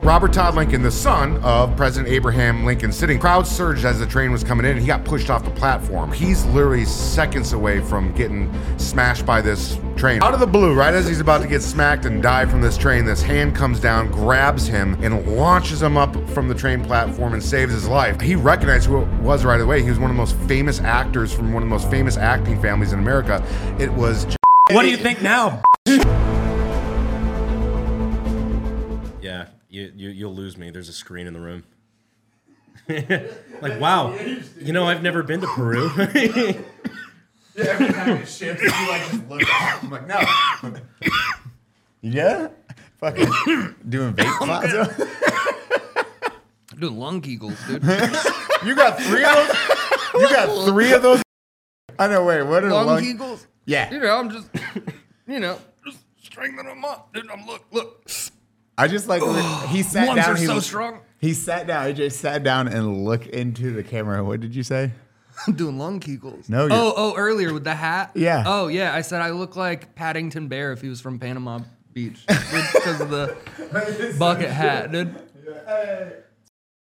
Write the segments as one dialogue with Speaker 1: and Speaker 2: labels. Speaker 1: Robert Todd Lincoln, the son of President Abraham Lincoln sitting, crowd surged as the train was coming in and he got pushed off the platform. He's literally seconds away from getting smashed by this train. Out of the blue, right as he's about to get smacked and die from this train, this hand comes down, grabs him, and launches him up from the train platform and saves his life. He recognized who it was right away. He was one of the most famous actors from one of the most famous acting families in America. It was.
Speaker 2: What do you think now?
Speaker 3: Yeah, you, you you'll lose me. There's a screen in the room. like wow, you know I've never been to Peru.
Speaker 4: Every time it shifts, you like just look at it. I'm like, no.
Speaker 5: Yeah? Fucking doing vape clouds.
Speaker 6: I'm doing lung eagles, dude. Lung,
Speaker 5: You got three of those? You got three of those? I know, wait, what are the lung-
Speaker 6: eagles. You
Speaker 5: Yeah.
Speaker 6: know, I'm just, you know, just strangling them up, dude. I'm look, look.
Speaker 5: I just like, he sat
Speaker 6: Lungs
Speaker 5: down.
Speaker 6: are
Speaker 5: he,
Speaker 6: so strong.
Speaker 5: he sat down. He just sat down and looked into the camera. What did you say?
Speaker 6: I'm doing lung kegels.
Speaker 5: No, you're-
Speaker 6: Oh, oh, earlier with the hat.
Speaker 5: Yeah.
Speaker 6: Oh, yeah. I said I look like Paddington Bear if he was from Panama Beach because of the bucket hat, dude.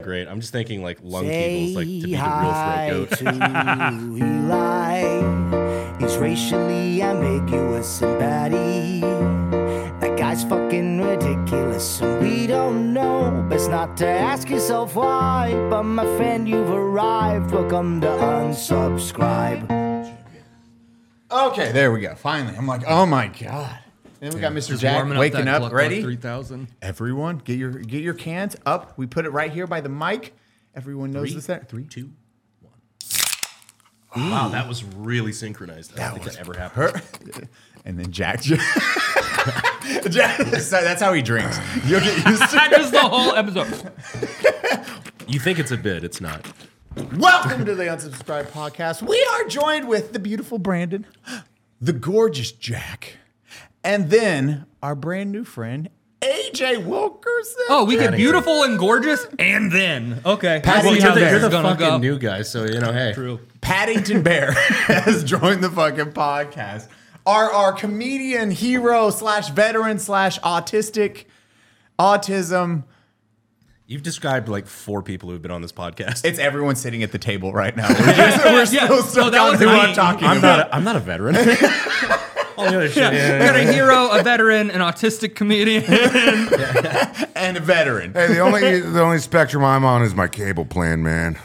Speaker 3: Great. I'm just thinking like lung eagles, like to be the real throat goat.
Speaker 7: to Eli. He's racially ambiguous and batty. That guy's fucking ridiculous, and we don't know. Best not to ask yourself why. But my friend, you've arrived. Welcome to unsubscribe.
Speaker 5: Okay, there we go. Finally. I'm like, oh my God. Then we got Mr.
Speaker 6: Just
Speaker 5: Jack
Speaker 6: warming
Speaker 5: waking
Speaker 6: that
Speaker 5: up,
Speaker 6: Gluck Gluck
Speaker 5: ready?
Speaker 6: 3000.
Speaker 5: Everyone, get your get your cans up. We put it right here by the mic. Everyone knows the set. Three, two.
Speaker 3: Wow, that was really synchronized. I don't think that ever happened.
Speaker 5: And then Jack. Jack so that's how he drinks. You'll get used to
Speaker 6: That is the whole episode.
Speaker 3: You think it's a bid? It's not.
Speaker 5: Welcome to the Unsubscribe Podcast. We are joined with the beautiful Brandon, the gorgeous Jack, and then our brand new friend, AJ Wilkerson.
Speaker 6: Oh, we get beautiful and gorgeous, and then okay.
Speaker 5: Patty,
Speaker 6: We'll see
Speaker 5: you're
Speaker 6: how
Speaker 5: the-
Speaker 6: this
Speaker 5: you're
Speaker 6: is
Speaker 5: the
Speaker 6: gonna go.
Speaker 3: new guy, so you know, hey.
Speaker 6: True.
Speaker 5: Paddington Bear has joined the fucking podcast. Our our comedian hero slash veteran slash autistic autism.
Speaker 3: You've described like four people who've been on this podcast.
Speaker 5: It's everyone sitting at the table right now. We're, just, we're
Speaker 6: Yeah, so
Speaker 5: still stuck
Speaker 6: that
Speaker 5: on
Speaker 6: was
Speaker 5: who
Speaker 6: me.
Speaker 5: I'm talking
Speaker 3: I'm
Speaker 5: about.
Speaker 3: not. A, I'm not a veteran. All the other shit.
Speaker 6: We got a hero, a veteran, an autistic comedian.
Speaker 5: and a veteran.
Speaker 1: Hey, the only the only spectrum I'm on is my cable plan, man.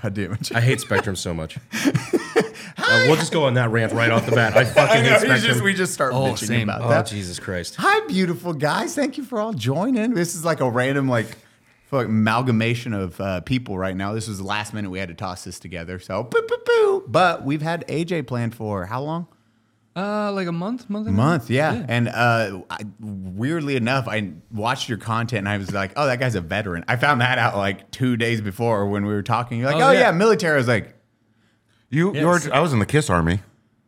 Speaker 5: God damn it.
Speaker 3: I hate Spectrum so much. Uh, we'll just go on that rant right off the bat. I fucking hate Spectrum.
Speaker 5: we just start
Speaker 6: Oh,
Speaker 5: bitching
Speaker 6: same.
Speaker 5: about
Speaker 3: oh
Speaker 5: that.
Speaker 3: Jesus Christ!
Speaker 5: Hi, beautiful guys. Thank you for all joining. This is like a random like fuck amalgamation of uh, people right now. This was the last minute we had to toss this together. So boo boo boo. But we've had AJ planned for how long?
Speaker 6: Uh, like a month, month, and a
Speaker 5: Month, yeah. And uh, I, weirdly enough, I watched your content and I was like, oh, that guy's a veteran. I found that out like two days before when we were talking. You're like, oh,
Speaker 6: Oh,
Speaker 5: yeah.
Speaker 6: yeah.
Speaker 5: military. I was like,
Speaker 1: You, George, I was in the Kiss Army.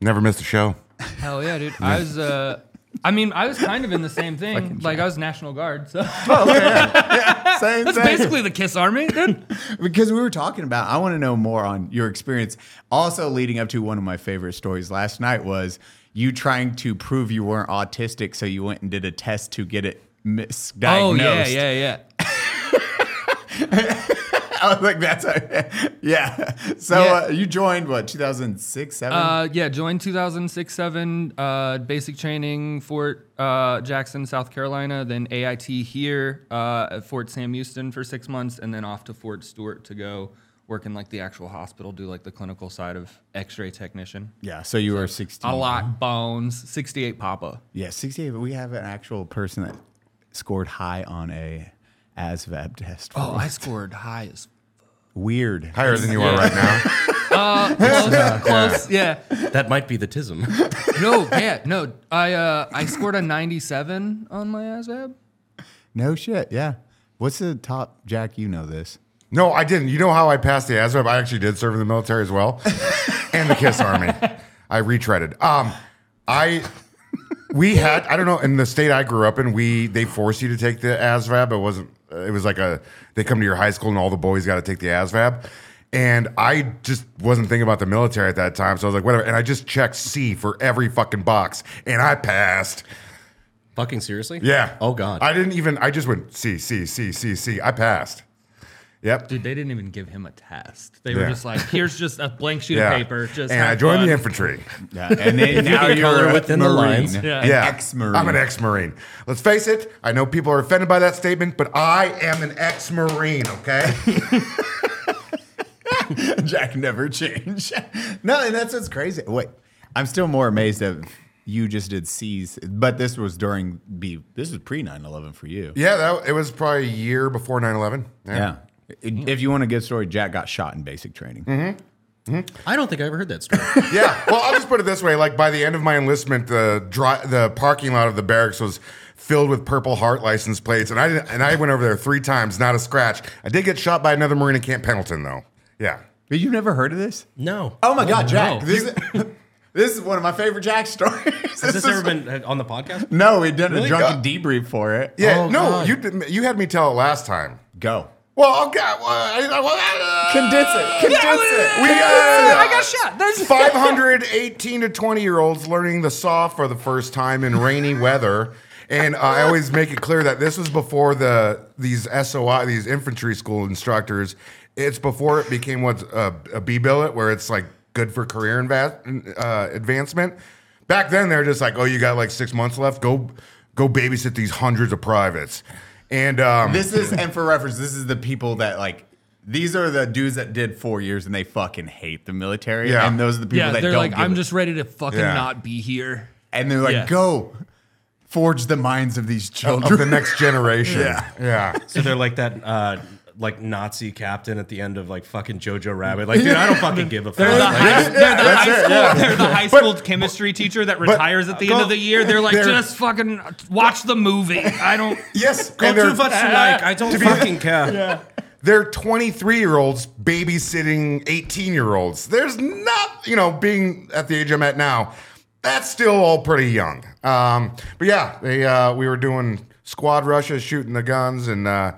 Speaker 1: Never missed a show.
Speaker 6: Hell yeah, dude. I was. Uh, I mean, I was kind of in the same thing. like I was National Guard, so
Speaker 5: same
Speaker 6: that's
Speaker 5: thing.
Speaker 6: basically the Kiss Army, dude.
Speaker 5: because we were talking about i want to know more on your experience also leading up to one of my favorite stories last night was you trying to prove you weren't autistic so you went and did a test to get it misdiagnosed
Speaker 6: Oh yeah, yeah, yeah.
Speaker 5: i was like that's a, yeah so
Speaker 6: Yeah.
Speaker 5: Uh, you joined what 2006 7
Speaker 6: Uh, yeah, joined 2006 7, uh, basic training, Fort uh, Jackson, South Carolina, then AIT here uh, at Fort Sam Houston for six months, and then off to Fort Stewart to go work in like the actual hospital, do like the clinical side of x ray technician.
Speaker 5: yeah so you were 16
Speaker 6: A lot, bones, 68 Papa.
Speaker 5: yeah 68 but we have an actual person that scored high on a asvab test
Speaker 6: Oh, I scored high as
Speaker 5: weird
Speaker 1: Higher than you are right now.
Speaker 6: close, close, yeah.
Speaker 3: That might be the tism.
Speaker 6: No, yeah, no. I uh, I scored a 97 on my ASVAB.
Speaker 5: no shit yeah what's the top jack you know this
Speaker 1: No, I didn't. You know how I passed the ASVAB? I actually did serve in the military as well, and the Kiss Army. I retreaded. Um, I we had I don't know in the state I grew up in we they force you to take the ASVAB. It wasn't it was like a they come to your high school and all the boys got to take the ASVAB. And I just wasn't thinking about the military at that time, so I was like, whatever. And I just checked C for every fucking box, and I passed.
Speaker 3: Fucking seriously?
Speaker 1: Yeah.
Speaker 3: Oh god.
Speaker 1: I didn't even. I just went C C C C C. I passed. Yep.
Speaker 6: Dude, they didn't even give him a test. They
Speaker 1: Yeah.
Speaker 6: were just like, here's just a blank sheet
Speaker 1: Yeah.
Speaker 6: of paper. Just
Speaker 1: and I
Speaker 6: have
Speaker 1: joined
Speaker 6: fun.
Speaker 1: the infantry.
Speaker 5: Yeah, and then now
Speaker 3: can
Speaker 5: you're
Speaker 3: color
Speaker 5: a
Speaker 3: within the
Speaker 5: Marine,
Speaker 3: lines.
Speaker 6: Yeah.
Speaker 5: an
Speaker 1: yeah.
Speaker 5: ex-Marine.
Speaker 1: I'm an ex-marine. Let's face it. I know people are offended by that statement, but I am an ex-marine. Okay.
Speaker 5: Jack never changed. no, and that's what's crazy. Wait, I'm still more amazed that you just did C's, but this was during B. This was pre 9/11 for you.
Speaker 1: yeah. That it was probably a year before 9/11.
Speaker 5: Yeah. I- If you want a good story, Jack got shot in basic training.
Speaker 3: I don't think I ever heard that story.
Speaker 1: yeah. Well, I'll just put it this way: like by the end of my enlistment, the dri the parking lot of the barracks was filled with Purple Heart license plates, and I didn't, and I went over there three times, not a scratch. I did get shot by another Marine at Camp Pendleton, though. Yeah.
Speaker 5: But you've never heard of this?
Speaker 3: no.
Speaker 5: Oh my God, Jack!
Speaker 6: no.
Speaker 5: This, is, this is one of my favorite Jack stories.
Speaker 3: Has this ever been uh, on the podcast?
Speaker 5: No, we did a drunken
Speaker 1: God.
Speaker 5: debrief for it.
Speaker 1: Yeah.
Speaker 3: Oh,
Speaker 1: no,
Speaker 3: God.
Speaker 1: you didn't- you had me tell it last time.
Speaker 5: Go.
Speaker 1: Well, okay. Well, I, I, well, uh,
Speaker 5: Condense it. Condense it.
Speaker 1: We, I got
Speaker 6: shot.
Speaker 1: 518 to 20 year olds learning the saw for the first time in rainy weather. And I always make it clear that this was before the these SOI, these infantry school instructors. It's before it became what's a, a B billet, where it's like good for career inva- uh, advancement. Back then, they're just like, oh, you got like six months left. Go, go babysit these hundreds of privates. And um,
Speaker 5: This is, and for reference, this is the people that like. These are the dudes that did four years and they fucking hate the military.
Speaker 1: Yeah.
Speaker 5: And those are the people
Speaker 6: Yeah,
Speaker 5: that
Speaker 6: they're
Speaker 5: don't.
Speaker 6: like,
Speaker 5: give
Speaker 6: I'm
Speaker 5: a-
Speaker 6: just ready to fucking
Speaker 1: Yeah.
Speaker 6: not be here.
Speaker 5: And they're like,
Speaker 6: Yeah.
Speaker 5: go forge the minds of these
Speaker 1: of
Speaker 5: children.
Speaker 1: the next generation.
Speaker 5: Yeah.
Speaker 1: yeah.
Speaker 3: So they're like that uh like Nazi captain at the end of like fucking Jojo Rabbit. Like, dude, I don't fucking give a fuck.
Speaker 6: They're the,
Speaker 3: Like,
Speaker 6: high, they're the
Speaker 1: it,
Speaker 6: high school,
Speaker 1: yeah.
Speaker 6: they're the high school chemistry teacher that retires at the end
Speaker 1: go-
Speaker 6: of the year. They're like,
Speaker 1: they're-
Speaker 6: just fucking watch the movie. I don't.
Speaker 1: Yes.
Speaker 3: Go
Speaker 1: and
Speaker 3: too
Speaker 1: they're-
Speaker 3: much like. I don't fucking care.
Speaker 1: they're 23 year olds babysitting 18 year olds. There's not, you know, being at the age I'm at now, that's still all pretty young. Um, but yeah, they uh, we were doing squad rushes, shooting the guns, and uh,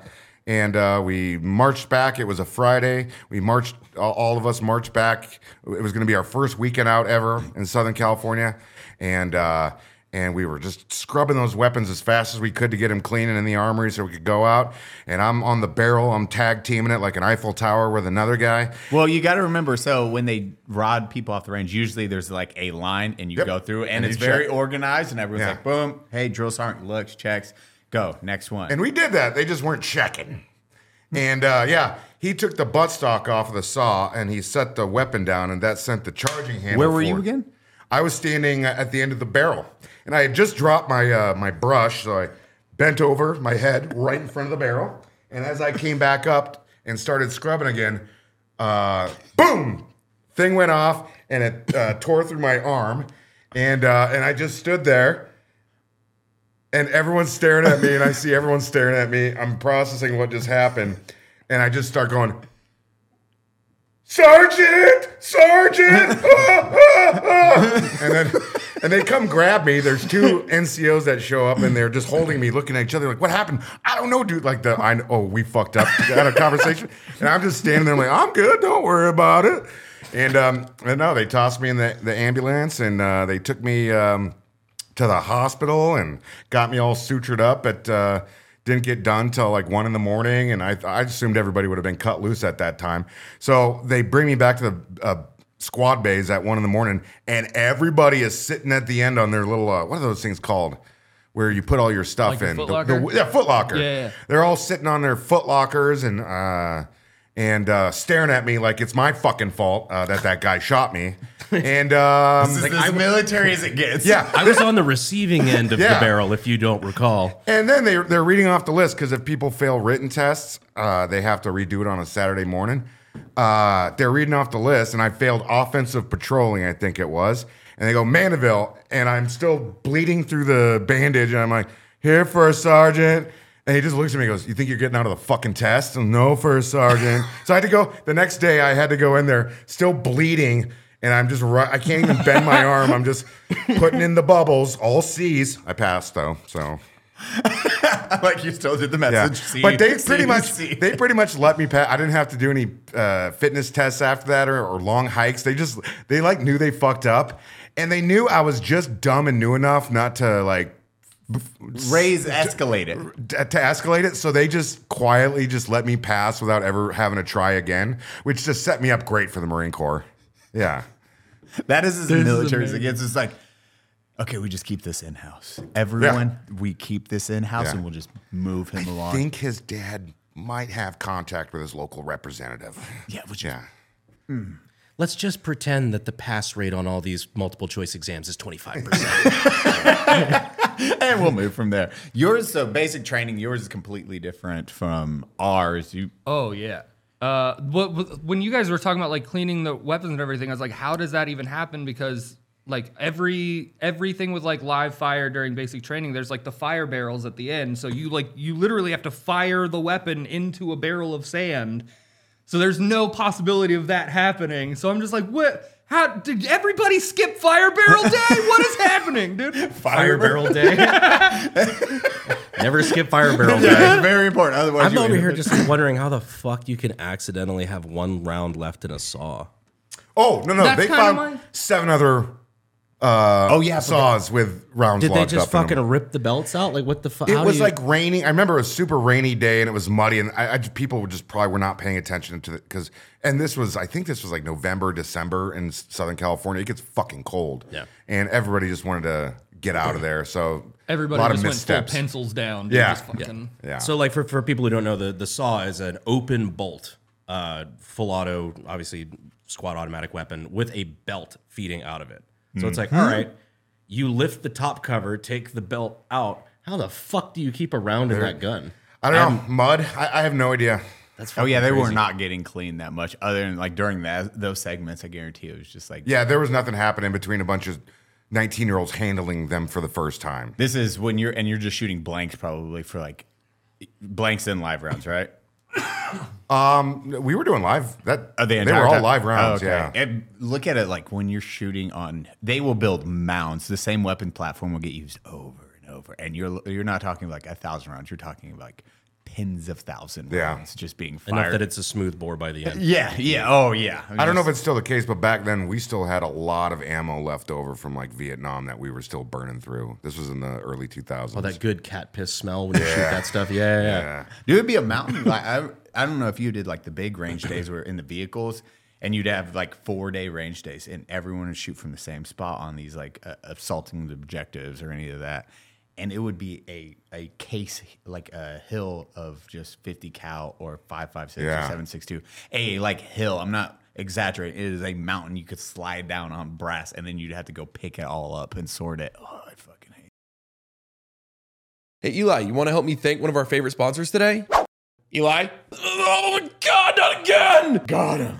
Speaker 1: and uh, we marched back. It was a Friday. We marched, all- all of us marched back. It was going to be our first weekend out ever in Southern California, and. Uh, and we were just scrubbing those weapons as fast as we could to get them clean and in the armory so we could go out. And I'm on the barrel, I'm tag teaming it like an Eiffel Tower with another guy.
Speaker 5: well, you got to remember. So when they rod people off the range, usually there's like a line and you
Speaker 1: Yep.
Speaker 5: go through
Speaker 1: And
Speaker 5: and, it's
Speaker 1: you
Speaker 5: very
Speaker 1: check.
Speaker 5: organized and everyone's
Speaker 1: Yeah.
Speaker 5: like, boom, hey, drill sergeant looks, checks, go, next one.
Speaker 1: And we did that. They just weren't checking. And uh, yeah, he took the buttstock off of the saw and he set the weapon down, and that sent the charging handle.
Speaker 5: Where were you
Speaker 1: forward.
Speaker 5: again?
Speaker 1: I was standing at the end of the barrel, and I had just dropped my uh, my brush, so I bent over my head right in front of the barrel. And as I came back up and started scrubbing again, uh, boom, thing went off, and it uh, tore through my arm, and uh, and I just stood there and everyone's staring at me, and I see everyone staring at me. I'm processing what just happened, and I just start going, Sergeant, Sergeant, Ah, ah, ah." and then and they come grab me. There's two NCOs that show up, and they're just holding me, looking at each other, like, "What happened? I don't know, dude." Like the, I kn- oh, we fucked up. Had a conversation, and I'm just standing there, like, "I'm good. Don't worry about it." And um, and no, they tossed me in the, the ambulance, and uh, they took me. Um, to the hospital and got me all sutured up at uh, didn't get done till like one in the morning and I, I assumed everybody would have been cut loose at that time so they bring me back to the uh, squad bays at one in the morning and everybody is sitting at the end on their little uh, what are those things called where you put all your stuff
Speaker 6: Like a
Speaker 1: in
Speaker 6: Foot
Speaker 1: The-
Speaker 6: Locker?
Speaker 1: the- yeah foot locker
Speaker 6: Yeah, yeah, yeah.
Speaker 1: they're all sitting on their foot lockers and uh, and uh, staring at me like it's my fucking fault uh, that that guy shot me and um,
Speaker 5: This is as military as it gets.
Speaker 1: yeah
Speaker 3: I was on the receiving end of
Speaker 1: Yeah.
Speaker 3: the barrel, if you don't recall.
Speaker 1: And then they they're reading off the list because if people fail written tests, uh, they have to redo it on a Saturday morning. Uh, they're reading off the list, and I failed offensive patrolling, I think it was. And they go Mandeville, and I'm still bleeding through the bandage, and I'm like, "Here for a sergeant." And he just looks at me and goes, You think you're getting out of the fucking test? And no, first sergeant. so I had to go the next day, I had to go in there still bleeding. And I'm just, ru- I can't even bend my arm. I'm just putting in the bubbles, all C's. I passed though. So,
Speaker 5: like you still did the
Speaker 1: yeah.
Speaker 5: message. C,
Speaker 1: but they
Speaker 5: C,
Speaker 1: pretty much,
Speaker 5: C.
Speaker 1: they pretty much let me pass. I didn't have to do any uh, fitness tests after that or, or long hikes. They just, they like knew they fucked up. And they knew I was just dumb and new enough not to like
Speaker 5: raise escalate it.
Speaker 1: to to escalate it. So they just quietly just let me pass without ever having to try again, which just set me up great for the Marine Corps. Yeah.
Speaker 5: That is as
Speaker 6: is
Speaker 5: military as it
Speaker 6: amazing.
Speaker 5: gets. It's like, okay, we just keep this in house. Everyone, we keep this in house,
Speaker 1: Yeah.
Speaker 5: and we'll just move him
Speaker 1: I
Speaker 5: along.
Speaker 1: think his dad might have contact with his local representative.
Speaker 5: yeah, which
Speaker 1: Yeah.
Speaker 3: Let's just pretend that the pass rate on all these multiple choice exams is 25%.
Speaker 5: and we'll move from there. Yours, so basic training, yours is completely different from ours. You
Speaker 6: Oh yeah. Uh, what, what- when you guys were talking about like cleaning the weapons and everything, I was like, how does that even happen? Because like every everything with like live fire during basic training, there's like the fire barrels at the end. So you like you literally have to fire the weapon into a barrel of sand. So there's no possibility of that happening. So I'm just like, what? How did everybody skip fire barrel day? What is happening, dude?
Speaker 8: Fire barrel day.
Speaker 3: Never skip fire barrel day.
Speaker 5: yeah, it's very important. Otherwise,
Speaker 3: I'm
Speaker 5: you
Speaker 3: over here just wondering how the fuck you can accidentally have one round left in a saw.
Speaker 1: Oh no no!
Speaker 6: That's
Speaker 1: they
Speaker 6: kinda
Speaker 1: found
Speaker 6: mine.
Speaker 1: seven other. Uh,
Speaker 5: Oh, yeah, I forgot.
Speaker 1: saws with rounds.
Speaker 3: Did they
Speaker 1: lodged
Speaker 3: just
Speaker 1: up in 'em.
Speaker 3: fucking rip the belts out? Like what the fuck?
Speaker 1: It was like raining. I remember it was super rainy day and it was muddy, and I, I just- people were just probably were not paying attention to the because. And this was, I think, this was like November, December in S- Southern California. It gets fucking cold.
Speaker 3: Yeah.
Speaker 1: and everybody just wanted to get out of there. So
Speaker 6: Everybody
Speaker 1: a lot
Speaker 6: just
Speaker 1: of
Speaker 6: went full
Speaker 1: missteps.
Speaker 6: pencils down. dude,
Speaker 1: Yeah.
Speaker 6: just fucking-
Speaker 1: yeah.
Speaker 3: So like for, for people who don't know, the, the saw is an open bolt, uh, full auto, obviously squad automatic weapon with a belt feeding out of it. So it's
Speaker 1: Mm-hmm.
Speaker 3: like, all right, you lift the top cover, take the belt out. How the fuck do you keep a round in that gun?
Speaker 1: I don't
Speaker 6: um,
Speaker 1: know mud. I, I have no idea.
Speaker 5: Oh yeah, they were not getting clean that much. Other than like during that those segments, I guarantee it was just like
Speaker 1: Yeah, there was nothing happening between a bunch of nineteen-year-olds handling them for the first time.
Speaker 5: This is when you're and you're just shooting blanks probably for like blanks and live rounds, right?
Speaker 1: We were doing live. That
Speaker 5: Oh, the
Speaker 1: they
Speaker 5: entire
Speaker 1: were all
Speaker 5: time?
Speaker 1: live rounds.
Speaker 5: Oh,
Speaker 1: Yeah.
Speaker 5: okay. And look at it like when you're shooting on, they will build mounds. The same weapon platform will get used over and over. And you're you're not talking like a thousand rounds. You're talking like tens of thousand
Speaker 1: Yeah.
Speaker 5: rounds just being
Speaker 3: Enough
Speaker 5: fired.
Speaker 3: that it's a smooth bore by the end.
Speaker 5: yeah, yeah, oh yeah.
Speaker 1: I don't know if it's still the case, but back then we still had a lot of ammo left over from like Vietnam that we were still burning through. This was in the early 2000s.
Speaker 3: Oh, that good cat piss smell when you shoot that stuff. Yeah, yeah, yeah.
Speaker 5: It would be a mountain. like I, I don't know if you did like the big range days where in the vehicles, and you'd have like four day range days, and everyone would shoot from the same spot on these like uh, assaulting the objectives or any of that, and it would be a a case like a hill of just fifty cal or five five six
Speaker 1: Yeah.
Speaker 5: or seven six two a like hill. I'm not exaggerating. It is a mountain you could slide down on brass, and then you'd have to go pick it all up and sort it. Oh, I fucking hate.
Speaker 9: Hey, Eli, you want to help me thank one of our favorite sponsors today? Eli? Oh my god, not again!
Speaker 5: Got him.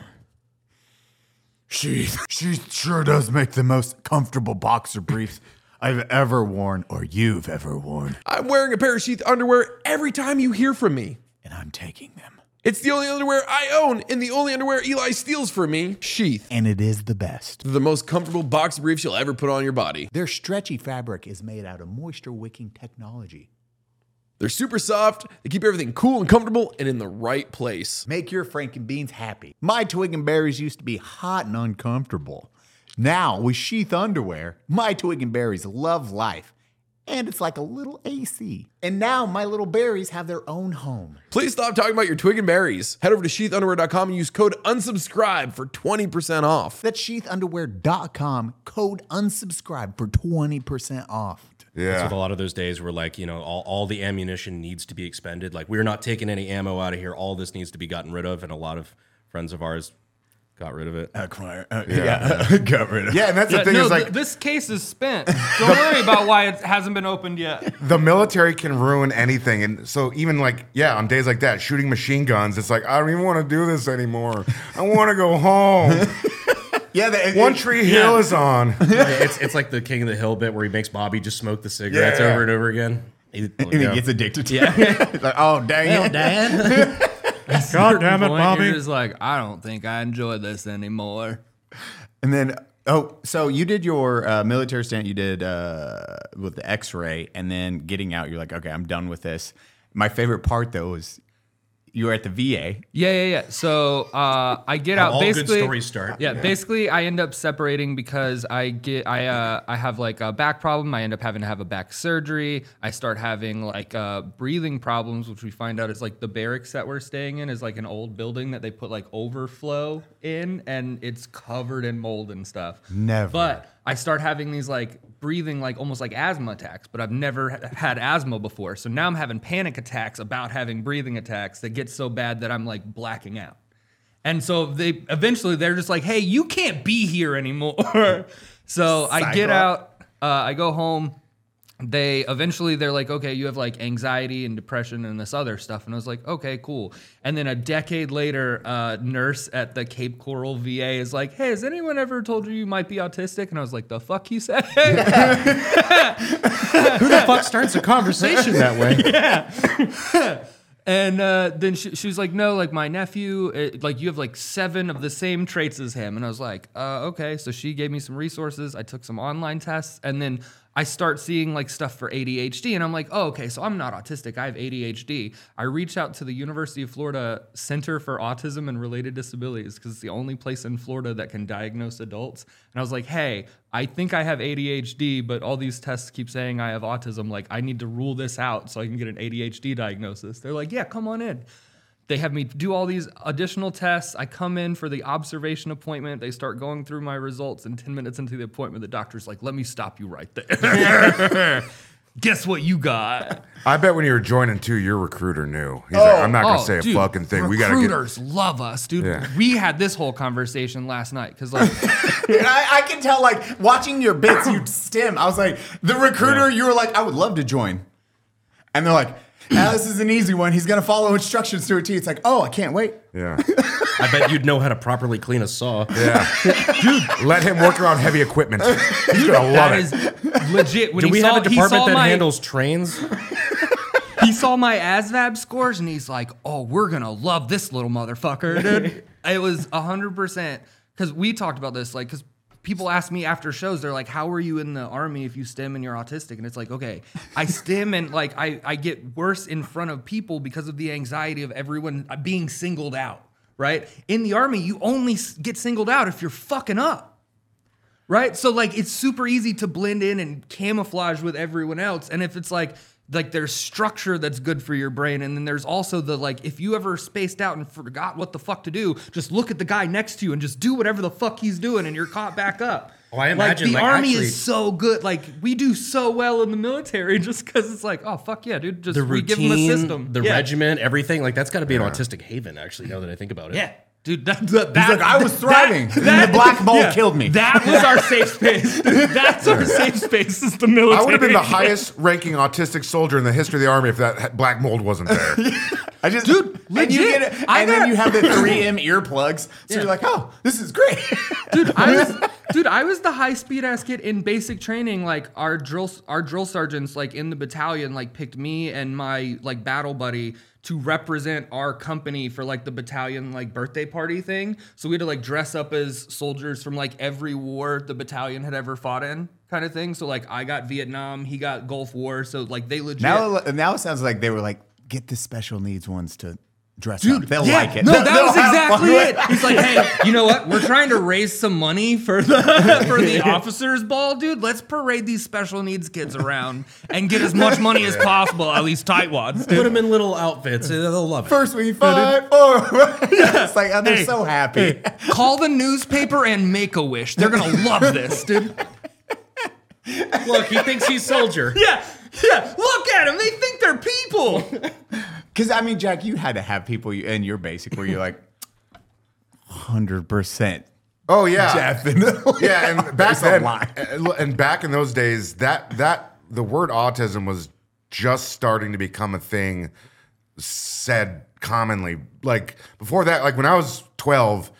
Speaker 5: She she sure does make the most comfortable boxer briefs I've ever worn or you've ever worn.
Speaker 9: I'm wearing a pair of sheath underwear every time you hear from me.
Speaker 5: And I'm taking them.
Speaker 9: It's the only underwear I own and the only underwear Eli steals from me. Sheath.
Speaker 5: And it is the best.
Speaker 9: The most comfortable box briefs you'll ever put on your body.
Speaker 5: Their stretchy fabric is made out of moisture wicking technology.
Speaker 9: They're super soft, they keep everything cool and comfortable and in the right place.
Speaker 5: Make your Frankenbeans happy. My twig and berries used to be hot and uncomfortable. Now, with sheath underwear, my twig and berries love life. And it's like a little AC. And now my little berries have their own home.
Speaker 9: Please stop talking about your twig and berries. Head over to sheathunderwear.com and use code unsubscribe for 20% off.
Speaker 5: That's sheathunderwear.com, code unsubscribe for 20% off.
Speaker 3: That's
Speaker 1: yeah.
Speaker 3: what a lot of those days were like, you know, all, all the ammunition needs to be expended. Like, we're not taking any ammo out of here. All this needs to be gotten rid of. And a lot of friends of ours got rid of it.
Speaker 5: Acquire. uh, yeah. Got rid of
Speaker 1: yeah, and that's the
Speaker 6: Yeah,
Speaker 1: thing
Speaker 6: no,
Speaker 1: is
Speaker 6: th-
Speaker 1: like
Speaker 6: this case is spent. Don't worry about why it hasn't been opened yet.
Speaker 1: the military can ruin anything. And so even like, yeah, on days like that, shooting machine guns, it's like, I don't even want to do this anymore. I want to go home.
Speaker 5: Yeah. The,
Speaker 1: One Tree Hill is on.
Speaker 3: it's, it's like the King of the Hill bit where he makes Bobby just smoke the cigarettes
Speaker 1: Yeah.
Speaker 3: over and over again. He-
Speaker 5: And
Speaker 3: yeah.
Speaker 5: he gets addicted to it. like, oh, dang it.
Speaker 3: Dan.
Speaker 6: God
Speaker 8: damn it, Bobby.
Speaker 6: You're just like, I don't think I enjoy this anymore.
Speaker 5: And then, oh, so you did your uh, military stint, you did uh, with the x ray, and then getting out, you're like, okay, I'm done with this. My favorite part, though, was you were at the VA.
Speaker 6: Yeah, yeah, yeah. So uh, I get
Speaker 2: How
Speaker 6: out.
Speaker 2: all good
Speaker 6: basically,
Speaker 2: stories start.
Speaker 6: Yeah, basically, I end up separating because I get I uh, I have like a back problem. I end up having to have a back surgery. I start having like uh, breathing problems, which we find out is like the barracks that we're staying in is like an old building that they put like overflow in, and it's covered in mold and stuff.
Speaker 5: Never.
Speaker 6: But I start having these like breathing like almost like asthma attacks, but I've never h- had asthma before. So now I'm having panic attacks about having breathing attacks that get so bad that I'm like blacking out. And so they eventually they're just like, "Hey, you can't be here anymore." so I get out, uh, I go home. They eventually they're like, "Okay, you have like anxiety and depression and this other stuff." And I was like, "Okay, cool." And then a decade later, uh, nurse at the Cape Coral VA is like, "Hey, has anyone ever told you you might be autistic?" And I was like, "The fuck you say?"
Speaker 2: Who the fuck starts a conversation that way?
Speaker 6: And uh, then she, she was like, no, like my nephew, it, like you have like seven of the same traits as him. And I was like, uh, okay. So she gave me some resources. I took some online tests. And then I start seeing like stuff for ADHD. And I'm like, oh, okay. So I'm not autistic. I have ADHD. I reach out to the University of Florida Center for Autism and Related Disabilities because it's the only place in Florida that can diagnose adults. And I was like, hey, I think I have ADHD, but all these tests keep saying I have autism. Like, I need to rule this out so I can get an ADHD diagnosis. They're like, yeah, come on in. They have me do all these additional tests. I come in for the observation appointment. They start going through my results, and 10 minutes into the appointment, the doctor's like, let me stop you right there. Guess what you got?
Speaker 1: I bet when you were joining too, your recruiter knew. He's like, I'm not gonna
Speaker 6: Oh,
Speaker 1: say a
Speaker 6: dude,
Speaker 1: fucking thing. We gotta get.
Speaker 6: Recruiters love us, dude.
Speaker 1: Yeah.
Speaker 6: We had this whole conversation last night because, like,
Speaker 5: And I, I can tell, like, watching your bits, you stim. I was like, the recruiter, you were like, I would love to join. And they're like, now this is an easy one. He's going to follow instructions to a T. It's like, oh, I can't wait.
Speaker 1: Yeah,
Speaker 2: I bet you'd know how to properly clean a saw.
Speaker 1: yeah, dude. Let him work around heavy equipment. He's gonna love
Speaker 6: that
Speaker 1: it.
Speaker 6: is legit. When
Speaker 2: Do
Speaker 6: he
Speaker 2: we
Speaker 6: saw,
Speaker 2: have a
Speaker 6: he saw
Speaker 2: department that
Speaker 6: my,
Speaker 2: handles trains?
Speaker 6: he saw my ASVAB scores and he's like, "Oh, we're gonna love this little motherfucker, dude." it was hundred percent because we talked about this, like, because people ask me after shows, they're like, "How are you in the army if you stem and you're autistic?" And it's like, okay, I stem and like I I get worse in front of people because of the anxiety of everyone being singled out. Right in the army, you only s- get singled out if you're fucking up. Right? So like it's super easy to blend in and camouflage with everyone else. And if it's like like there's structure that's good for your brain and then there's also the like if you ever spaced out and forgot what the fuck to do, just look at the guy next to you and just do whatever the fuck he's doing and you're caught back up.
Speaker 2: Oh, I imagine,
Speaker 6: like the
Speaker 2: like,
Speaker 6: army
Speaker 2: actually-
Speaker 6: is so good. Like we do so well in the military just cuz it's like, oh fuck yeah, dude, just
Speaker 2: The
Speaker 6: we
Speaker 2: routine,
Speaker 6: give him a system.
Speaker 2: the
Speaker 6: yeah.
Speaker 2: regiment, everything. Like that's got to be an autistic haven. Actually, now that I think about it.
Speaker 6: Yeah. Dude, that, that, that
Speaker 5: like, "I was
Speaker 6: that-
Speaker 5: thriving, and the black mold killed me."
Speaker 6: That was our safe space. That's our safe space. Is the military?
Speaker 1: I would have been the highest ranking autistic soldier in the history of the army if that ha- black mold wasn't there.
Speaker 5: I just, dude, And, you
Speaker 6: legit,
Speaker 5: get it,
Speaker 6: I
Speaker 5: and then
Speaker 6: got-
Speaker 5: you have the 3M earplugs. So you're like, oh, this is great.
Speaker 6: dude. I was, dude, I was the high speed ass kid in basic training. Like our drill, our drill sergeants, like in the battalion, like picked me and my like battle buddy to represent our company for like the battalion like birthday party thing. So we had to like dress up as soldiers from like every war the battalion had ever fought in, kind of thing. So like I got Vietnam, he got Gulf War. So like they legit.
Speaker 5: now, uh, now it sounds like they were like, get the special needs ones to dress up. They'll
Speaker 6: yeah,
Speaker 5: like it.
Speaker 6: No,
Speaker 5: They'll-
Speaker 6: that
Speaker 5: they'll
Speaker 6: was
Speaker 5: have fun
Speaker 6: exactly
Speaker 5: with
Speaker 6: it. He's like, hey, you know what? We're trying to raise some money for the for the officers' ball, dude. Let's parade these special needs kids around and get as much money as possible, at least tightwads,
Speaker 2: Put
Speaker 6: dude.
Speaker 2: them in little outfits. and They'll love it.
Speaker 5: First we five, four. it's like, oh, they're so happy.
Speaker 6: Call the newspaper and make a wish. They're gonna love this, dude.
Speaker 2: Look, he thinks he's soldier.
Speaker 6: Yeah, yeah. Look at them. They think they're people.
Speaker 5: Because I mean, Jack, you had to have people you, in your basic where you're like, hundred percent
Speaker 1: Oh
Speaker 5: Ah.
Speaker 1: yeah,
Speaker 5: definitely.
Speaker 1: Yeah, and back
Speaker 5: There's a
Speaker 1: then,
Speaker 5: line.
Speaker 1: and- and back in those days, that that the word autism was just starting to become a thing said commonly. Like before that, like when I was twelve,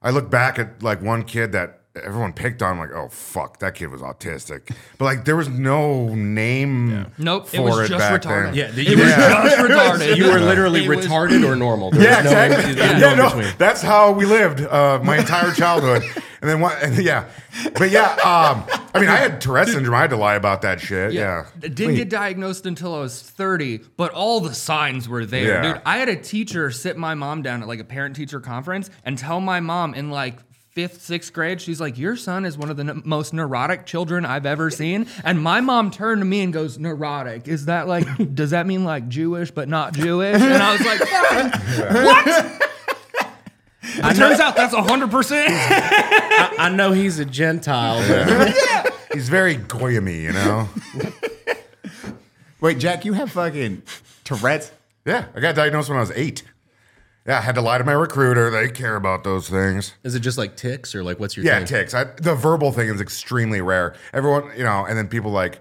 Speaker 1: I look back at like one kid that everyone picked on, like, oh fuck, that kid was autistic. But like there was no name.
Speaker 6: Nope, it
Speaker 1: For
Speaker 6: was
Speaker 1: it
Speaker 6: just
Speaker 1: back
Speaker 6: retarded.
Speaker 1: then.
Speaker 2: Yeah, the-
Speaker 6: It
Speaker 2: you,
Speaker 6: was
Speaker 2: were,
Speaker 6: just retarded.
Speaker 2: you were literally
Speaker 6: It was-
Speaker 2: retarded or normal. There
Speaker 1: Yeah,
Speaker 2: was no in-
Speaker 1: exactly.
Speaker 2: there was
Speaker 1: Yeah,
Speaker 2: no
Speaker 1: no,
Speaker 2: in between.
Speaker 1: that's how we lived uh, my entire childhood. And then what? And yeah, but yeah. Um, I mean, I had Tourette's syndrome. I had to lie about that shit. Yeah.
Speaker 6: I Didn't get diagnosed until I was 30, but all the signs were there.
Speaker 1: Yeah.
Speaker 6: Dude, I had a teacher sit my mom down at like a parent teacher conference and tell my mom in like fifth, sixth grade, she's like, Your son is one of the n- most neurotic children I've ever seen. And my mom turned to me and goes, Neurotic. Is that like, does that mean like Jewish but not Jewish? And I was like, What? It turns out that's 100%.
Speaker 3: I know he's a Gentile.
Speaker 1: He's very goyamy, you know.
Speaker 5: Wait, Jack, you have fucking Tourette's.
Speaker 1: Yeah, I got diagnosed when I was eight. Yeah, I had to lie to my recruiter. They care about those things.
Speaker 3: Is it just like ticks or like what's your
Speaker 1: Yeah,
Speaker 3: thing?
Speaker 1: ticks. I, the verbal thing is extremely rare. Everyone, you know, and then people like,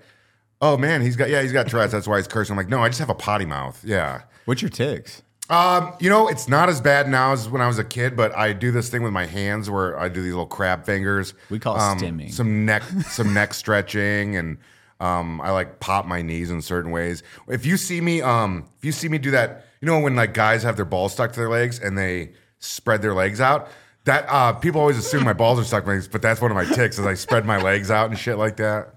Speaker 1: oh man, he's got yeah, he's got Tourette's. That's why he's cursing. I'm like, no, I just have a potty mouth. Yeah.
Speaker 5: What's your ticks?
Speaker 1: Um, you know, it's not as bad now as when I was a kid, but I do this thing with my hands where I do these little crab fingers.
Speaker 5: We call
Speaker 1: um,
Speaker 5: stimming.
Speaker 1: Some neck, some neck stretching, and um, I like pop my knees in certain ways. If you see me, um, if you see me do that, you know when like guys have their balls stuck to their legs and they spread their legs out. That uh, people always assume my balls are stuck to my legs, but that's one of my ticks is I spread my legs out and shit like that.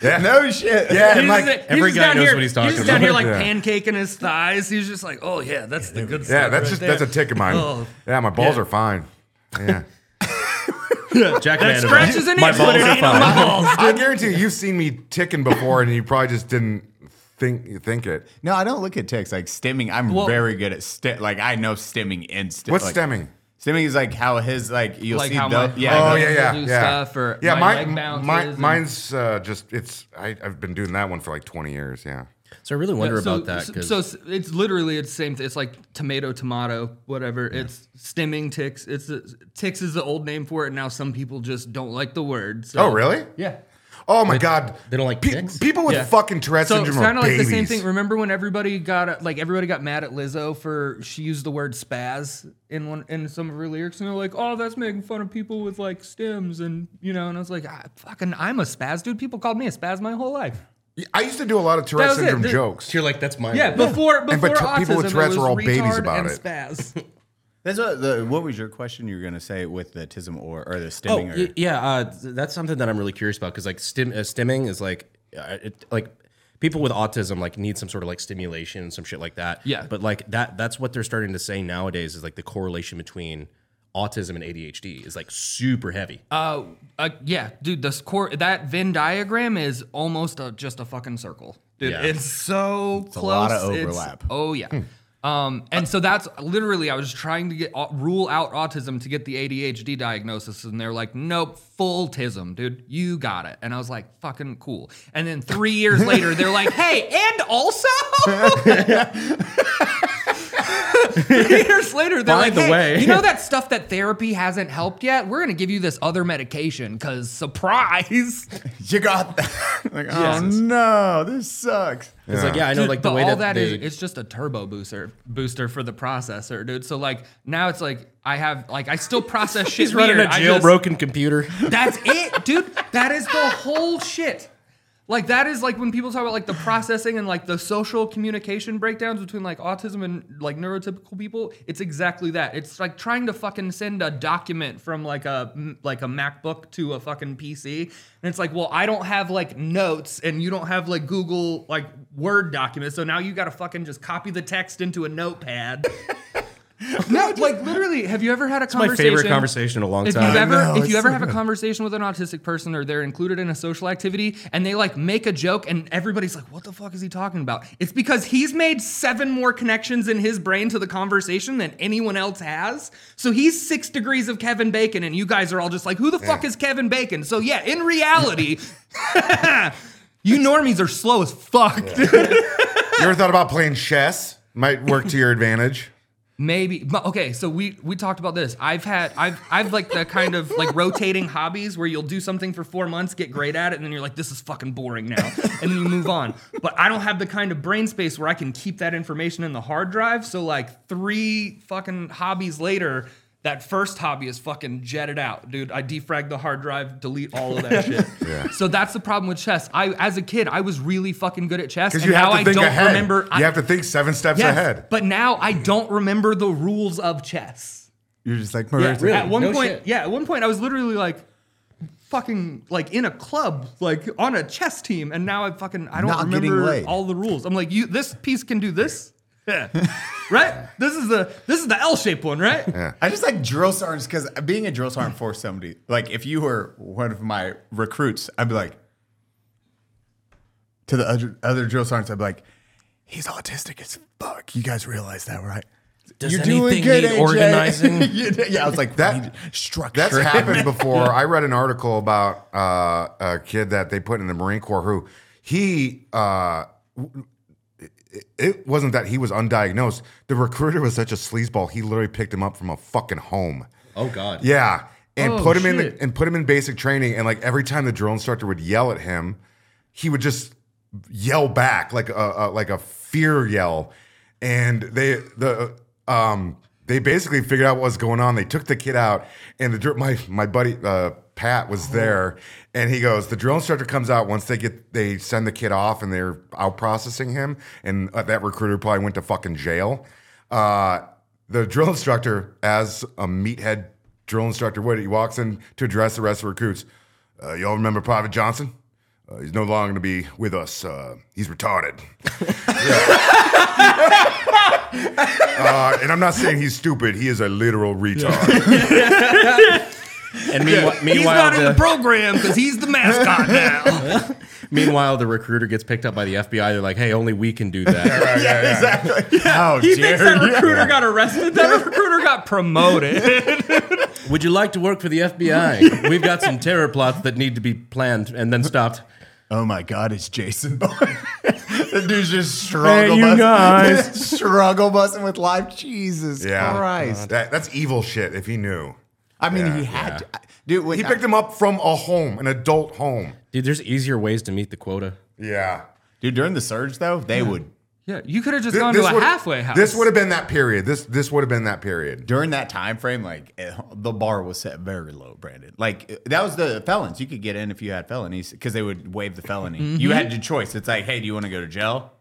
Speaker 1: Yeah,
Speaker 5: No shit.
Speaker 1: yeah, and
Speaker 6: He's
Speaker 1: like
Speaker 6: just-
Speaker 3: every
Speaker 6: he's
Speaker 3: guy
Speaker 6: down
Speaker 3: knows
Speaker 6: here-
Speaker 3: what he's talking
Speaker 6: He's just down here like
Speaker 1: Yeah.
Speaker 6: pancaking his thighs. He's just like, oh yeah, that's the good
Speaker 1: yeah,
Speaker 6: stuff.
Speaker 1: that's
Speaker 6: right
Speaker 1: just
Speaker 6: there."
Speaker 1: that's a tick of mine.
Speaker 6: Oh.
Speaker 1: Yeah, my balls
Speaker 6: Yeah.
Speaker 1: are fine. Yeah.
Speaker 3: Jack
Speaker 6: That
Speaker 3: Vanderbilt.
Speaker 6: scratches an
Speaker 3: My
Speaker 6: itch,
Speaker 3: balls
Speaker 6: but it
Speaker 3: are
Speaker 6: ain't on
Speaker 3: fine.
Speaker 6: my balls.
Speaker 1: I guarantee you, you've seen me ticking before, and you probably just didn't think think it.
Speaker 5: No, I don't look at ticks. Like stimming, I'm
Speaker 6: Well-
Speaker 5: very good at sti- like I know stimming instant.
Speaker 1: What's
Speaker 5: like,
Speaker 1: stemming?
Speaker 5: Stimming is like how his like you'll
Speaker 6: Like
Speaker 5: see
Speaker 6: how
Speaker 5: the-
Speaker 6: my-
Speaker 5: yeah.
Speaker 1: Oh
Speaker 6: I
Speaker 1: yeah,
Speaker 6: know
Speaker 1: yeah,
Speaker 6: people do
Speaker 1: yeah.
Speaker 6: stuff or
Speaker 1: yeah,
Speaker 6: my
Speaker 1: mine-
Speaker 6: leg bounces
Speaker 1: mine-
Speaker 6: and-
Speaker 1: mine's uh, just it's. I, I've been doing that one for like twenty years. Yeah.
Speaker 3: So I really wonder
Speaker 6: so,
Speaker 3: about that because
Speaker 6: so s- it's literally it's same. It's like tomato, tomato, whatever. It's stimming ticks. It's a, ticks is the old name for it. and Now some people just don't like the word. So.
Speaker 1: Oh really?
Speaker 6: Yeah.
Speaker 1: Oh my god.
Speaker 3: they don't like
Speaker 1: Pe-
Speaker 3: dicks?
Speaker 1: people with
Speaker 6: Yeah.
Speaker 1: fucking Tourette's
Speaker 6: So it's
Speaker 1: syndrome. are
Speaker 6: kind of like the same
Speaker 1: babies.
Speaker 6: thing. Remember when everybody got like everybody got mad at Lizzo for she used the word spaz in one in some of her lyrics, and they're like, "Oh, that's making fun of people with like stems," and you know. And I was like, I, "Fucking, I'm a spaz, dude. People called me a spaz my whole life."
Speaker 1: I used to do a lot of Tourette's
Speaker 6: That was it.
Speaker 1: syndrome
Speaker 6: The-
Speaker 1: jokes.
Speaker 3: you're like that's my
Speaker 6: Yeah, before before
Speaker 1: And but t-
Speaker 6: autism,
Speaker 1: people with Tourette's
Speaker 6: it was
Speaker 1: were all babies
Speaker 6: retard
Speaker 1: about
Speaker 6: and
Speaker 1: it.
Speaker 6: Spaz.
Speaker 5: That's what the what was your question you were gonna say with the tism or or the
Speaker 3: Oh
Speaker 5: stimming or
Speaker 3: y- yeah, uh, th- that's something that I'm really curious about because like stim, uh, stimming is like uh, it, like people with autism like need some sort of like stimulation and some shit like that.
Speaker 6: Yeah.
Speaker 3: but like that that's what they're starting to say nowadays is like the correlation between autism and ADHD is like super heavy.
Speaker 6: Uh, uh, yeah, dude, the score that Venn diagram is almost a, just a fucking circle. Dude,
Speaker 3: Yeah.
Speaker 6: it's so
Speaker 5: a
Speaker 6: close.
Speaker 5: lot of
Speaker 6: It's-
Speaker 5: overlap.
Speaker 6: oh yeah. Um, and so that's literally I was trying to get au- rule out autism to get the ADHD diagnosis, and they're like, "Nope, full tism, dude. You got it." And I was like, "Fucking cool." And then three years later, they're like, "Hey, and also." Three years later, they're
Speaker 3: By
Speaker 6: like,
Speaker 3: the
Speaker 6: "Hey,
Speaker 3: way."
Speaker 6: you know that stuff that therapy hasn't helped yet? We're gonna give you this other medication because surprise.
Speaker 5: you got that? like oh no, this sucks.
Speaker 3: It's like yeah, I know like the
Speaker 6: but
Speaker 3: way
Speaker 6: all
Speaker 3: that,
Speaker 6: that is
Speaker 3: they,
Speaker 6: it's just a turbo booster booster for the processor, dude. So like now it's like I have like I still process shit.
Speaker 3: he's running a
Speaker 6: weird. I just-
Speaker 3: jailbroken computer.
Speaker 6: That's it, dude. That is the whole shit. Like that is like when people talk about like the processing and like the social communication breakdowns between like autism and like neurotypical people. It's exactly that. It's like trying to fucking send a document from like a like a MacBook to a fucking PC, and it's like, well, I don't have like notes, and you don't have like Google like Word documents, so now you got to fucking just copy the text into a notepad. no, like literally, have you ever had a
Speaker 3: My
Speaker 6: conversation?
Speaker 3: favorite conversation in a long
Speaker 6: If you
Speaker 3: time.
Speaker 6: ever
Speaker 5: know,
Speaker 6: if
Speaker 5: it's
Speaker 6: you ever
Speaker 5: so
Speaker 6: have a conversation with an autistic person or they're included in a social activity and they like make a joke and everybody's like, what the fuck is he talking about? It's because he's made seven more connections in his brain to the conversation than anyone else has. So he's six degrees of Kevin Bacon, and you guys are all just like, who the fuck is Kevin Bacon? So yeah, in reality, you normies are slow as fuck.
Speaker 1: You ever thought about playing chess? Might work to your advantage.
Speaker 6: Maybe but- okay. So we we talked about this. I've had I've I've like the kind of like rotating hobbies where you'll do something for four months, get great at it, and then you're like, this is fucking boring now, and then you move on. But I don't have the kind of brain space where I can keep that information in the hard drive. So like three fucking hobbies later. That first hobby is fucking jetted out, dude. I defrag the hard drive, delete all of that shit. So that's the problem with chess. I, as a kid, I was really fucking good at chess, and
Speaker 1: Because you have
Speaker 6: now
Speaker 1: to
Speaker 6: I
Speaker 1: think
Speaker 6: don't
Speaker 1: ahead.
Speaker 6: remember.
Speaker 1: you
Speaker 6: I,
Speaker 1: have to think seven steps
Speaker 6: Yes,
Speaker 1: ahead.
Speaker 6: But now I don't remember the rules of chess.
Speaker 5: You're just like Marissa.
Speaker 3: really.
Speaker 6: At one
Speaker 3: No
Speaker 6: point,
Speaker 3: shit.
Speaker 6: yeah, at one point, I was literally like, fucking, like in a club, like on a chess team, and now I fucking, I don't
Speaker 5: Not getting
Speaker 6: remember
Speaker 5: laid.
Speaker 6: all the rules. I'm like, you, this piece can do this, Yeah. right? This is the this is the L shaped one, right?
Speaker 5: I just like drill sergeants because being a drill sergeant for somebody, like if you were one of my recruits, I'd be like, to the other, other drill sergeants, I'd be like, he's autistic as fuck. You guys realize that, right?
Speaker 3: Does anything need organizing?
Speaker 5: You did- yeah, I was like,
Speaker 1: That-
Speaker 5: that structure.
Speaker 1: That's happened before. I read an article about uh, a kid that they put in the Marine Corps who he uh, w- it- it wasn't that he was undiagnosed. The recruiter was such a sleazeball. He literally picked him up from a fucking home.
Speaker 3: Oh God.
Speaker 1: Yeah, and
Speaker 6: Oh,
Speaker 1: put him in
Speaker 6: shit.
Speaker 1: the, and put him in basic training. And like every time the drill instructor would yell at him, he would just yell back like a, a like a fear yell. And they the um they basically figured out what was going on. They took the kid out, and the dr- my my buddy uh, Pat was there, and he goes. The drill instructor comes out once they get they send the kid off, and they're out processing him. And uh, that recruiter probably went to fucking jail. Uh, the drill instructor, as a meathead drill instructor would, he walks in to address the rest of the recruits. Uh, y'all remember Private Johnson? Uh, he's no longer going to be with us. Uh, he's retarded. uh, and I'm not saying he's stupid. He is a literal retard.
Speaker 3: And meanwhile,
Speaker 6: He's
Speaker 3: meanwhile,
Speaker 6: not in the
Speaker 3: the,
Speaker 6: program because he's the mascot now.
Speaker 3: meanwhile, the recruiter gets picked up by the FBI. They're like, "Hey, only we can do that."
Speaker 5: exactly. How
Speaker 6: He
Speaker 5: dare
Speaker 6: thinks that recruiter got arrested. That recruiter got promoted.
Speaker 3: Would you like to work for the FBI? We've got some terror plots that need to be planned and then stopped.
Speaker 5: Oh my God, it's Jason Bourne. the dude's just struggle
Speaker 3: you
Speaker 5: busting.
Speaker 3: guys.
Speaker 5: struggle busting with life. Jesus
Speaker 1: yeah.
Speaker 5: Christ.
Speaker 1: That, that's evil shit if he knew.
Speaker 5: I mean, he had to. Dude, when
Speaker 1: He picked him up from a home, an adult home.
Speaker 3: Dude, there's easier ways to meet the quota.
Speaker 1: Yeah.
Speaker 5: dude, during the surge, though, they would
Speaker 6: yeah, you could have just
Speaker 1: Th-
Speaker 6: gone to a
Speaker 1: would've-
Speaker 6: halfway house.
Speaker 1: This would have been that period. This this would have been that period.
Speaker 5: during that time frame, like eh, the bar was set very low, Brandon. Like eh, that was the felons. You could get in if you had felonies because they would waive the felony.
Speaker 3: Mm-hmm.
Speaker 5: You had your choice. It's like, hey, do you want to go to jail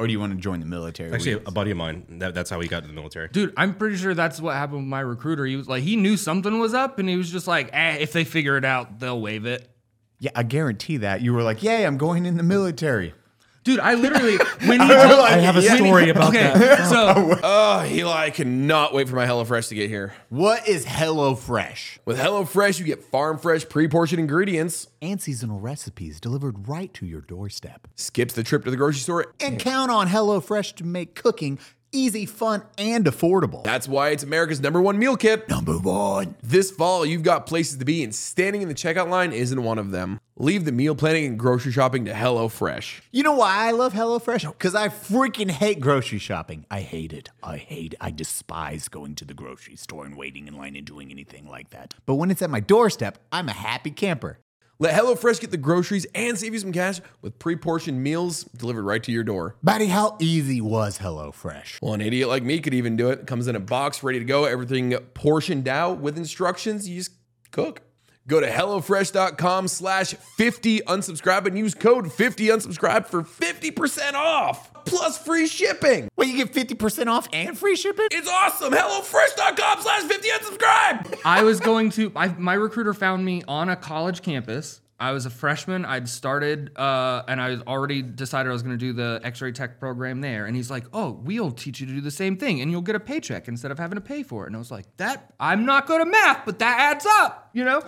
Speaker 5: or do you want to join the military?
Speaker 3: Actually,
Speaker 5: We-
Speaker 3: a buddy of mine, that, that's how he got into the military.
Speaker 6: Dude, I'm pretty sure that's what happened with my recruiter. He was like, he knew something was up, and he was just like, eh, if they figure it out, they'll waive it.
Speaker 5: yeah, I guarantee that you were like, yay, I'm going in the military.
Speaker 6: Dude, I literally when he
Speaker 5: I have a
Speaker 6: story about okay, So
Speaker 9: Oh, Eli, I cannot wait for my HelloFresh to get here.
Speaker 5: What is HelloFresh?
Speaker 9: With HelloFresh, you get farm fresh, pre portioned ingredients,
Speaker 5: And seasonal recipes delivered right to your doorstep.
Speaker 9: skips the trip to the grocery store.
Speaker 5: And count on HelloFresh to make cooking easy, fun, and affordable.
Speaker 9: That's why it's America's number one meal kit.
Speaker 5: Number one.
Speaker 9: This fall, you've got places to be, and standing in the checkout line isn't one of them. Leave the meal planning and grocery shopping to HelloFresh.
Speaker 5: You know why I love HelloFresh? Because I freaking hate grocery shopping. I hate it. I hate I despise going to the grocery store and waiting in line and doing anything like that. But when it's at my doorstep, I'm a happy camper.
Speaker 9: Let HelloFresh get the groceries and save you some cash with pre portioned meals delivered right to your door.
Speaker 5: Buddy, how easy was HelloFresh?
Speaker 9: Well, an idiot like me could even do it. Comes in a box ready to go, everything portioned out with instructions. You just cook. Go to HelloFresh.com slash 50 unsubscribe and use code 50 unsubscribe for 50% off plus free shipping.
Speaker 5: Wait, you get 50% off and free shipping?
Speaker 9: It's awesome. HelloFresh.com slash 50 unsubscribe.
Speaker 6: I was going to I, my recruiter found me on a college campus. I was a freshman. I'd started uh, and I was already decided I was going to do the X-ray tech program there. And he's like, "Oh, we'll teach you to do the same thing, and you'll get a paycheck instead of having to pay for it." And I was like, "That I'm not good at math, but that adds up, you know."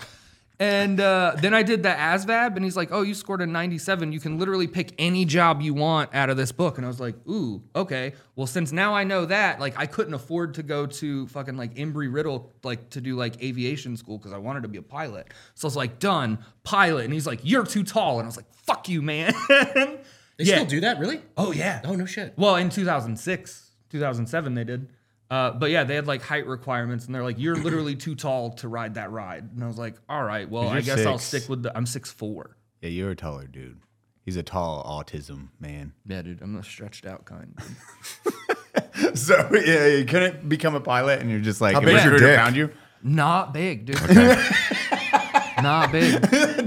Speaker 6: And uh, then I did the ASVAB, and he's like, "Oh, you scored a 97. You can literally pick any job you want out of this book." And I was like, "Ooh, okay. Well, since now I know that, like, I couldn't afford to go to fucking like Embry Riddle, like, to do like aviation school because I wanted to be a pilot. So I was like, done, pilot." And he's like, "You're too tall." And I was like, "Fuck you, man."
Speaker 3: They
Speaker 6: Yeah.
Speaker 3: still do that, really?
Speaker 6: oh yeah.
Speaker 3: Oh, no shit.
Speaker 6: Well, in 2006, 2007, they did. Uh, but yeah, they had like height requirements, and they're like, "You're literally too tall to ride that ride." And I was like, "All right, well, I guess
Speaker 5: You're
Speaker 6: I'll
Speaker 5: six.
Speaker 6: stick with the." I'm six four.
Speaker 5: Yeah, you're a taller dude. He's a tall autism man.
Speaker 6: Yeah, dude, I'm the stretched out kind.
Speaker 5: So yeah, you couldn't become a pilot and you're just like,
Speaker 1: How
Speaker 5: if
Speaker 1: big's
Speaker 5: a
Speaker 1: your
Speaker 5: recruiter
Speaker 1: dick?
Speaker 5: found you?
Speaker 6: Not big, dude. Not big.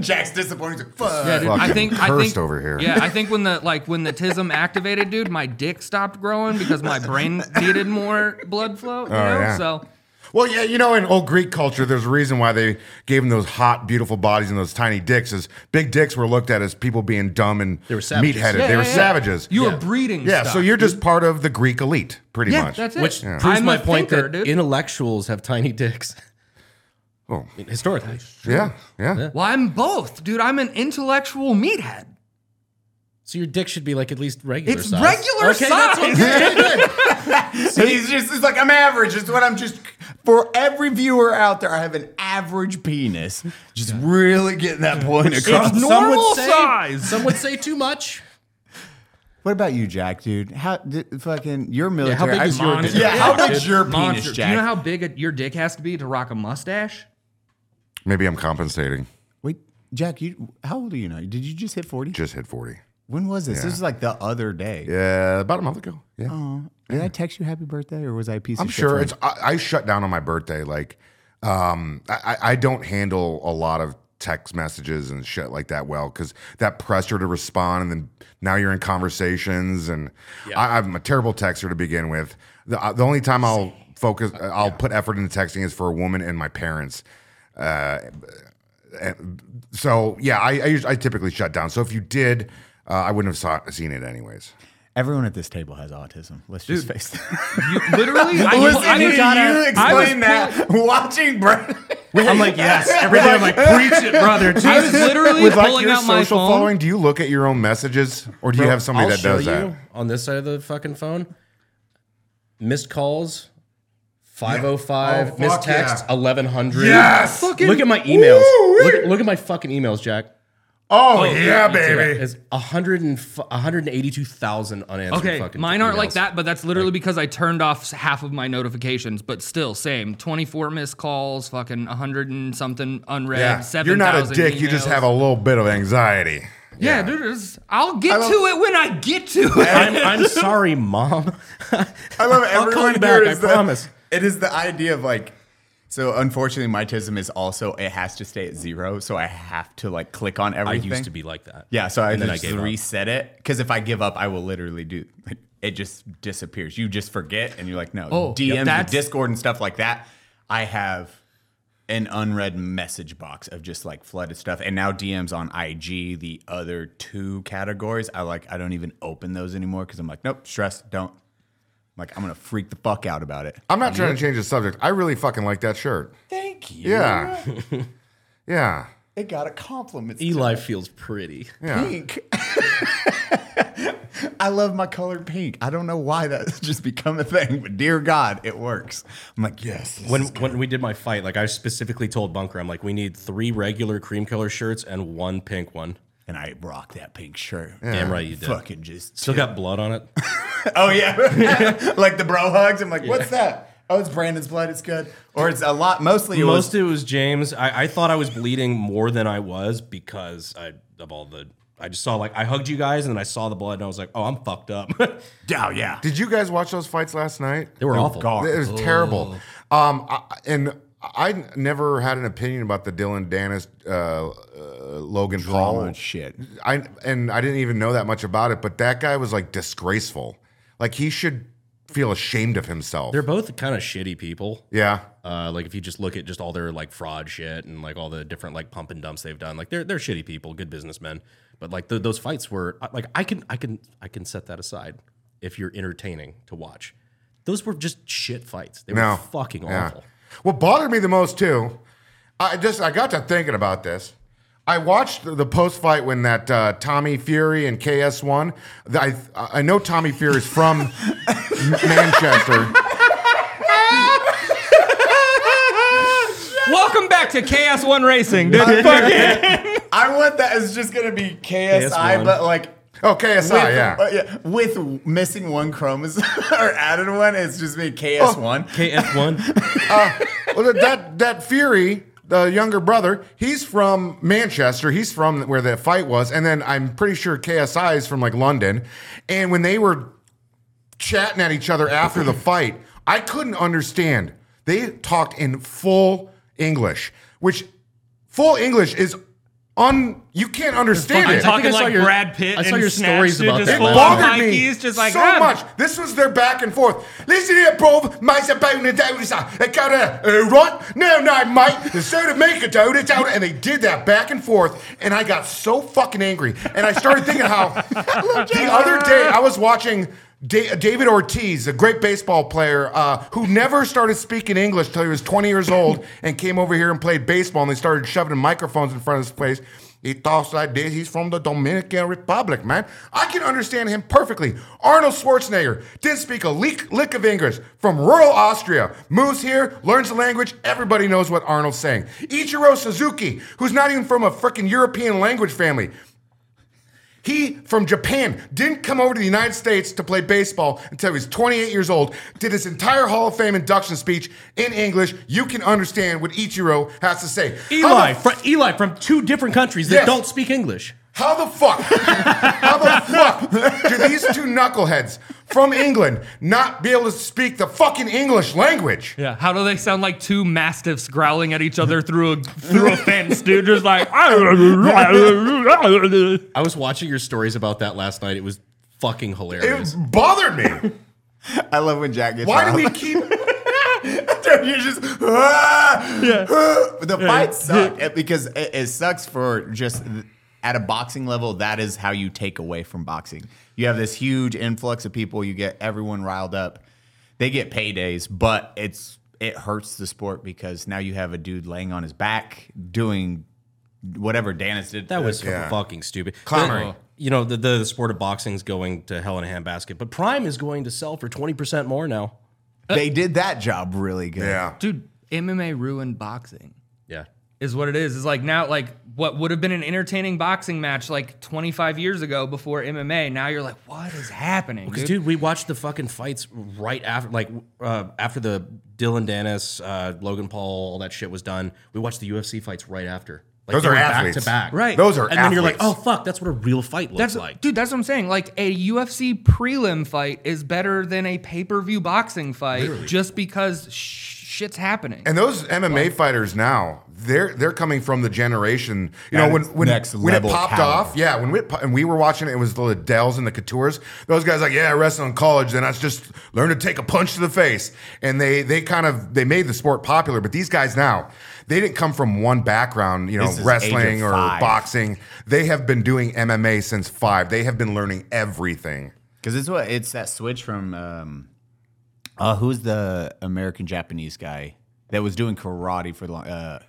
Speaker 5: Jack's disappointed. He's like, Fuck.
Speaker 6: Yeah, dude. I
Speaker 1: Fucking
Speaker 6: think I
Speaker 1: cursed
Speaker 6: think
Speaker 1: over here.
Speaker 6: Yeah, I think when the like when the tism activated, dude, my dick stopped growing because my brain needed more blood flow. You know?
Speaker 1: Oh, yeah.
Speaker 6: So
Speaker 1: Well, yeah, you know, in old Greek culture, there's a reason why they gave them those hot, beautiful bodies and those tiny dicks. Is big dicks were looked at as people being dumb and
Speaker 3: were savages.
Speaker 1: meat-headed.
Speaker 6: Yeah,
Speaker 1: they
Speaker 6: yeah,
Speaker 1: were
Speaker 6: yeah.
Speaker 1: savages.
Speaker 6: You were breeding.
Speaker 1: yeah,
Speaker 6: stock.
Speaker 1: so you're just part of the Greek elite, pretty
Speaker 6: yeah,
Speaker 1: much.
Speaker 6: that's it.
Speaker 3: Which
Speaker 6: Yeah.
Speaker 3: proves
Speaker 6: I'm
Speaker 3: my
Speaker 6: a
Speaker 3: point
Speaker 6: thinker,
Speaker 3: that
Speaker 6: dude.
Speaker 3: intellectuals have tiny dicks.
Speaker 1: Oh.
Speaker 3: I mean, historically,
Speaker 1: yeah, yeah.
Speaker 6: well, I'm both, dude. I'm an intellectual meathead.
Speaker 3: so your dick should be like at least regular.
Speaker 6: It's
Speaker 3: size.
Speaker 6: regular
Speaker 3: Okay, that's what-
Speaker 6: size.
Speaker 5: He's just it's like I'm average. It's what I'm just for every viewer out there. I have an average penis. Just really getting that point across.
Speaker 6: It's
Speaker 3: Some would
Speaker 6: normal
Speaker 3: say-
Speaker 6: size.
Speaker 3: Some would say too much.
Speaker 5: What about you, Jack? Dude, how d- fucking your military?
Speaker 3: how big is your dick?
Speaker 5: Yeah, how big's
Speaker 6: Dude,
Speaker 5: your
Speaker 6: monster.
Speaker 5: penis,
Speaker 6: Do you know
Speaker 5: Jack?
Speaker 6: how big a, your dick has to be to rock a mustache?
Speaker 1: Maybe I'm compensating.
Speaker 5: Wait, Jack, you how old are you now? Did you just hit forty?
Speaker 1: Just hit 40.
Speaker 5: When was this? This was like the other day.
Speaker 1: Yeah, about a month ago. Yeah.
Speaker 5: Did I text you happy birthday or was I a piece
Speaker 1: I'm
Speaker 5: of shit?
Speaker 1: sure
Speaker 5: for
Speaker 1: it's. I, I shut down on my birthday. Like, um, I, I I don't handle a lot of text messages and shit like that well because that pressure to respond and then now you're in conversations and I, I'm a terrible texter to begin with. The, uh, the only time I'll focus,
Speaker 5: Uh,
Speaker 1: I'll put effort into texting is for a woman and my parents. Uh, and- so yeah, I I, usually, I typically shut down. So if you did, uh, I wouldn't have saw, seen it anyways.
Speaker 5: Everyone at this table has autism. Let's just face that.
Speaker 6: You, literally, I,
Speaker 5: Listen
Speaker 6: I,
Speaker 5: to
Speaker 6: was-
Speaker 5: you
Speaker 6: I was
Speaker 5: explain that watching Brett.
Speaker 3: I'm like, yes. Every day I'm like, preach it, brother.
Speaker 6: I was literally
Speaker 1: With
Speaker 6: pulling
Speaker 1: like your
Speaker 6: out my
Speaker 1: social
Speaker 6: phone.
Speaker 1: following, do you look at your own messages, or do you have somebody
Speaker 3: I'll
Speaker 1: that
Speaker 3: show
Speaker 1: does that?
Speaker 3: you on this side of the fucking phone. Missed calls, 505,
Speaker 1: Oh, fuck
Speaker 3: missed texts,
Speaker 1: yeah.
Speaker 3: 1100.
Speaker 1: Yes! Fucking-
Speaker 3: look at my emails.
Speaker 1: Woo-wee!
Speaker 3: Look, look at my fucking emails, Jack.
Speaker 1: Oh, yeah, baby.
Speaker 3: It's 100 and f- 182,000 unanswered
Speaker 6: Okay,
Speaker 3: fucking
Speaker 6: mine aren't like
Speaker 3: emails.
Speaker 6: that, but that's literally because I turned off s- half of my notifications. But still, same. Twenty-four missed calls, fucking hundred and something unread.
Speaker 1: Yeah.
Speaker 6: seven.
Speaker 1: You're not a dick. You just have a little bit of anxiety.
Speaker 6: yeah, dude. it's- I'll get to it when I get to it.
Speaker 3: I'm, I'm sorry, mom.
Speaker 5: I love
Speaker 3: I'll call
Speaker 5: everyone
Speaker 3: you
Speaker 5: here
Speaker 3: back,
Speaker 5: is
Speaker 3: I
Speaker 5: the-
Speaker 3: promise.
Speaker 5: It is the idea of like. So unfortunately, my tism is also it has to stay at zero. So I have to like click on
Speaker 3: I
Speaker 5: everything.
Speaker 3: used to be like that.
Speaker 5: Yeah, so I
Speaker 3: And then I
Speaker 5: just
Speaker 3: gave up.
Speaker 5: reset it because if I give up, I will literally do. Like, it just disappears. You just forget, and you're like, no.
Speaker 6: Oh,
Speaker 5: DMs, and
Speaker 6: that's-
Speaker 5: Discord, and stuff like that. I have an unread message box of just like flooded stuff, and now DMs on IG. The other two categories, I like. I don't even open those anymore because I'm like, nope, stress. Don't. I'm like, I'm gonna freak the fuck out about it.
Speaker 1: I'm not trying to change the subject. I really fucking like that shirt.
Speaker 5: Thank you.
Speaker 1: Yeah. yeah.
Speaker 5: it got a compliment.
Speaker 3: Eli feels pretty.
Speaker 1: Yeah.
Speaker 5: pink. I love my color pink. I don't know why that's just become a thing, but dear God, it works. I'm like, yes. this
Speaker 3: When
Speaker 5: is-
Speaker 3: when we did my fight, like I specifically told Bunker, I'm like, we need three regular cream color shirts and one pink one.
Speaker 5: and I rock that pink shirt.
Speaker 3: Damn right you did.
Speaker 5: Ah, Fucking just.
Speaker 3: Still got blood on it.
Speaker 5: Oh, yeah. like the bro hugs. I'm like, what's that? Oh, it's Brandon's blood. It's good. Or it's a lot, mostly. It
Speaker 3: Most
Speaker 5: was,
Speaker 3: of it was James. I, I thought I was bleeding more than I was because I of all the I just saw like I hugged you guys and then I saw the blood and I was like, oh, I'm fucked up. they
Speaker 5: oh, yeah.
Speaker 1: Did you guys watch those fights last night?
Speaker 3: were awful.
Speaker 1: It was terrible. Um, I, and I never had an opinion about the Dylan Danis, uh, uh, Logan Paul
Speaker 5: Oh, shit.
Speaker 1: I and I didn't even know that much about it, but that guy was like disgraceful. Like he should feel ashamed of himself.
Speaker 3: They're both kind of shitty people.
Speaker 1: yeah.
Speaker 3: Uh, like if you just look at just all their like fraud shit and like all the different like pump and dumps they've done, like they're they're shitty people, good businessmen. But like th those fights were I- like I can I can I can set that aside if you're entertaining to watch. Those were just shit fights. They were
Speaker 1: No.
Speaker 3: fucking
Speaker 1: Yeah.
Speaker 3: awful.
Speaker 1: What bothered me the most too, I just I got to thinking about this. I watched the post fight when that uh, Tommy Fury and KS one. I I know Tommy Fury is from Manchester.
Speaker 6: Welcome back to KS One Racing, dude.
Speaker 5: I want that. It's just going to be KSI,
Speaker 3: KS1.
Speaker 5: but like.
Speaker 1: Oh KSI,
Speaker 5: With,
Speaker 1: yeah.
Speaker 5: uh, yeah. With missing one chromosome or added one, it's just me
Speaker 1: Oh,
Speaker 5: KS1.
Speaker 3: KF one.
Speaker 1: Uh, well, that that Fury, the younger brother, he's from Manchester. He's from where the fight was, and then I'm pretty sure KSI is from like London. And when they were chatting at each other after the fight, I couldn't understand. They talked in full English, which full English is un. You can't understand
Speaker 3: fucking
Speaker 1: it.
Speaker 3: talk-
Speaker 10: Talking
Speaker 3: I saw
Speaker 10: like
Speaker 3: your-
Speaker 10: Brad Pitt.
Speaker 3: I saw
Speaker 10: and
Speaker 3: your
Speaker 10: Snatch
Speaker 3: stories
Speaker 10: Dude
Speaker 3: about
Speaker 10: just
Speaker 3: that
Speaker 1: It
Speaker 10: full
Speaker 3: last
Speaker 10: of
Speaker 3: night.
Speaker 1: bothered me
Speaker 10: Nikes, just like
Speaker 1: so
Speaker 10: "Ah,
Speaker 1: much. This was their back and forth. Listen here, bro. Mice are bone and donuts. They go to uh, right? No, no, mate. The soda make a donut out. And they did that back and forth. And I got so fucking angry. And I started thinking how the other day I was watching. Da- David Ortiz, a great baseball player uh, who never started speaking English till he was 20 years old and came over here and played baseball, and they started shoving microphones in front of his face. He talks like this. He's from the Dominican Republic, man. I can understand him perfectly. Arnold Schwarzenegger didn't speak a leak, lick of English from rural Austria, moves here, learns the language. Everybody knows what Arnold's saying. Ichiro Suzuki, who's not even from a freaking European language family, he from Japan didn't come over to the United States to play baseball until he was 28 years old. Did his entire Hall of Fame induction speech in English. You can understand what Ichiro has to say.
Speaker 3: Eli,
Speaker 1: How the
Speaker 3: fr- Eli from two different countries that
Speaker 1: Yes.
Speaker 3: don't speak English.
Speaker 1: How the fuck? how the fuck do these two knuckleheads from England not be able to speak the fucking English language?
Speaker 10: Yeah, how do they sound like two mastiffs growling at each other through a through a fence, dude? Just like
Speaker 3: I was watching your stories about that last night. It was fucking hilarious.
Speaker 1: It bothered me.
Speaker 5: I love when Jack gets.
Speaker 1: Why do
Speaker 5: wild.
Speaker 1: we keep?
Speaker 5: You're just ah! Ah! the fight sucked It- because it, it sucks for just at a boxing level. That is how you take away from boxing. You have this huge influx of people. You get everyone riled up. They get paydays, but it's it hurts the sport because now you have a dude laying on his back doing whatever Danis did.
Speaker 3: That was
Speaker 1: Yeah.
Speaker 3: fucking stupid.
Speaker 1: Clownery.
Speaker 3: The- You know, the, the sport of boxing is going to hell in a handbasket, but Prime is going to sell for 20% more now.
Speaker 5: they did that job really good.
Speaker 1: Yeah.
Speaker 6: Dude, MMA ruined boxing.
Speaker 3: Yeah.
Speaker 6: Is what it is. It's like now, like what would have been an entertaining boxing match like 25 years ago before MMA. Now you're like, what is happening?
Speaker 3: Because,
Speaker 6: dude?
Speaker 3: dude, we watched the fucking fights right after, like, uh, after the Dylan Dennis, uh, Logan Paul, all that shit was done. We watched the UFC fights right after. Like,
Speaker 1: Those
Speaker 3: they
Speaker 1: are
Speaker 3: were
Speaker 1: athletes.
Speaker 3: Back to back.
Speaker 6: Right.
Speaker 1: Those are
Speaker 3: And then you're like, oh,
Speaker 1: athletes.
Speaker 3: fuck, that's what a real fight looks
Speaker 6: That's
Speaker 3: like.
Speaker 6: dude. That's what I'm saying. Like a UFC prelim fight is better than a pay per view boxing fight, just because sh- shit's happening.
Speaker 1: And those MMA fighters now, they're they're coming from the generation. You know,
Speaker 5: That
Speaker 1: when
Speaker 5: is
Speaker 1: when,
Speaker 5: next
Speaker 1: when it
Speaker 5: level
Speaker 1: popped
Speaker 5: caliber.
Speaker 1: off, yeah, when we and we were watching it, it was the Liddells and the Coutures. Those guys like, yeah, I wrestled in college, then I just learned to take a punch to the face, and they they kind of they made the sport popular. But these guys now, they didn't come from one background. You know,
Speaker 5: This is age
Speaker 1: wrestling
Speaker 5: of
Speaker 1: or
Speaker 5: five.
Speaker 1: boxing. They have been doing MMA since five. They have been learning everything.
Speaker 5: Because it's what it's that switch from um, uh, who's the American Japanese guy that was doing karate for the long. Uh,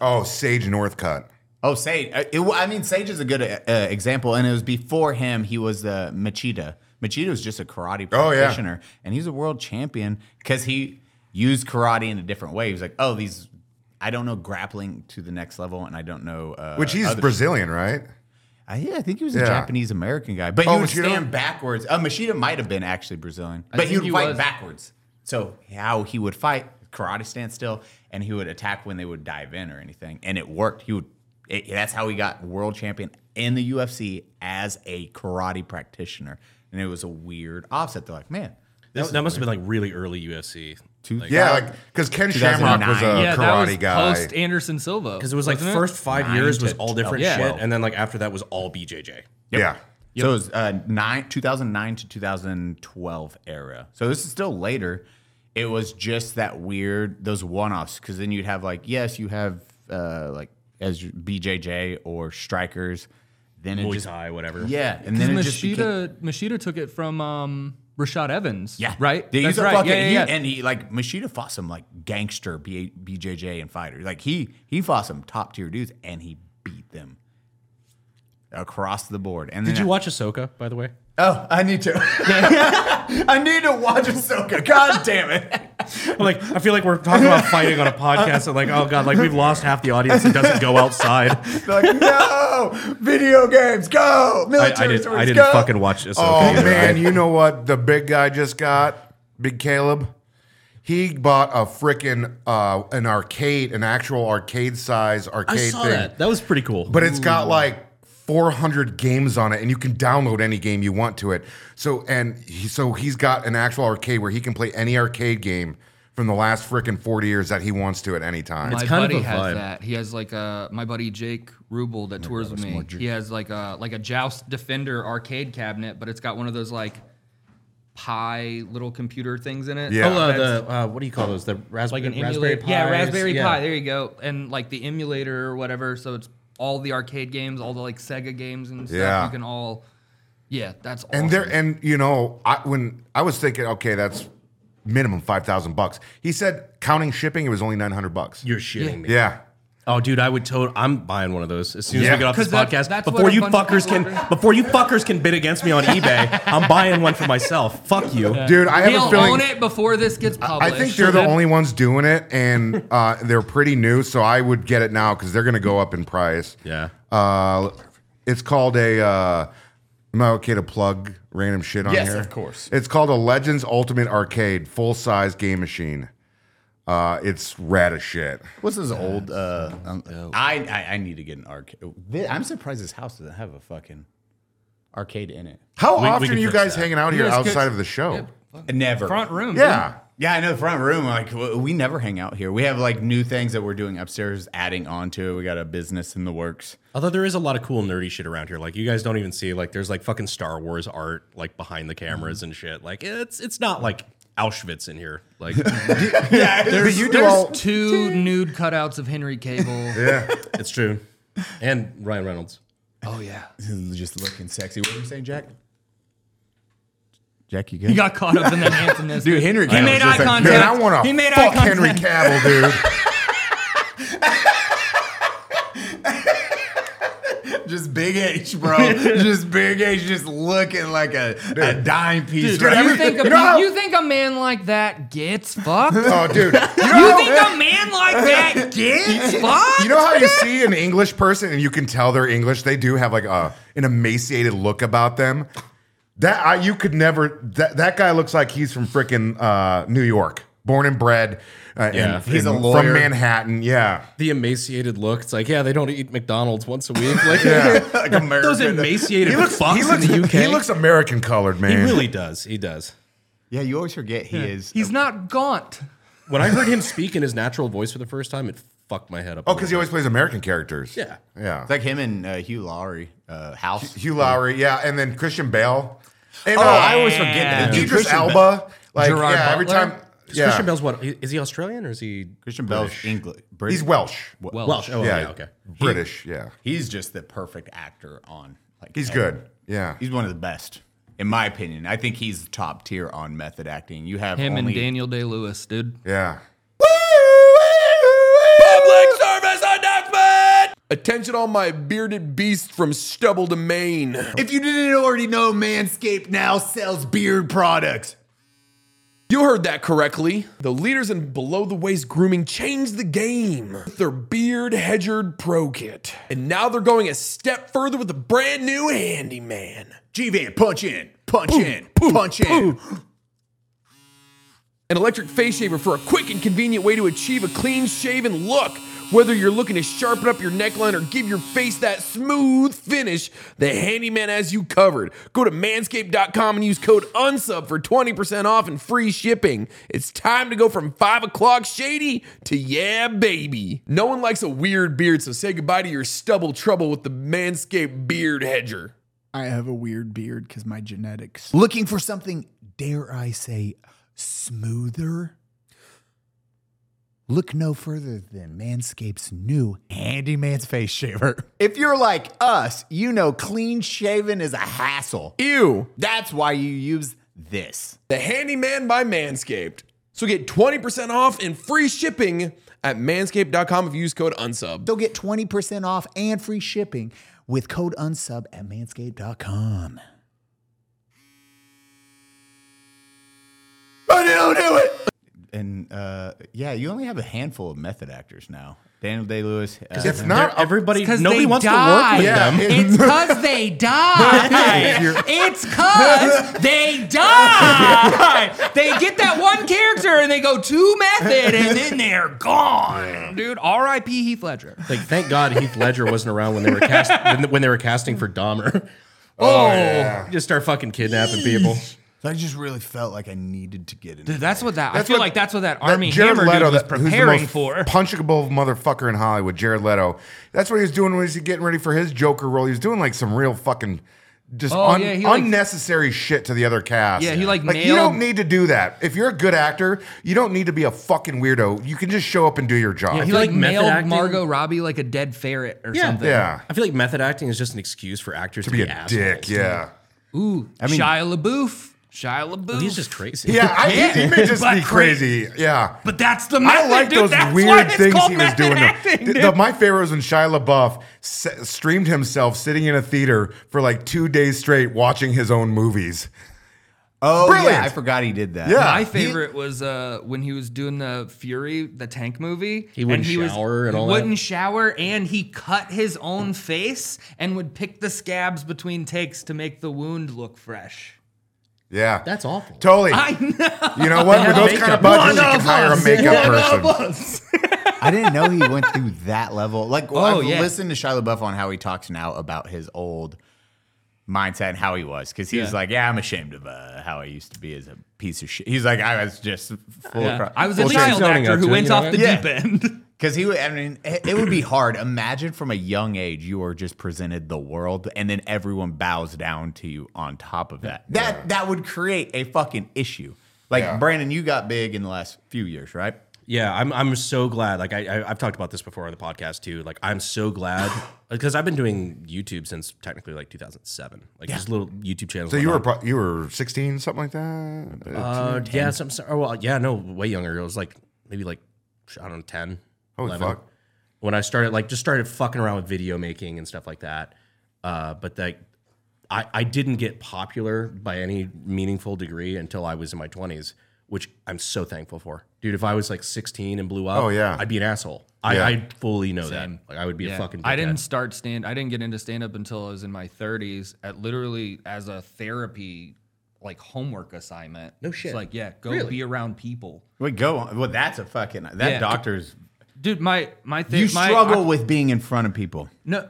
Speaker 1: Oh, Sage Northcutt.
Speaker 5: oh, Sage. Uh, it, I mean, Sage is a good uh, uh, example, and it was before him. He was uh, Machida. Machida was just a karate
Speaker 1: Oh, yeah.
Speaker 5: practitioner, and he's a world champion because he used karate in a different way. He was like, "Oh, these." I don't know grappling to the next level, and I don't know. Uh,
Speaker 1: Which he's
Speaker 5: other-
Speaker 1: Brazilian, right?
Speaker 5: I, Uh, yeah, I think he was
Speaker 1: Yeah.
Speaker 5: a Japanese American guy, but
Speaker 1: Oh,
Speaker 5: he would
Speaker 1: Machida?
Speaker 5: stand backwards. Uh, Machida might have been actually Brazilian, but he
Speaker 6: think
Speaker 5: would
Speaker 6: he
Speaker 5: fight
Speaker 6: was.
Speaker 5: backwards. So how he would fight karate stand still, and he would attack when they would dive in or anything, and it worked. He would. It, that's how he got world champion in the UFC as a karate practitioner, and it was a weird offset. They're like, man,
Speaker 3: That, that must have been like really early UFC. Like,
Speaker 1: Yeah, like because Ken Shamrock was a
Speaker 5: 2009.
Speaker 6: yeah,
Speaker 1: karate
Speaker 6: that was
Speaker 1: guy.
Speaker 6: post Anderson Silva
Speaker 3: Because it was like
Speaker 6: wasn't
Speaker 3: first five
Speaker 5: Nine
Speaker 3: years
Speaker 5: to
Speaker 3: was all different
Speaker 5: twelve.
Speaker 3: shit, and then like after that was all BJJ.
Speaker 1: Yeah.
Speaker 5: So it was uh, nine, 2009 to 2012 era. So this is still later. It was just that weird, those one offs. Cause then you'd have like, yes, you have uh, like as your BJJ or strikers. Then it
Speaker 3: Muay
Speaker 5: just,
Speaker 3: Thai, whatever.
Speaker 5: yeah. And
Speaker 6: Because
Speaker 5: then it just became,
Speaker 6: Machida, Machida took it from um, Rashad Evans.
Speaker 5: yeah.
Speaker 6: Right?
Speaker 5: Dude, he's
Speaker 6: That's
Speaker 5: a
Speaker 6: right.
Speaker 5: fucking,
Speaker 6: yeah, yeah,
Speaker 5: he-
Speaker 6: yeah.
Speaker 5: and he like Machida fought some like gangster B- BJJ and fighters. Like he, he fought some top tier dudes and he beat them across the board. And
Speaker 3: Did
Speaker 5: then
Speaker 3: you watch Ahsoka, by the way?
Speaker 5: Oh, I need to. I need to watch Ahsoka. God damn it.
Speaker 3: Like, I feel like we're talking about fighting on a podcast, and like, oh god, like we've lost half the audience that doesn't go outside.
Speaker 5: Like, no, video games, go.
Speaker 3: I,
Speaker 5: Military
Speaker 3: I, did,
Speaker 5: stories,
Speaker 3: I
Speaker 5: go.
Speaker 3: didn't fucking watch Ahsoka.
Speaker 1: Oh
Speaker 3: either.
Speaker 1: man,
Speaker 3: I-
Speaker 1: you know what the big guy just got? Big Caleb. He bought a freaking uh, an arcade, an actual arcade size
Speaker 3: I,
Speaker 1: arcade
Speaker 3: saw
Speaker 1: thing.
Speaker 3: that. That was pretty cool.
Speaker 1: But it's got like 400 games on it, and you can download any game you want to it. So and he, so he's got an actual arcade where he can play any arcade game from the last frickin' 40 years that he wants to at any time.
Speaker 6: my
Speaker 2: kind of
Speaker 6: buddy
Speaker 2: a
Speaker 6: has
Speaker 2: vibe.
Speaker 6: that. He has like a my buddy Jake Rubel that tours with me. He has like a like a Joust Defender arcade cabinet, but it's got one of those like pie little computer things in it.
Speaker 1: Yeah.
Speaker 2: Oh, uh, the uh, what do you call those? The raspberry,
Speaker 6: Like an
Speaker 2: raspberry
Speaker 6: emulator.
Speaker 2: pie.
Speaker 6: Yeah, Raspberry Pi. There you go. And like the emulator or whatever. So it's all the arcade games, all the like Sega games and stuff.
Speaker 1: Yeah.
Speaker 6: You can all. Yeah, that's awesome.
Speaker 1: And there, and you know, I when I was thinking, okay, that's minimum five thousand bucks. He said, counting shipping, it was only nine hundred bucks.
Speaker 2: You're shitting me.
Speaker 1: yeah,
Speaker 2: Oh, dude, I would totally. I'm buying one of those as soon as
Speaker 1: Yeah.
Speaker 2: we get off this
Speaker 6: 'Cause that-
Speaker 2: podcast.
Speaker 6: that's what
Speaker 2: before
Speaker 6: a
Speaker 2: you
Speaker 6: bunch of
Speaker 2: fuckers
Speaker 6: people
Speaker 2: can,
Speaker 6: are-
Speaker 2: before you fuckers can bid against me on eBay, I'm buying one for myself. Fuck you.
Speaker 1: dude, I have
Speaker 6: He'll
Speaker 1: a feeling.
Speaker 6: own it before this gets
Speaker 1: I
Speaker 6: published.
Speaker 1: think they're the only ones doing it, and uh, they're pretty new, so I would get it now because they're going to go up in price.
Speaker 2: Yeah.
Speaker 1: Uh, it's called a. Uh, am I okay to plug random shit on
Speaker 9: Yes,
Speaker 1: here?
Speaker 9: of course.
Speaker 1: It's called a Legends Ultimate Arcade full size game machine. Uh, it's rad as shit.
Speaker 5: What's this old? Uh, um,
Speaker 2: Oh.
Speaker 5: I, I I need to get an arcade. I'm surprised this house doesn't have a fucking arcade in it.
Speaker 1: How
Speaker 2: we
Speaker 1: often
Speaker 2: can
Speaker 1: are you
Speaker 2: fix
Speaker 1: guys
Speaker 2: that.
Speaker 1: hanging out here
Speaker 6: guys could-
Speaker 1: outside of the show?
Speaker 5: Never.
Speaker 10: Front room.
Speaker 1: Yeah.
Speaker 5: Yeah, I know the front room. Like w- we never hang out here. We have like new things that we're doing upstairs, adding on to it. We got a business in the works.
Speaker 2: Although there is a lot of cool nerdy shit around here. Like you guys don't even see. Like there's like fucking Star Wars art like behind the cameras and shit. Like it's it's not like Auschwitz in here. Like
Speaker 5: Yeah,
Speaker 1: But you do
Speaker 6: There's
Speaker 1: all.
Speaker 6: two nude cutouts of Henry Cable.
Speaker 2: it's true. And Ryan Reynolds.
Speaker 6: Oh yeah.
Speaker 5: just looking sexy. What were you saying, Jack? Jack, you good?
Speaker 10: He got caught up in that handsomeness.
Speaker 5: Dude, Henry Cavill
Speaker 10: made
Speaker 5: was just
Speaker 10: eye
Speaker 5: like,
Speaker 10: contact.
Speaker 1: Man, I want
Speaker 10: He
Speaker 1: to
Speaker 10: made
Speaker 1: fuck
Speaker 10: eye
Speaker 1: Henry Cavill, dude.
Speaker 5: Just big H, bro. just big H, just looking like a, a dime piece.
Speaker 1: dude,
Speaker 5: right?
Speaker 1: every-
Speaker 6: You think a,
Speaker 1: You know how-
Speaker 6: you think a man like that gets fucked?
Speaker 1: Oh, dude. You
Speaker 6: You
Speaker 1: know-
Speaker 6: think a man like that gets fucked?
Speaker 1: You know how you see an English person and you can tell they're English. They do have like a an emaciated look about them. That I, you could never. That that guy looks like he's from frickin' uh, New York, born and bred. Uh,
Speaker 2: Yeah,
Speaker 1: and,
Speaker 5: he's a
Speaker 1: and
Speaker 5: lawyer.
Speaker 1: from Manhattan. Yeah,
Speaker 2: The emaciated look. It's like yeah, they don't eat McDonald's once a week. Like
Speaker 5: like American.
Speaker 2: those emaciated
Speaker 1: he looks.
Speaker 2: fucks
Speaker 1: He looks.
Speaker 2: in the UK.
Speaker 1: He looks American colored, man.
Speaker 2: He really does. He does.
Speaker 5: yeah, you always forget he is.
Speaker 6: He's not gaunt.
Speaker 2: When I heard him speak in his natural voice for the first time, it fucked my head up.
Speaker 1: Oh, because he always plays American characters.
Speaker 2: Yeah.
Speaker 1: yeah.
Speaker 5: It's like him and uh, Hugh Laurie, uh, House.
Speaker 1: Hugh Lowry. Yeah, and then Christian Bale. And,
Speaker 5: Oh,
Speaker 1: uh,
Speaker 5: I always forget that. dude.
Speaker 1: Idris
Speaker 5: Christian
Speaker 1: Alba. Like
Speaker 6: Gerard
Speaker 1: yeah, every
Speaker 6: Butler?
Speaker 1: time.
Speaker 2: Is
Speaker 1: Yeah.
Speaker 2: Christian Bale's what? Is he Australian or is he
Speaker 5: Christian Bell's English. British.
Speaker 1: He's Welsh.
Speaker 6: Well,
Speaker 2: Welsh? Oh,
Speaker 1: yeah,
Speaker 2: yeah. Okay.
Speaker 1: British. yeah,
Speaker 5: He's just the perfect actor on. Like
Speaker 1: he's
Speaker 5: every-
Speaker 1: good. Yeah.
Speaker 5: He's one of the best, in my opinion. I think he's top tier on method acting. You have
Speaker 6: him
Speaker 5: only,
Speaker 6: and Daniel Day Lewis, dude.
Speaker 1: Yeah.
Speaker 9: Public service announcement! Attention, all my bearded beasts from stubble to mane.
Speaker 5: If you didn't already know, Manscaped now sells beard products.
Speaker 9: You heard that correctly. The leaders in below the waist grooming changed the game with their Beard Hedgard Pro Kit. And now they're going a step further with a brand new handyman.
Speaker 5: G Van, punch in, punch in, punch in.
Speaker 9: An electric face shaver for a quick and convenient way to achieve a clean shaven look. Whether you're looking to sharpen up your neckline or give your face that smooth finish, the handyman has you covered. Go to manscaped.com and use code UNSUB for 20% off and free shipping. It's time to go from 5 o'clock shady to yeah, baby. No one likes a weird beard, so say goodbye to your stubble trouble with the Manscaped Beard Hedger.
Speaker 11: I have a weird beard because my genetics.
Speaker 5: Looking for something, dare I say, smoother?
Speaker 11: Look no further than Manscaped's new
Speaker 5: Handyman's face shaver. If you're like us, you know clean shaven is a hassle.
Speaker 9: Ew.
Speaker 5: That's why you use this.
Speaker 9: The Handyman by Manscaped. So get 20% off and free shipping at manscaped.com if you use code UNSUB.
Speaker 11: They'll get 20% off and free shipping with code unsub at manscaped.com.
Speaker 5: I don't do it. And uh, yeah, you only have a handful of method actors now. Daniel Day Lewis. Uh,
Speaker 1: It's not
Speaker 2: Everybody,
Speaker 6: Because
Speaker 2: nobody
Speaker 6: they
Speaker 2: wants
Speaker 6: die.
Speaker 2: to work with
Speaker 1: Yeah,
Speaker 2: them.
Speaker 1: it-
Speaker 6: It's cause they die. it's cause they die. They get that one character and they go to method and then they're gone, dude. R.I.P. Heath Ledger.
Speaker 2: Like, thank God Heath Ledger wasn't around when they were cast when, when they were casting for Dahmer.
Speaker 1: Oh, yeah.
Speaker 2: Just start fucking kidnapping people.
Speaker 12: So I just really felt like I needed to get into
Speaker 13: Dude, that's what that.
Speaker 1: That's
Speaker 13: I feel
Speaker 1: what-
Speaker 13: like that's what that
Speaker 1: that
Speaker 13: army
Speaker 1: Jared
Speaker 13: hammer
Speaker 1: Leto
Speaker 13: dude was
Speaker 1: that- who's the
Speaker 13: preparing
Speaker 1: most
Speaker 13: for.
Speaker 1: Punchable motherfucker in Hollywood, Jared Leto. That's what he was doing when he was getting ready for his Joker role. He was doing like some real fucking just
Speaker 6: Oh,
Speaker 1: un-
Speaker 6: yeah, he, like-
Speaker 1: unnecessary shit to the other cast.
Speaker 6: Yeah, he, like,
Speaker 1: you
Speaker 6: nailed-
Speaker 1: don't need to do that. If you're a good actor, you don't need to be a fucking weirdo. You can just show up and do your job.
Speaker 3: Yeah,
Speaker 1: Yeah,
Speaker 6: He
Speaker 3: feel
Speaker 6: like,
Speaker 3: like method
Speaker 6: nailed
Speaker 3: acting-
Speaker 6: Margot Robbie like a dead ferret or something.
Speaker 3: I feel like method acting is just an excuse for actors to,
Speaker 1: Ah. be a
Speaker 3: assholes.
Speaker 1: dick. Yeah,
Speaker 6: Ooh, Shia LaBeouf. Shia LaBeouf.
Speaker 3: He's just crazy.
Speaker 1: yeah. I, he- He may just
Speaker 13: But
Speaker 1: be
Speaker 13: crazy.
Speaker 1: crazy. Yeah.
Speaker 13: But that's the
Speaker 1: I
Speaker 13: method,
Speaker 1: like
Speaker 13: dude.
Speaker 1: those
Speaker 13: That's why
Speaker 1: weird
Speaker 13: it's
Speaker 1: things
Speaker 13: called
Speaker 1: he was
Speaker 13: method
Speaker 1: doing. though.
Speaker 13: acting,
Speaker 1: The-
Speaker 13: dude.
Speaker 1: the- my favorite was when Shia LaBeouf se- streamed himself sitting in a theater for like two days straight watching his own movies.
Speaker 5: Oh,
Speaker 1: Brilliant.
Speaker 5: yeah. I forgot he did that.
Speaker 1: Yeah.
Speaker 6: My favorite was uh, when he was doing the Fury, the tank movie. He
Speaker 3: wouldn't shower and all that?
Speaker 6: Wouldn't shower, and he cut his own face and would pick the scabs between takes to make the wound look fresh.
Speaker 1: Yeah.
Speaker 3: That's awful.
Speaker 1: totally.
Speaker 6: I know.
Speaker 1: you know what? With those kind of budgets, you
Speaker 6: One
Speaker 1: can
Speaker 6: of
Speaker 1: hire a
Speaker 6: us.
Speaker 1: makeup person.
Speaker 5: I didn't know he went through that level. Like, well,
Speaker 6: Oh,
Speaker 5: I've
Speaker 6: yeah.
Speaker 5: listened to Shia LaBeouf on how he talks now about his old mindset and how he was, because he was like, "Yeah, I'm ashamed of uh, how I used to be as a piece of shit." He's like, "I was just full." of crap."
Speaker 6: I was a
Speaker 3: Well,
Speaker 6: child
Speaker 3: she's owning
Speaker 6: actor
Speaker 3: up
Speaker 6: who
Speaker 3: to it,
Speaker 6: went
Speaker 3: you know
Speaker 6: off
Speaker 3: that?
Speaker 6: the
Speaker 5: Yeah.
Speaker 6: deep end.
Speaker 5: Because he would, I mean, it, it would be hard. Imagine from a young age, you are just presented the world, and then everyone bows down to you on top of that. That that would create a fucking issue. Like
Speaker 1: Yeah.
Speaker 5: Brandon, you got big in the last few years, right?
Speaker 3: Yeah, I'm I'm so glad. Like I, I I've talked about this before on the podcast too. Like I'm so glad because I've been doing YouTube since technically like 2007. Like just little YouTube channels.
Speaker 1: So you were
Speaker 3: whatnot.
Speaker 1: pro- you were 16, something like that.
Speaker 3: uh, yeah, some, some- oh, well, yeah, no, way younger. It was like maybe like I don't know, 10.
Speaker 1: Holy
Speaker 3: 11.
Speaker 1: fuck.
Speaker 3: When I started like just started fucking around with video making and stuff like that. Uh, but like I I didn't get popular by any meaningful degree until I was in my 20s, which I'm so thankful for. Dude, if I was like 16 and blew up,
Speaker 1: Oh, yeah.
Speaker 3: I'd be an asshole. I,
Speaker 1: Yeah.
Speaker 3: I fully know that. Like I would be a fucking.
Speaker 6: I didn't
Speaker 3: dickhead.
Speaker 6: start stand. I didn't get into stand up until I was in my 30s, at literally as a therapy, like homework assignment. No
Speaker 3: shit.
Speaker 6: It's like, yeah, go be around people.
Speaker 5: Wait, go on. Well, that's a fucking that
Speaker 6: Yeah.
Speaker 5: doctor's.
Speaker 6: Dude, my my thing.
Speaker 5: You
Speaker 6: my,
Speaker 5: struggle with being in front of people.
Speaker 6: No,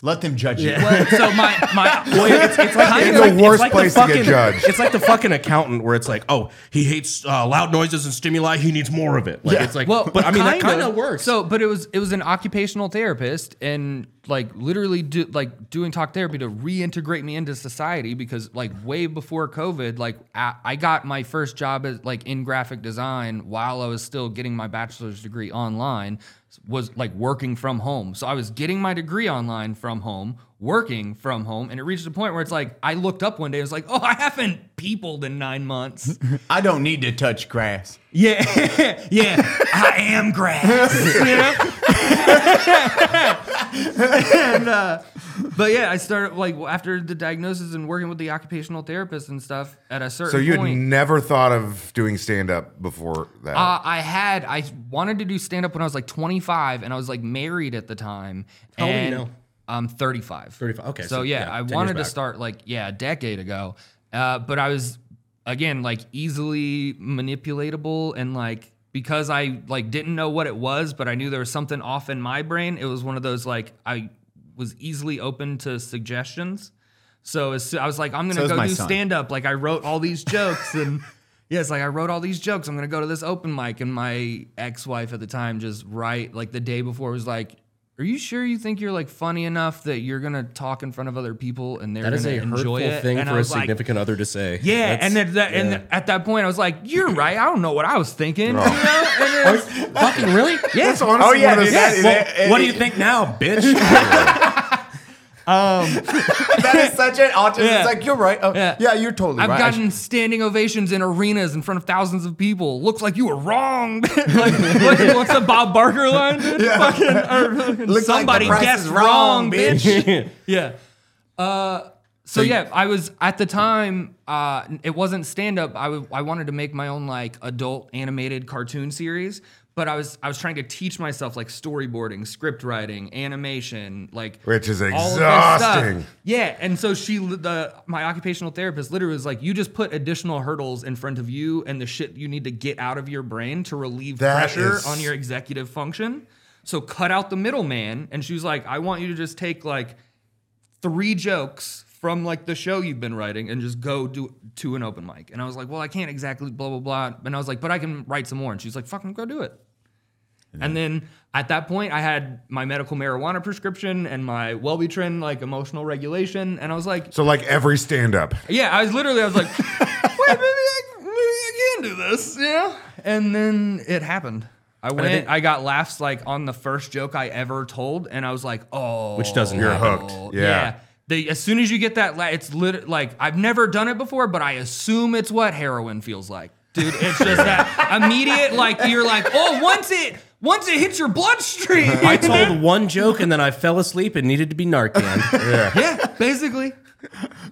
Speaker 5: Let them judge you.
Speaker 6: well, so my my it's, kind
Speaker 1: it's
Speaker 6: of
Speaker 1: a worst place to get
Speaker 3: fucking-
Speaker 1: judged.
Speaker 3: It's like the fucking accountant where it's like, oh, he hates uh, loud noises and stimuli. He needs more of it. Like it's like,
Speaker 6: well,
Speaker 3: but I mean, that kind of works.
Speaker 6: So, but it was it was an occupational therapist and like literally do, like doing talk therapy to reintegrate me into society because like way before COVID, like I, I got my first job as like in graphic design while I was still getting my bachelor's degree online was like working from home. So I was getting my degree online from home, working from home, and it reached a point where it's like I looked up one day, it was like, oh, I haven't peopled in nine months.
Speaker 5: I don't need to touch grass.
Speaker 6: Yeah, yeah, I am grass. you know? and, uh, but yeah, I started like after the diagnosis and working with the occupational therapist and stuff. At a certain
Speaker 1: So you had
Speaker 6: point,
Speaker 1: never thought of doing stand up before that.
Speaker 6: uh, I had I wanted to do stand up when I was like 25, and I was like married at the time.
Speaker 3: How old are you
Speaker 6: and
Speaker 3: now?
Speaker 6: I'm 35.
Speaker 3: 35, okay,
Speaker 6: So,
Speaker 3: so,
Speaker 6: yeah,
Speaker 3: yeah,
Speaker 6: I
Speaker 3: 10 years
Speaker 6: wanted to
Speaker 3: back.
Speaker 6: start like yeah a decade ago, uh, but I was again like easily manipulatable and like because I like didn't know what it was, but I knew there was something off in my brain. It was one of those like I was easily open to suggestions. So as soo- I was like, I'm
Speaker 5: So
Speaker 6: gonna
Speaker 5: is
Speaker 6: go
Speaker 5: my
Speaker 6: do
Speaker 5: son.
Speaker 6: stand up. Like I wrote all these jokes and yeah, it's like I wrote all these jokes. I'm gonna go to this open mic and my ex wife at the time just right like the day before was like, Are you sure you think you're like funny enough that you're gonna talk in front of other people and they're
Speaker 3: that
Speaker 6: gonna
Speaker 3: is a hurtful
Speaker 6: enjoy it?
Speaker 3: thing
Speaker 6: and I
Speaker 3: for a
Speaker 6: was like,
Speaker 3: significant other to say.
Speaker 6: yeah,
Speaker 3: That's-
Speaker 6: and then that, and
Speaker 3: yeah.
Speaker 6: at that point I was like, "You're right. I don't know what I was thinking." You know? And it's-
Speaker 3: fucking really?
Speaker 6: yeah.
Speaker 1: That's honestly
Speaker 5: yeah,
Speaker 1: one of those-
Speaker 5: dude, that-
Speaker 3: Well, what do you think now, bitch?
Speaker 5: That is such an autism.
Speaker 6: Yeah.
Speaker 5: It's like you're right. Oh,
Speaker 6: Yeah.
Speaker 5: yeah. you're totally
Speaker 6: I've
Speaker 5: right. I
Speaker 6: gotten standing ovations in arenas in front of thousands of people. Looks like you were wrong. like, what, what's the Bob Barker line? dude? Fucking, or fucking
Speaker 5: Looks like the
Speaker 6: somebody
Speaker 5: price
Speaker 6: guessed
Speaker 5: is
Speaker 6: wrong,
Speaker 5: wrong,
Speaker 6: bitch. yeah. Uh, so yeah, I was at the time. Uh, it wasn't stand up. I wa- I wanted to make my own like adult animated cartoon series, but I was I was trying to teach myself like storyboarding, script writing, animation, like
Speaker 1: Which is
Speaker 6: all of this stuff.
Speaker 1: exhausting.
Speaker 6: Yeah, and so she, the my occupational therapist, literally was like, "You just put additional hurdles in front of you and the shit you need to get out of your brain to relieve
Speaker 1: That
Speaker 6: pressure
Speaker 1: is-
Speaker 6: on your executive function. So cut out the middleman." And she was like, "I want you to just take like three jokes." from like the show you've been writing and just go do to an open mic. And I was like, well, I can't exactly blah blah blah. And I was like, but I can write some more. And she's like, fucking go do it. And then at that point, I had my medical marijuana prescription and my Wellbutrin, like emotional regulation, and I was like,
Speaker 1: So like every stand up.
Speaker 6: yeah, I was literally, I was like, wait, maybe I, maybe I can do this, you know? And then it happened. I went, I, got laughs like on the first joke I ever told, and I was like, oh.
Speaker 3: Which doesn't
Speaker 1: You're
Speaker 3: happen.
Speaker 1: hooked. Yeah.
Speaker 6: The, as soon as you get that, la- it's lit- like, I've never done it before, but I assume it's what heroin feels like. Dude, it's just that immediate, like, you're like, oh, once it, once it hits your bloodstream.
Speaker 3: I told one joke and then I fell asleep and needed to be Narcan.
Speaker 6: yeah, basically.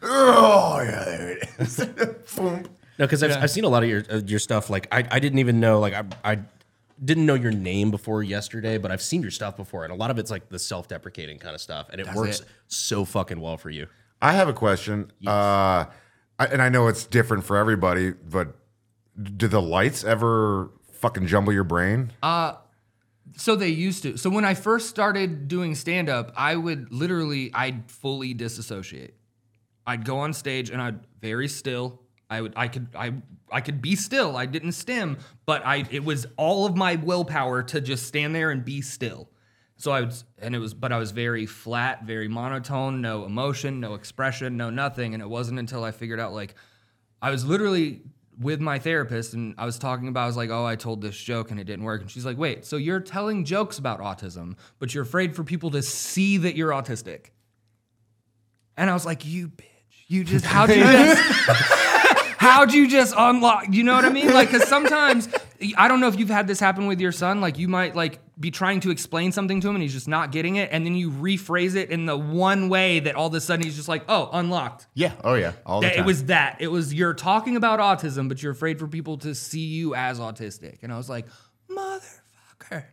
Speaker 5: Oh, yeah, there it is.
Speaker 3: No, because I've, I've seen a lot of your uh, your stuff. Like I, I didn't even know like I, I didn't know your name before yesterday, but I've seen your stuff before, and a lot of it's like the self deprecating kind of stuff, and it works so fucking well for you.
Speaker 1: I have a question. Uh, I, and I know it's different for everybody, but do the lights ever fucking jumble your brain?
Speaker 5: Uh,
Speaker 6: So they used to. So when I first started doing stand up, I would literally, I'd fully disassociate. I'd go on stage and I'd very still. I would, I could, I, I could be still. I didn't stim, but I, it was all of my willpower to just stand there and be still. So I was, and it was, but I was very flat, very monotone, no emotion, no expression, no nothing. And it wasn't until I figured out, like, I was literally with my therapist and I was talking about, I was like, oh, I told this joke and it didn't work. And she's like, wait, so you're telling jokes about autism, but you're afraid for people to see that you're autistic. And I was like, you bitch, you just, how'd you just, how'd you just unlock, you know what I mean? Like, cause sometimes, I don't know if you've had this happen with your son, like you might like be trying to explain something to him and he's just not getting it. And then you rephrase it in the one way that all of a sudden he's just like, oh, unlocked.
Speaker 5: Yeah. Oh, yeah. All the
Speaker 6: That-
Speaker 5: time.
Speaker 6: It was that. It was you're talking about autism, but you're afraid for people to see you as autistic. And I was like, motherfucker.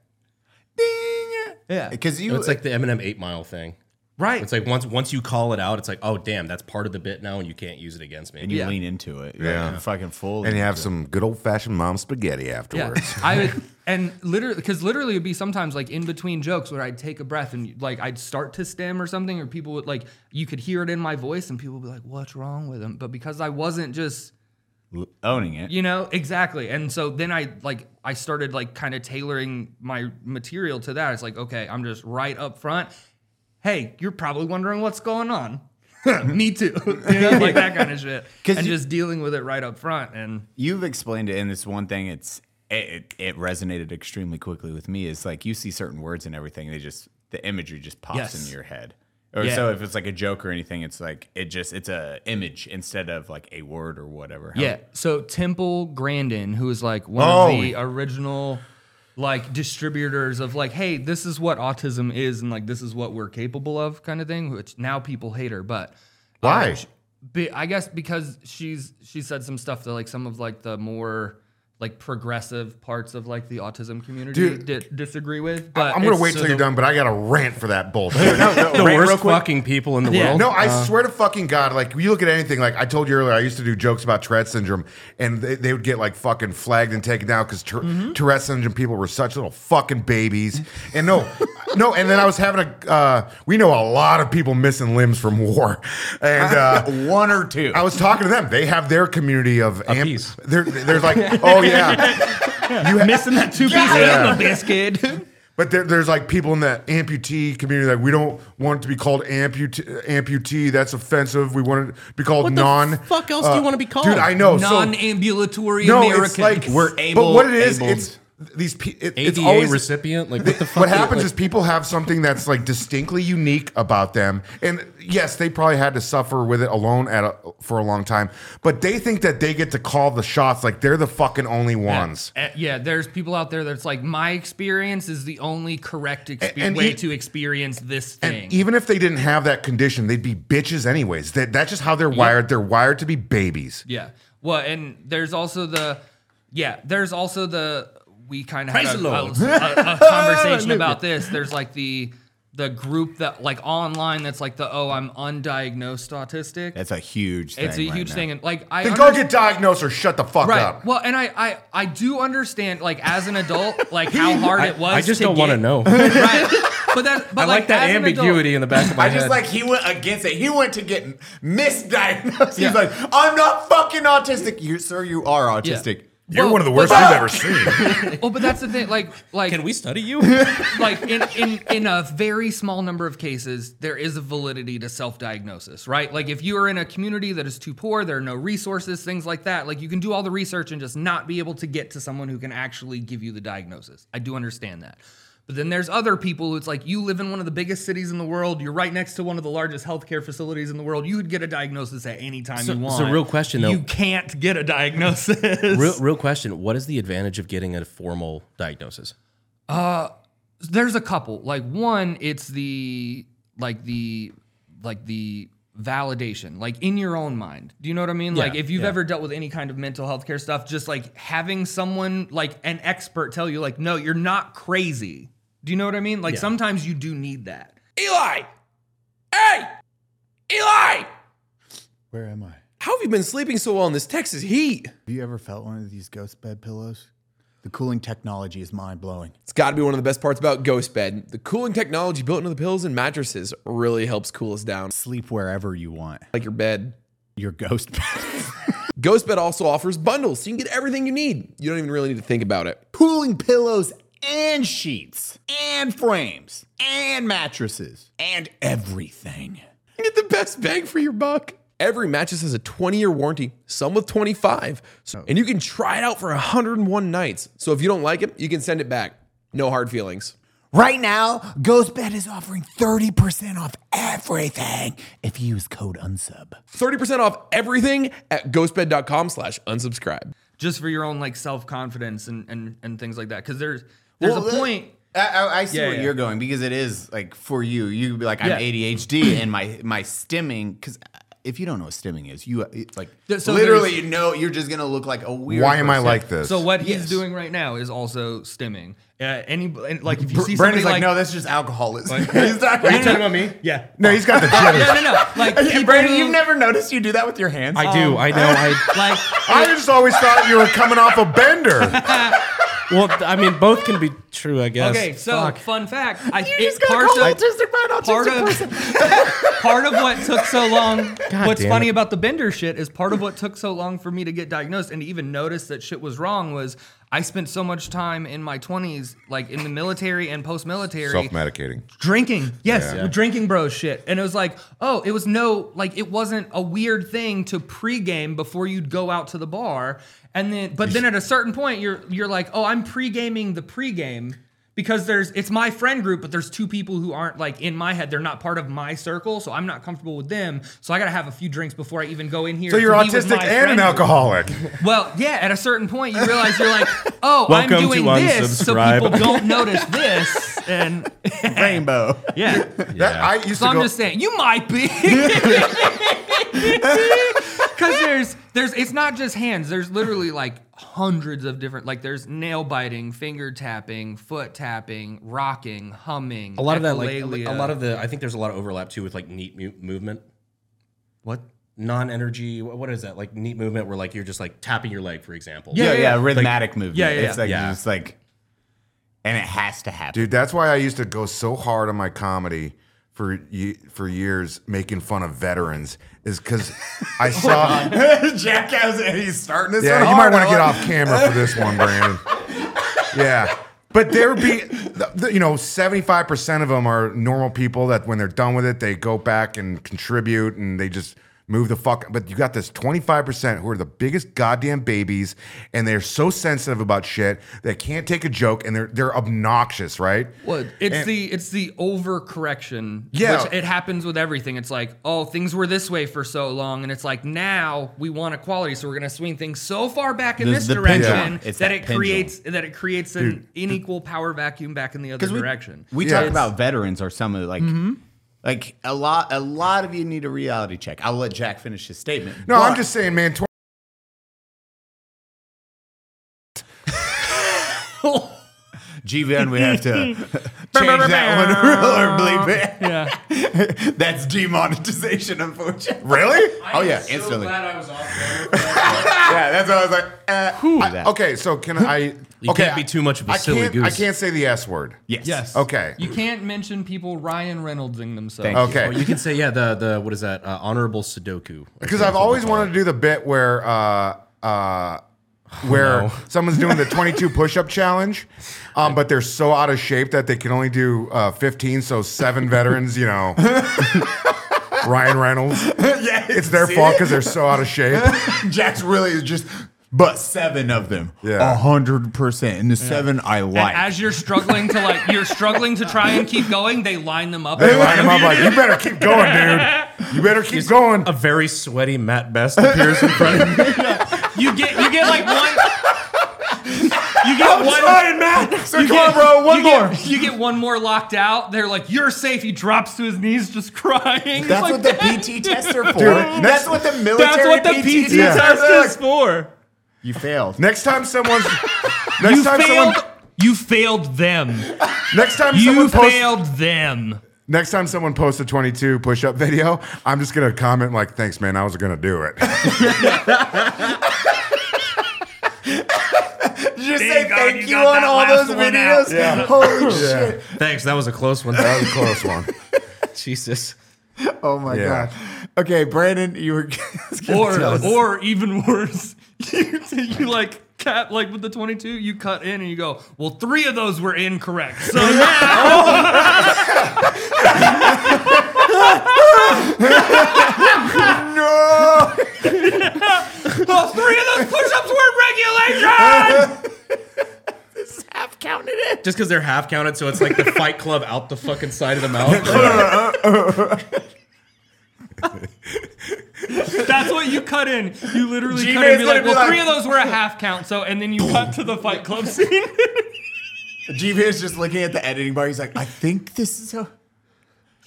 Speaker 6: Ding. Yeah.
Speaker 5: because you.
Speaker 3: It's like the Eminem Eight Mile thing.
Speaker 6: Right.
Speaker 3: It's like once once you call it out, it's like oh damn, that's part of the bit now, and you can't use it against me.
Speaker 5: and you
Speaker 6: yeah.
Speaker 5: lean into it.
Speaker 1: Yeah.
Speaker 5: yeah. fucking full.
Speaker 1: And you have some good old fashioned mom spaghetti afterwards.
Speaker 6: Yeah. I would, and literally, because literally, it'd be sometimes like in between jokes where I'd take a breath and like I'd start to stem or something, or people would like you could hear it in my voice, and people would be like, "What's wrong with him?" But because I wasn't just
Speaker 5: owning it.
Speaker 6: You know, exactly. And so then I like I started like kind of tailoring my material to that. It's like, okay, I'm just right up front. Hey, you're probably wondering what's going on. Me too. you know, like that kind of shit.
Speaker 5: 'Cause
Speaker 6: And
Speaker 5: you-
Speaker 6: just dealing with it right up front. And
Speaker 5: You've explained it in this one thing. It's it, it, it resonated extremely quickly with me. Is like you see certain words and everything. They just the imagery just pops
Speaker 6: Yes.
Speaker 5: in your head. Or
Speaker 6: Yeah.
Speaker 5: so if it's like a joke or anything, it's like it just it's a image instead of like a word or whatever. How-
Speaker 6: yeah. So Temple Grandin, who is like one
Speaker 1: Oh.
Speaker 6: of the original like distributors of like, hey, this is what autism is and like this is what we're capable of kind of thing, which now people hate her, but uh,
Speaker 1: Why?
Speaker 6: be, I guess because she's she said some stuff that like some of like the more like progressive parts of like the autism community
Speaker 1: Dude.
Speaker 6: di- disagree with. But
Speaker 1: I'm gonna
Speaker 6: it's-
Speaker 1: wait
Speaker 6: so
Speaker 1: till you're
Speaker 6: the-
Speaker 1: done, but I got a rant for that bullshit. no, no,
Speaker 3: the
Speaker 1: rant real
Speaker 3: worst
Speaker 1: quick.
Speaker 3: fucking people in the world.
Speaker 1: No, I swear to fucking God, like you look at anything, like I told you earlier, I used to do jokes about Tourette syndrome and they, they would get like fucking flagged and taken down because Tourette syndrome people were such little fucking babies. And no, no, and then I was having a, uh, we know a lot of people missing limbs from war. And uh,
Speaker 5: one or two.
Speaker 1: I was talking to them. They have their community of amps.
Speaker 3: piece.
Speaker 1: They're, they're like, oh yeah. You ha-
Speaker 10: Missing that two piece
Speaker 1: Yeah.
Speaker 10: and the biscuit.
Speaker 1: But there, there's like people in the amputee community like we don't want it to be called amputee. Amputee, that's offensive. We want it to be called
Speaker 3: What the
Speaker 1: non. uh,
Speaker 3: fuck else do you wanna be called?
Speaker 1: Dude, I know. Oh, so,
Speaker 6: non-ambulatory
Speaker 1: no,
Speaker 6: American.
Speaker 1: it's like
Speaker 5: We're
Speaker 1: But
Speaker 5: able-
Speaker 1: what it is,
Speaker 5: abled.
Speaker 1: it's these. pe- It,
Speaker 3: ADA
Speaker 1: it's always
Speaker 3: recipient. Like what the fuck?
Speaker 1: what happens
Speaker 3: like,
Speaker 1: is people have something that's like distinctly unique about them, and yes, they probably had to suffer with it alone at a, for a long time. But they think that they get to call the shots, like they're the fucking only ones.
Speaker 6: Uh, yeah, there's people out there that's like my experience is the only correct expe-
Speaker 1: and
Speaker 6: way
Speaker 1: e-
Speaker 6: to experience this thing.
Speaker 1: And even if they didn't have that condition, they'd be bitches anyways. That, that's just how they're wired. They're wired to be babies.
Speaker 6: Yeah. Well, and there's also the, yeah, there's also the we kind of had a, a- a- a conversation about this. There's like the the group that like online that's like the oh I'm undiagnosed autistic.
Speaker 5: That's a huge. thing
Speaker 6: it's a
Speaker 5: right
Speaker 6: huge
Speaker 5: now.
Speaker 6: thing, and like I
Speaker 1: Then go
Speaker 6: understand-
Speaker 1: get diagnosed or shut the fuck
Speaker 6: right.
Speaker 1: up.
Speaker 6: Well, and I I I do understand like as an adult like how hard it was.
Speaker 3: I just
Speaker 6: to
Speaker 3: don't want to
Speaker 6: get-
Speaker 3: know.
Speaker 6: Right. But that, but
Speaker 3: I like, that
Speaker 6: as an adult-
Speaker 3: ambiguity in the back of my
Speaker 5: I
Speaker 3: head.
Speaker 5: just like he went against it. He went to get misdiagnosed. He's like, I'm not fucking autistic. You, sir, you are autistic.
Speaker 1: You're
Speaker 6: Well,
Speaker 1: one of the worst
Speaker 6: but-
Speaker 1: I've ever seen.
Speaker 6: Well, but that's the thing. Like, like
Speaker 3: Can we study you?
Speaker 6: like in, in in a very small number of cases there is a validity to self-diagnosis right like if you are in a community that is too poor there are no resources things like that like you can do all the research and just not be able to get to someone who can actually give you the diagnosis i do understand that but then there's other people who it's like you live in one of the biggest cities in the world you're right next to one of the largest healthcare facilities in the world you could get a diagnosis at any time you want
Speaker 3: so real question, though.
Speaker 6: you can't get a diagnosis
Speaker 3: real, real question. What is the advantage of getting a formal diagnosis?
Speaker 6: there's a couple like one it's the like the like the validation like in your own mind do you know what i mean like if you've ever dealt with any kind of mental health care stuff just like having someone like an expert tell you like no you're not crazy do you know what i mean like sometimes you do need that
Speaker 9: Eli! Hey! Eli!
Speaker 11: Where am I?
Speaker 9: How have you been sleeping so well in this Texas heat?
Speaker 11: Have you ever felt one of these ghost bed pillows? The cooling technology is mind blowing.
Speaker 9: It's got to be one of the best parts about Ghost Bed. The cooling technology built into the pillows and mattresses really helps cool us down,
Speaker 11: Sleep wherever you want.
Speaker 9: like your bed.
Speaker 11: Your ghost bed.
Speaker 9: Ghost Bed also offers bundles, so you can get everything you need. You don't even really need to think about it.
Speaker 11: Cooling pillows and sheets and frames and mattresses and everything.
Speaker 9: You get the best bang for your buck. Every mattress has a 20 year warranty, some with 25. So, and you can try it out for 101 nights. So if you don't like it, you can send it back. No hard feelings.
Speaker 11: Right now, Ghost Bed is offering 30% off everything if you use code UNSUB.
Speaker 9: 30% off everything at ghostbed.com slash unsubscribe.
Speaker 6: just for your own like self-confidence and and, and things like that because there's there's
Speaker 5: Well,
Speaker 6: a
Speaker 5: the-
Speaker 6: point
Speaker 5: I, I, I see
Speaker 6: Yeah,
Speaker 5: where
Speaker 6: yeah.
Speaker 5: you're going because it is like for you. You'd be like, I'm
Speaker 6: Yeah.
Speaker 5: ADHD and my my stimming because. If you don't know what stimming is, you it's like
Speaker 6: Th- so
Speaker 5: literally
Speaker 6: there's-
Speaker 5: you know you're just gonna look like a weird.
Speaker 1: Why am I
Speaker 5: person.
Speaker 1: like this?
Speaker 6: so what
Speaker 5: Yes.
Speaker 6: he's doing right now is also stimming uh, any and, like if you
Speaker 5: Br-
Speaker 6: see somebody
Speaker 5: Brandon's like,
Speaker 6: like
Speaker 5: no, that's just alcoholism. He's not-
Speaker 3: about me? Yeah.
Speaker 1: no, he's got the jitters.
Speaker 6: no, no, no. Like people
Speaker 5: Brandon,
Speaker 6: who-
Speaker 5: you've never noticed you do that with your hands.
Speaker 3: I do. I know. I
Speaker 6: like
Speaker 1: I just always thought you were coming off a bender.
Speaker 3: well. I mean, both can be true. I guess.
Speaker 6: okay. So fun fact, I
Speaker 5: you
Speaker 6: it,
Speaker 5: just gotta
Speaker 6: part
Speaker 5: call
Speaker 6: of
Speaker 5: autistic by an autistic
Speaker 6: part
Speaker 5: person.
Speaker 6: of part of what took so long. what's
Speaker 3: damn
Speaker 6: funny
Speaker 3: it.
Speaker 6: about the Bender shit is part of what took so long for me to get diagnosed and to even notice that shit was wrong was I spent so much time in my twenties, like in the military and post-military,
Speaker 1: Self-medicating.
Speaker 6: drinking. Yes, drinking bro shit. And it was like, oh, it was no, like it wasn't a weird thing to pregame before you'd go out to the bar. And then, but then at a certain point, you're you're like, oh, I'm pregaming the pregame because there's it's my friend group, but there's two people who aren't like in my head. They're not part of my circle, so I'm not comfortable with them. So I gotta have a few drinks before I even go in here.
Speaker 1: So you're
Speaker 6: to be with
Speaker 1: autistic and
Speaker 6: my
Speaker 1: an
Speaker 6: friend group.
Speaker 1: alcoholic.
Speaker 6: Well, yeah, at a certain point you realize you're like, oh, I'm
Speaker 3: Welcome
Speaker 6: doing
Speaker 3: to
Speaker 6: this so
Speaker 3: unsubscribe.
Speaker 6: people don't notice this. And
Speaker 5: Rainbow.
Speaker 6: yeah.
Speaker 1: That, I used
Speaker 6: So
Speaker 1: to
Speaker 6: I'm
Speaker 1: go.
Speaker 6: just saying, you might be. Because there's, there's, it's not just hands. There's literally like hundreds of different, like there's nail biting, finger tapping, foot tapping, rocking, humming.
Speaker 3: a lot of that, like a lot of the, I think there's a lot of overlap too with like neat mu- movement,
Speaker 6: what?
Speaker 3: non-energy. wh- What is that? Like neat movement, where like you're just like tapping your leg, for example.
Speaker 5: Yeah, yeah,
Speaker 6: yeah.
Speaker 5: rhythmatic movement.
Speaker 6: yeah, yeah,
Speaker 5: It's like
Speaker 3: yeah.
Speaker 5: just like, and it has to happen.
Speaker 1: Dude, that's why I used to go so hard on my comedy for ye- for years, making fun of veterans, is because I saw.
Speaker 5: Jackass, and he's starting this.
Speaker 1: yeah,
Speaker 5: one
Speaker 1: you might want
Speaker 5: hard. I
Speaker 1: to get
Speaker 5: love-
Speaker 1: off camera for this one, Brandon. yeah. But there would be, the- the- you know, 75% of them are normal people that when they're done with it, they go back and contribute and they just move the fuck. But you got this 25% who are the biggest goddamn babies and they're so sensitive about shit. They can't take a joke and they're, they're obnoxious, right?
Speaker 6: Well, it's the it's the overcorrection.
Speaker 1: Yeah.
Speaker 6: which it happens with everything. It's like, oh, things were this way for so long, and it's like now we want equality, so we're gonna swing things so far back in
Speaker 5: The-
Speaker 6: this
Speaker 5: the
Speaker 6: direction
Speaker 5: pendulum.
Speaker 6: that,
Speaker 5: It's that
Speaker 6: it
Speaker 5: pendulum.
Speaker 6: creates that it creates an unequal power vacuum back in the other direction.
Speaker 5: We
Speaker 1: Yeah.
Speaker 5: talk about veterans are some of like. Like a lot, a lot of you need a reality check. I'll let Jack finish his statement.
Speaker 1: No, I'm
Speaker 5: but-
Speaker 1: just saying, man. Tw-
Speaker 5: GVN, we have to Change that one
Speaker 6: Yeah.
Speaker 5: real or bleep it. That's demonetization, unfortunately.
Speaker 1: Really?
Speaker 5: Oh yeah, instantly.
Speaker 14: glad I was off.
Speaker 5: yeah, that's what I was like. Uh, I-
Speaker 1: I- okay, so can I?
Speaker 3: You
Speaker 1: okay,
Speaker 3: can't be too much of a
Speaker 1: I
Speaker 3: silly
Speaker 1: can't,
Speaker 3: goose.
Speaker 1: I can't say the S word.
Speaker 5: Yes.
Speaker 6: Yes.
Speaker 1: Okay.
Speaker 14: You can't mention people Ryan Reynoldsing themselves.
Speaker 5: Thank
Speaker 1: okay.
Speaker 3: Oh, you can say yeah. The the what is that? Uh, honorable Sudoku.
Speaker 1: Because I've always wanted to do the bit where uh, uh, where someone's doing the 22 push-up challenge, um, but they're so out of shape that they can only do uh, 15. So seven veterans, you know, Ryan Reynolds.
Speaker 5: yeah,
Speaker 1: It's their
Speaker 5: see
Speaker 1: fault
Speaker 5: it?
Speaker 1: because they're so out of shape.
Speaker 5: Jack's really is just, but seven of them.
Speaker 1: Yeah.
Speaker 5: A hundred percent. And the seven I like.
Speaker 6: And as you're struggling to like, you're struggling to try and keep going. They line them up.
Speaker 1: They line them up like, you better keep going, dude. You better keep going.
Speaker 3: A very sweaty Matt Best appears in front of me.
Speaker 6: You get you get like one. You get one.
Speaker 5: Matt. So come
Speaker 6: get-
Speaker 5: on, bro. One
Speaker 6: you
Speaker 5: more.
Speaker 6: Get, you get one more locked out. They're like, "You're safe." He drops to his knees, just crying.
Speaker 5: That's
Speaker 6: Like,
Speaker 5: what the
Speaker 6: "Damn,
Speaker 5: PT
Speaker 6: dude."
Speaker 5: tests are for.
Speaker 1: Dude,
Speaker 5: that's what the military
Speaker 6: That's what the PT
Speaker 5: tests are
Speaker 6: test is
Speaker 5: for.
Speaker 6: for.
Speaker 5: You failed.
Speaker 1: Next time someone's next
Speaker 6: you
Speaker 1: time
Speaker 6: failed.
Speaker 1: someone
Speaker 6: you failed them.
Speaker 1: next time
Speaker 6: You
Speaker 1: someone posts
Speaker 6: failed them.
Speaker 1: next time someone posts a 22 push-up video, I'm just gonna comment like, "Thanks, man. I was gonna do it."
Speaker 5: Just
Speaker 6: Thank
Speaker 5: say
Speaker 6: God
Speaker 5: thank
Speaker 6: you
Speaker 5: you,
Speaker 6: got
Speaker 5: on
Speaker 6: that
Speaker 5: all
Speaker 6: last
Speaker 5: those
Speaker 6: one
Speaker 5: videos.
Speaker 6: out.
Speaker 5: Holy shit.
Speaker 3: Thanks. That was a close one.
Speaker 1: that was a close one.
Speaker 3: Jesus.
Speaker 5: Oh my
Speaker 1: Yeah.
Speaker 5: gosh. Okay, Brandon, you were
Speaker 6: Or
Speaker 5: tell us.
Speaker 6: or even worse, you, you like cap like with the twenty two. You cut in and you go, "Well, three of those were incorrect." So now
Speaker 5: no.
Speaker 6: well, three of those push ups were regulation.
Speaker 5: I've counted it.
Speaker 3: Just because they're half counted, so it's like the Fight Club out the fucking side of the mouth.
Speaker 6: That's what you cut in. You literally
Speaker 5: G-Man's
Speaker 6: cut in and be
Speaker 5: gonna
Speaker 6: like,
Speaker 5: be
Speaker 6: well,
Speaker 5: like-
Speaker 6: three of those were a half count, so, and then you cut to the Fight Club scene.
Speaker 5: GP is just looking at the editing bar. He's like, I think this is how.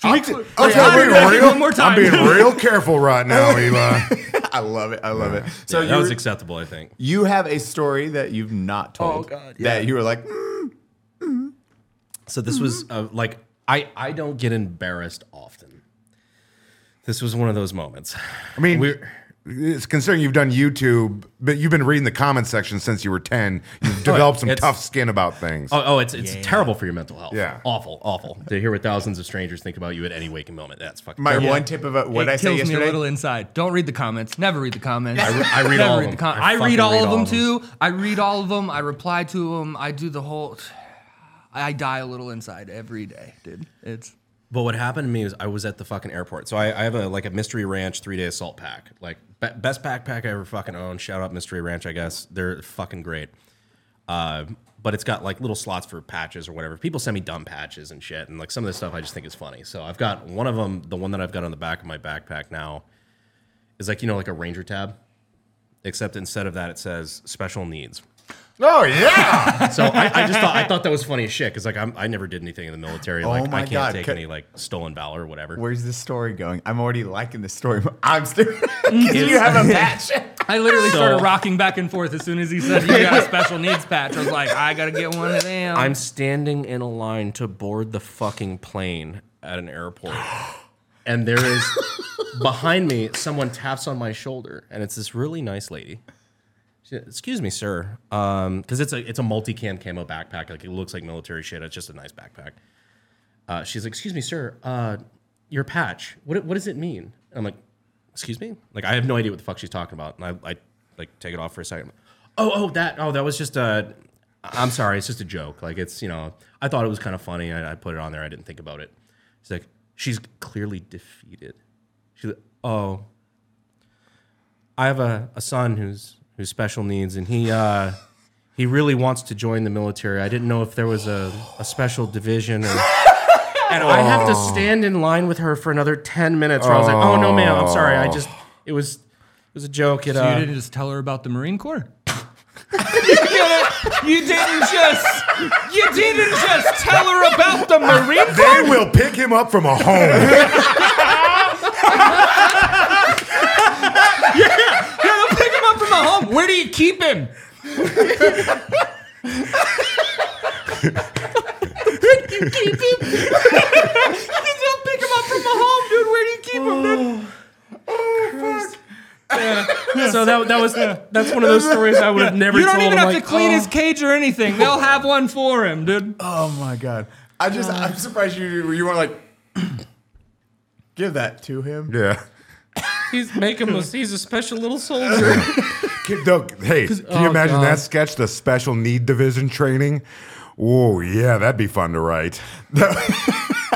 Speaker 1: I did- okay,
Speaker 5: Oh,
Speaker 6: I'm
Speaker 1: I'm
Speaker 6: gonna
Speaker 1: being
Speaker 6: do
Speaker 1: real.
Speaker 6: one more time.
Speaker 1: I'm being real careful right now, Eli.
Speaker 5: I love it. I love it. So
Speaker 3: So that was
Speaker 5: you,
Speaker 3: acceptable, I think.
Speaker 5: you have a story that you've not
Speaker 6: Oh,
Speaker 5: told. That you were like, "Mm,
Speaker 3: So this was
Speaker 5: Mm-hmm.
Speaker 3: uh, like I I don't get embarrassed often. This was one of those moments.
Speaker 1: I mean,
Speaker 3: We're-
Speaker 1: it's considering you've done YouTube, but you've been reading the comment section since you were 10. You've developed some
Speaker 3: it's-
Speaker 1: tough skin about things.
Speaker 3: Oh, oh it's it's terrible for your mental health.
Speaker 1: Yeah.
Speaker 3: awful, awful. To hear what thousands of strangers think about you at any waking moment. That's fucking.
Speaker 5: my
Speaker 3: terrible.
Speaker 5: one tip of what
Speaker 6: it
Speaker 5: I say
Speaker 6: kills me a
Speaker 5: yesterday.
Speaker 6: little inside. Don't read the comments. Never read the comments.
Speaker 3: I re- I read
Speaker 6: Never
Speaker 3: all of
Speaker 6: the
Speaker 3: them.
Speaker 6: com-
Speaker 3: I
Speaker 6: I, read
Speaker 3: fucking
Speaker 6: all
Speaker 3: read
Speaker 6: of
Speaker 3: all
Speaker 6: them
Speaker 3: of them.
Speaker 6: too. I read all of them. I reply to them. I do the whole. I die a little inside every day, dude. It's
Speaker 3: But what happened to me is I was at the fucking airport. So I, I have a like a mystery ranch three day assault pack, like be- best backpack I ever fucking owned. Shout out mystery ranch, I guess they're fucking great. Uh, but it's got like little slots for patches or whatever. People send me dumb patches and shit, and like some of this stuff I just think is funny. So I've got one of them, the one that I've got on the back of my backpack now, is like you know like a ranger tab, except instead of that it says special needs.
Speaker 1: oh yeah.
Speaker 3: So I, I just thought I thought that was funny as shit because like I'm, I never did anything in the military. Like
Speaker 5: Oh my
Speaker 3: I can't
Speaker 5: God.
Speaker 3: take
Speaker 5: Could-
Speaker 3: any like stolen valor or whatever.
Speaker 5: Where's this story going? I'm already liking this story. but I'm still. 'Cause you have a patch.
Speaker 6: I literally
Speaker 3: So-
Speaker 6: started rocking back and forth as soon as he said you got a special needs patch. I was like, I gotta get one of them.
Speaker 3: I'm standing in a line to board the fucking plane at an airport. And there is behind me, someone taps on my shoulder, and it's this really nice lady. She said, Excuse me, sir, because it's a it's a multicam camo backpack. Like it looks like military shit. It's just a nice backpack. Uh, she's like, "Excuse me, sir, uh, your patch. What what does it mean?" And I'm like, "Excuse me." Like I have no idea what the fuck she's talking about, and I, I like take it off for a second. Oh, oh, that. Oh, that was just a. I'm sorry, it's just a joke. Like it's you know, I thought it was kind of funny. I, I put it on there. I didn't think about it. She's like, she's clearly defeated. She's like, oh, I have a, a son who's who's special needs, and he uh, he really wants to join the military. I didn't know if there was a, a special division or. And I have to stand in line with her for another ten minutes. Where I was like, "Oh no, ma'am, I'm sorry. I just it was it was a joke." It,
Speaker 6: So
Speaker 3: uh,
Speaker 6: you didn't just tell her about the Marine Corps. you didn't just. You didn't just tell her about the Marine Corps.
Speaker 1: They will pick him up from a home.
Speaker 6: Yeah, they'll pick him up from the home. Where do you keep him? I'll pick him up from my home, dude. Where do you keep him?
Speaker 3: Oh, So that, that was that's one of those stories I would have never
Speaker 6: You don't
Speaker 3: told.
Speaker 6: even
Speaker 3: I'm
Speaker 6: have
Speaker 3: like, oh.
Speaker 6: to clean his cage or anything. They'll have one for him, dude.
Speaker 5: Oh my god! I just I'm surprised you you weren't like give that to him.
Speaker 1: Yeah.
Speaker 3: He's make him a he's a special little soldier.
Speaker 1: Can, no, hey, can you
Speaker 3: oh,
Speaker 1: imagine
Speaker 3: God.
Speaker 1: that sketch, the special need division training? Oh, yeah, that'd be fun to write.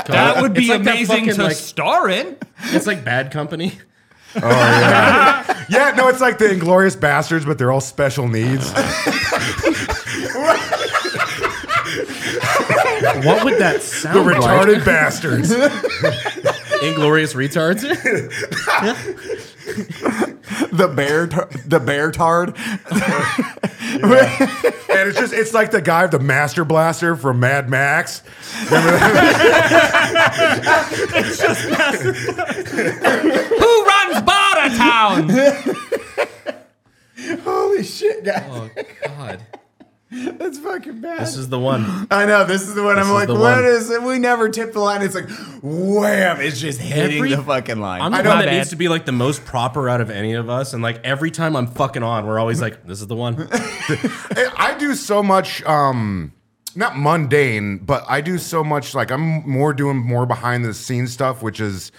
Speaker 6: That would be
Speaker 3: like that
Speaker 6: amazing
Speaker 3: fucking,
Speaker 6: to
Speaker 3: like-
Speaker 6: star in.
Speaker 3: it's like bad company.
Speaker 1: yeah, no, it's like the Inglorious Bastards, but they're all special needs.
Speaker 3: What would that
Speaker 1: The
Speaker 3: sound
Speaker 1: retarded bastards.
Speaker 3: Inglorious retards.
Speaker 5: The bear, tar- the bear tard.
Speaker 1: And it's just, it's like the guy with the Master Blaster from Mad Max.
Speaker 6: Who runs Barter Town?
Speaker 5: Holy shit, guys!
Speaker 3: Oh, God,
Speaker 5: That's fucking bad.
Speaker 3: this is the one.
Speaker 5: I know this is the one. I'm
Speaker 3: is
Speaker 5: like,
Speaker 3: the
Speaker 5: what
Speaker 3: one.
Speaker 5: is it? We never tip the line. It's like, wham! It's just hitting
Speaker 3: Every-
Speaker 5: the fucking line.
Speaker 3: I'm
Speaker 5: I
Speaker 3: the
Speaker 5: know
Speaker 3: one that
Speaker 5: that-
Speaker 3: needs to be like the most proper out of any of us, and like every time I'm fucking on, we're always like, "This is the one."
Speaker 1: I do so much, um, not mundane, but I do so much, like, I'm more doing more behind the scenes stuff, which is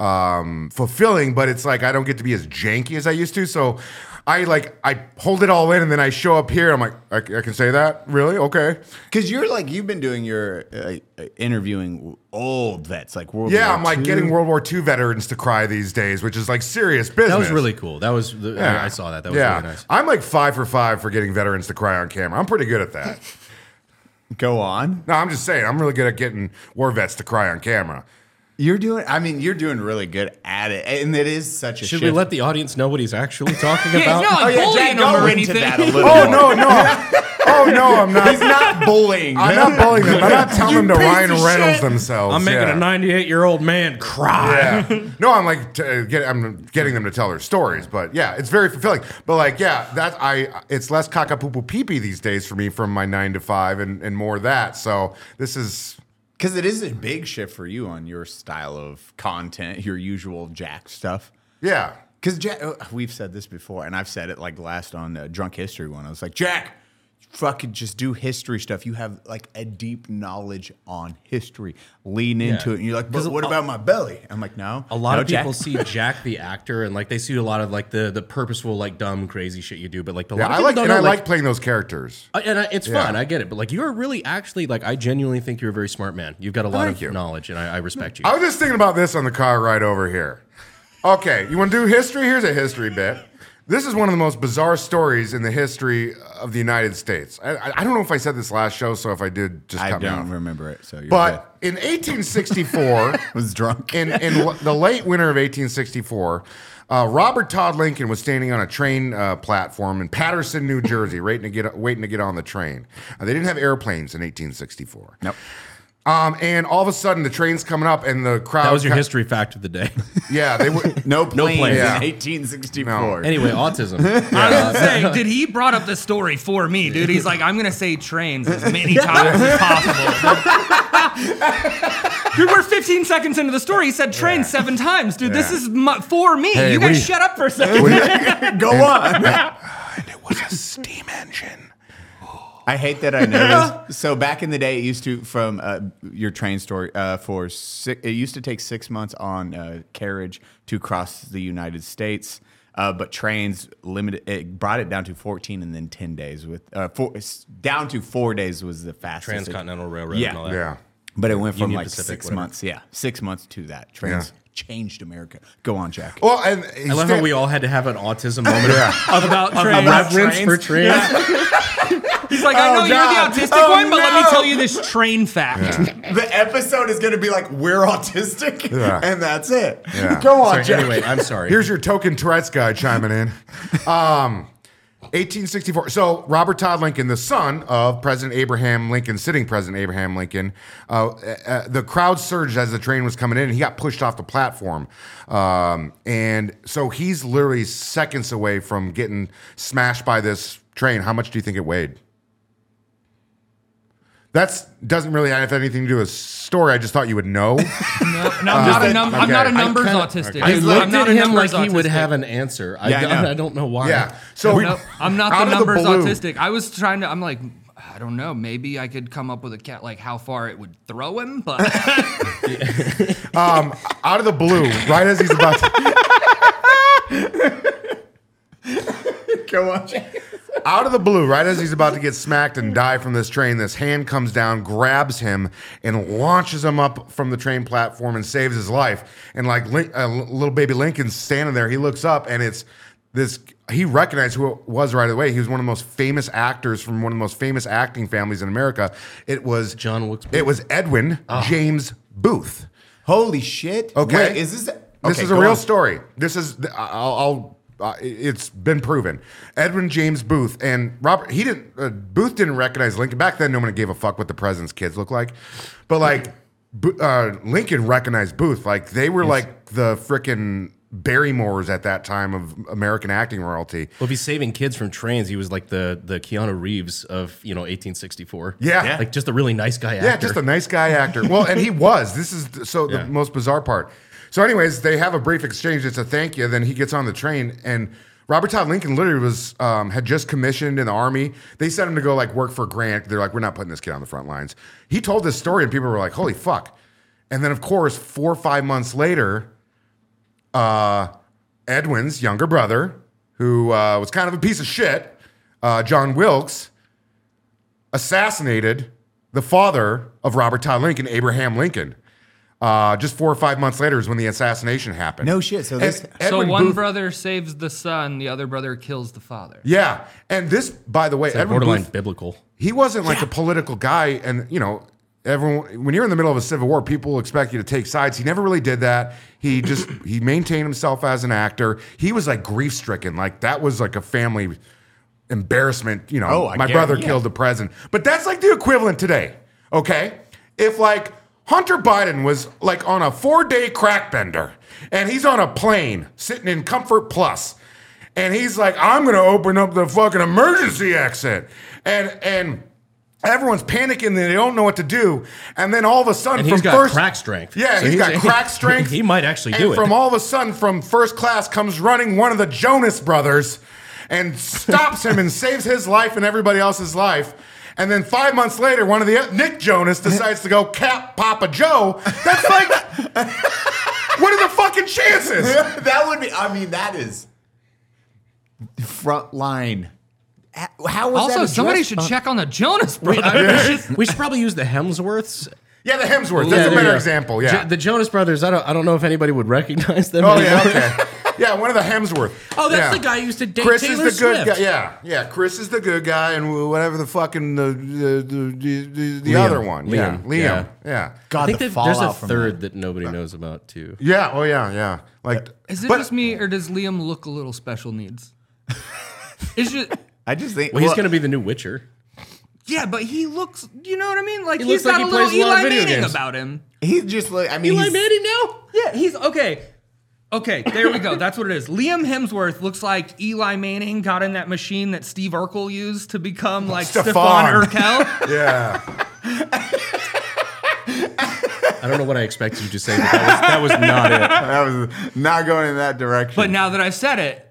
Speaker 1: um, fulfilling, but it's like I don't get to be as janky as I used to. So I like, I hold it all in and then I show up here. I'm like, I, I can say that? Really? Okay.
Speaker 5: Because you're like you've been doing your uh, uh, interviewing old vets, like World
Speaker 1: Yeah,
Speaker 5: War
Speaker 1: I'm like
Speaker 5: II.
Speaker 1: getting World War II veterans to cry these days, which is like serious business.
Speaker 3: That was really cool. That was the,
Speaker 1: Yeah.
Speaker 3: I, I saw that. That was
Speaker 1: yeah.
Speaker 3: really nice.
Speaker 1: I'm like five for five for getting veterans to cry on camera. I'm pretty good at that.
Speaker 5: Go on.
Speaker 1: no, I'm just saying, I'm really good at getting war vets to cry on camera.
Speaker 5: You're doing. I mean, you're doing really good at it, and it is such a.
Speaker 3: Should
Speaker 5: shift.
Speaker 3: we let the audience know what he's actually talking about?
Speaker 6: Yeah, he's not
Speaker 5: Oh
Speaker 6: like
Speaker 5: yeah,
Speaker 6: bullying them
Speaker 5: Jack, go
Speaker 6: or
Speaker 5: into that a
Speaker 6: anything.
Speaker 5: little.
Speaker 1: Oh no,
Speaker 5: more.
Speaker 1: no, oh no, I'm
Speaker 5: he's
Speaker 1: not.
Speaker 5: not bullying.
Speaker 1: I'm
Speaker 5: them.
Speaker 1: not bullying them. I'm not telling them to
Speaker 5: piece
Speaker 1: Ryan
Speaker 5: of
Speaker 1: Reynolds
Speaker 5: shit.
Speaker 1: themselves.
Speaker 3: I'm making
Speaker 1: yeah.
Speaker 3: a 98 year old man cry.
Speaker 1: Yeah. No, I'm like t- uh, get, I'm getting them to tell their stories, but yeah, it's very fulfilling. But like, yeah, that I it's less cockapoo pee pee these days for me from my nine to five and and more that. So this is
Speaker 5: Because it is a big shift for you on your style of content, your usual Jack stuff.
Speaker 1: yeah.
Speaker 5: Because Jack, uh, we've said this before, and I've said it like last on the Drunk History one. I was like, Jack, fucking just do history stuff. You have like a deep knowledge on history. Lean into it. And you're like, but
Speaker 3: 'Cause
Speaker 5: what
Speaker 3: a-
Speaker 5: about my belly? I'm like, no.
Speaker 3: A lot
Speaker 5: no,
Speaker 3: of
Speaker 5: Jack."
Speaker 3: people see Jack the actor and like they see a lot of like the the purposeful like dumb crazy shit you do, but like a lot
Speaker 1: Yeah,
Speaker 3: of
Speaker 1: I
Speaker 3: people
Speaker 1: like
Speaker 3: don't
Speaker 1: and
Speaker 3: know,
Speaker 1: I
Speaker 3: like,
Speaker 1: like playing those characters.
Speaker 3: I- and I, it's fun. I get it, but like you are really actually like I genuinely think you're a very smart man. You've got a lot
Speaker 1: Thank
Speaker 3: of
Speaker 1: you.
Speaker 3: knowledge, and I, I respect you.
Speaker 1: I was just thinking about this on the car ride over here. Okay, you want to do history? Here's a history bit. This is one of the most bizarre stories in the history of the United States. I, I- I don't know if I said this last show, so if I did, just
Speaker 5: I
Speaker 1: cut me off.
Speaker 5: don't remember it. So you're good.
Speaker 1: But in 1864,
Speaker 5: I was drunk.
Speaker 1: in, in l- the late winter of 1864, uh, Robert Todd Lincoln was standing on a train uh, platform in Patterson, New Jersey, waiting to get uh, waiting to get on the train. Uh, they didn't have airplanes in 1864.
Speaker 5: Nope.
Speaker 1: Um, and all of a sudden, the train's coming up, and the crowd.
Speaker 3: that was your
Speaker 1: ki-
Speaker 3: history fact of the day.
Speaker 1: Yeah, they were.
Speaker 5: No planes,
Speaker 3: planes.
Speaker 5: in
Speaker 1: Yeah.
Speaker 5: 1864.
Speaker 3: anyway, autism.
Speaker 6: I was gonna say, did he brought up this story for me, dude? He's like, I'm gonna say trains as many times as possible. dude, we're 15 seconds into the story. He said trains seven times, dude. This
Speaker 1: Yeah.
Speaker 6: is mu for me.
Speaker 1: Hey,
Speaker 6: you guys
Speaker 1: we-
Speaker 6: shut up for a second.
Speaker 5: Go on.
Speaker 1: and it was a steam engine.
Speaker 5: I hate that I know this. So back in the day, it used to from uh, your train story uh, for six, it used to take six months on uh, carriage to cross the United States, uh, but trains limited it brought it down to fourteen and then ten days with uh, four, it's down to four days was the fastest.
Speaker 3: Transcontinental Railroad
Speaker 5: Yeah.
Speaker 3: and all that.
Speaker 1: Yeah.
Speaker 5: but it went from
Speaker 3: Union
Speaker 5: like
Speaker 3: Pacific,
Speaker 5: six
Speaker 3: whatever.
Speaker 5: months, yeah, six months to that trains changed America. Go on, Jack.
Speaker 1: Well, and
Speaker 3: I love how we all had to have an autism moment of- of,
Speaker 6: About
Speaker 3: of
Speaker 6: trains.
Speaker 3: reverence for trains.
Speaker 6: He's like, I know
Speaker 5: Oh,
Speaker 6: you're
Speaker 5: God.
Speaker 6: the autistic
Speaker 5: Oh,
Speaker 6: one, but let me
Speaker 5: no.
Speaker 6: tell you this train fact.
Speaker 5: the episode is going to be like we're autistic,
Speaker 1: Yeah.
Speaker 5: and that's it.
Speaker 1: Yeah.
Speaker 5: Go on,
Speaker 3: Sorry,
Speaker 5: Jack.
Speaker 3: anyway, I'm sorry.
Speaker 1: Here's your token Tourette's guy chiming in. Um, 1864. So Robert Todd Lincoln, the son of President Abraham Lincoln, sitting President Abraham Lincoln, uh, uh, the crowd surged as the train was coming in, and he got pushed off the platform. Um, and so he's literally seconds away from getting smashed by this train. How much do you think it weighed? That's doesn't really have anything to do with story. I just thought you would know.
Speaker 6: No, I'm, not, a num- I'm
Speaker 1: okay.
Speaker 6: not a
Speaker 1: I
Speaker 6: numbers
Speaker 3: kinda-
Speaker 6: autistic.
Speaker 3: I
Speaker 6: I'm
Speaker 3: looked
Speaker 6: not
Speaker 3: at
Speaker 6: a
Speaker 3: him like
Speaker 6: numbers
Speaker 3: he would
Speaker 6: autistic.
Speaker 3: have an answer. I,
Speaker 5: Yeah, I know.
Speaker 3: I, don't know why.
Speaker 1: yeah.
Speaker 3: Oh,
Speaker 1: So we,
Speaker 6: No, I'm not
Speaker 1: out
Speaker 6: the
Speaker 1: of
Speaker 6: numbers
Speaker 1: blue-
Speaker 6: autistic. I was trying to. I'm like, I don't know. Maybe I could come up with a cat like how far it would throw him, but
Speaker 1: Um, out of the blue, right as he's about to go on. Out of the blue, right as he's about to get smacked and die from this train, this hand comes down, grabs him, and launches him up from the train platform and saves his life. And like Lin- uh, little baby Lincoln's standing there, he looks up and it's this. He recognized who it was right away. He was one of the most famous actors from one of the most famous acting families in America. It was
Speaker 3: John Wilkes Booth. Ah.
Speaker 1: It was Edwin James Booth.
Speaker 5: Holy shit.
Speaker 1: Okay.
Speaker 5: Wait, is this? Okay,
Speaker 1: This is a
Speaker 5: go
Speaker 1: real
Speaker 5: on.
Speaker 1: story. This is I'll, I'll uh, it's been proven. Edwin James Booth and Robert he didn't uh, Booth didn't recognize Lincoln back then. No one gave a fuck what the president's kids look like, but like Bo- uh, Lincoln recognized Booth. Like they were like the freaking Barrymores at that time of American acting royalty.
Speaker 3: Well, if he's saving kids from trains, he was like the the Keanu Reeves of you know 1864.
Speaker 1: Yeah. Yeah.
Speaker 3: like just a really nice guy.
Speaker 1: Yeah,
Speaker 3: actor.
Speaker 1: just a nice guy actor. Well, and he was. This is th- so
Speaker 3: Yeah.
Speaker 1: the most bizarre part. So, anyways, they have a brief exchange. It's a thank you. Then he gets on the train, and Robert Todd Lincoln literally was um, had just commissioned in the army. They sent him to go like work for Grant. They're like, we're not putting this kid on the front lines. He told this story, and people were like, holy fuck. And then, of course, four or five months later, uh, Edwin's younger brother, who uh, was kind of a piece of shit, uh, John Wilkes, assassinated the father of Robert Todd Lincoln, Abraham Lincoln. Uh, just four or five months later is when the assassination happened.
Speaker 5: No shit, so
Speaker 1: And
Speaker 5: this-
Speaker 1: Edwin
Speaker 6: so one
Speaker 1: Booth-
Speaker 6: brother saves the son, the other brother kills the father.
Speaker 1: Yeah, and this, by the way,
Speaker 3: Like
Speaker 1: Edwin
Speaker 3: borderline
Speaker 1: Booth,
Speaker 3: biblical.
Speaker 1: he wasn't like a political guy, and you know, everyone. When you're in the middle of a civil war, people expect you to take sides. He never really did that. He just he maintained himself as an actor. He was like grief stricken, like that was like a family embarrassment. You know,
Speaker 5: Oh, I
Speaker 1: my
Speaker 5: get it.
Speaker 1: brother
Speaker 5: Yeah.
Speaker 1: killed the president, but that's like the equivalent today. Okay, if like Hunter Biden was like on a four day crack bender, and he's on a plane sitting in Comfort Plus, and he's like, I'm gonna open up the fucking emergency exit, and and everyone's panicking, they don't know what to do, and then all of a sudden,
Speaker 3: And
Speaker 1: from
Speaker 3: he's got
Speaker 1: first
Speaker 3: crack strength.
Speaker 1: yeah,
Speaker 3: So
Speaker 1: he's got
Speaker 3: he's-
Speaker 1: crack strength.
Speaker 3: he might actually
Speaker 1: and
Speaker 3: do it.
Speaker 1: From all of a sudden, from first class comes running one of the Jonas brothers, and stops him and saves his life and everybody else's life. And then five months later, one of the Nick Jonas decides to go cap Papa Joe. That's like, what are the fucking chances?
Speaker 5: that would be. I mean, that is front line. H- How was that
Speaker 6: Also, somebody
Speaker 5: addressed Oh,
Speaker 6: should
Speaker 5: on-
Speaker 6: check on the Jonas
Speaker 3: We,
Speaker 6: brother.
Speaker 3: we should probably use the Hemsworths.
Speaker 1: Yeah, the Hemsworth. That's a
Speaker 3: there you
Speaker 1: better
Speaker 3: go.
Speaker 1: example. Yeah.
Speaker 3: Jo- the Jonas Brothers. I don't. I don't know if anybody would recognize them.
Speaker 1: oh
Speaker 3: anymore.
Speaker 1: yeah. Okay. Yeah, one of the Hemsworth.
Speaker 3: Oh, that's
Speaker 1: Yeah.
Speaker 3: the guy who used to date
Speaker 1: Chris
Speaker 3: Taylor
Speaker 1: is the good
Speaker 3: Swift.
Speaker 1: guy. Yeah, yeah. Chris is the good guy, and whatever the fucking the the the, the, the other one. Yeah,
Speaker 3: Liam.
Speaker 1: Liam.
Speaker 3: Yeah.
Speaker 1: Yeah. yeah.
Speaker 5: God,
Speaker 3: I think
Speaker 5: the
Speaker 3: that there's a
Speaker 5: fallout from that.
Speaker 3: third that. nobody knows about too.
Speaker 1: Oh yeah. Yeah. Like.
Speaker 6: Is it
Speaker 1: but-
Speaker 6: just me, or does Liam look a little special needs? It's just
Speaker 5: I just think
Speaker 3: Well, he's
Speaker 5: well,
Speaker 3: gonna be the new Witcher.
Speaker 6: yeah, but he looks. You know what I mean? Like
Speaker 3: He
Speaker 6: he's
Speaker 3: looks like
Speaker 6: got a
Speaker 3: he
Speaker 6: little
Speaker 3: plays a lot of
Speaker 6: Eli
Speaker 3: video
Speaker 6: Manning
Speaker 3: games.
Speaker 6: about him.
Speaker 5: He just look. I mean,
Speaker 3: Eli
Speaker 5: he's-
Speaker 3: Manning now.
Speaker 6: Yeah, he's okay. Okay, there we go. That's what it is. Liam Hemsworth looks like Eli Manning got in that machine that Steve Urkel used to become like Stefan
Speaker 1: Stefan.
Speaker 6: Urkel.
Speaker 1: Yeah.
Speaker 3: I don't know what I expected you to say, but that was, that was not it.
Speaker 5: that was not going in that direction.
Speaker 6: but now that I've said it,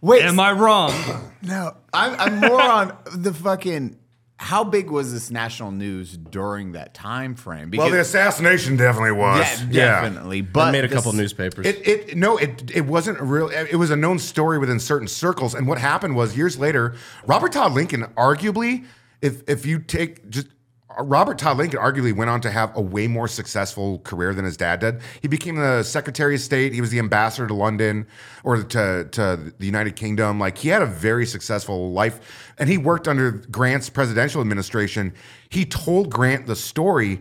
Speaker 5: wait,
Speaker 6: am I wrong?
Speaker 5: no, I'm, I'm more on the fucking. How big was this national news during that time frame?
Speaker 1: well, the assassination definitely was.
Speaker 5: yeah, definitely. But
Speaker 3: I made a
Speaker 5: this-
Speaker 3: couple newspapers.
Speaker 1: It, it no it it wasn't a real it was a known story within certain circles and what happened was years later Robert Todd Lincoln arguably if if you take just Robert Todd Lincoln arguably went on to have a way more successful career than his dad did. He became the Secretary of State. He was the ambassador to London or to, to the United Kingdom. Like he had a very successful life and he worked under Grant's presidential administration. He told Grant the story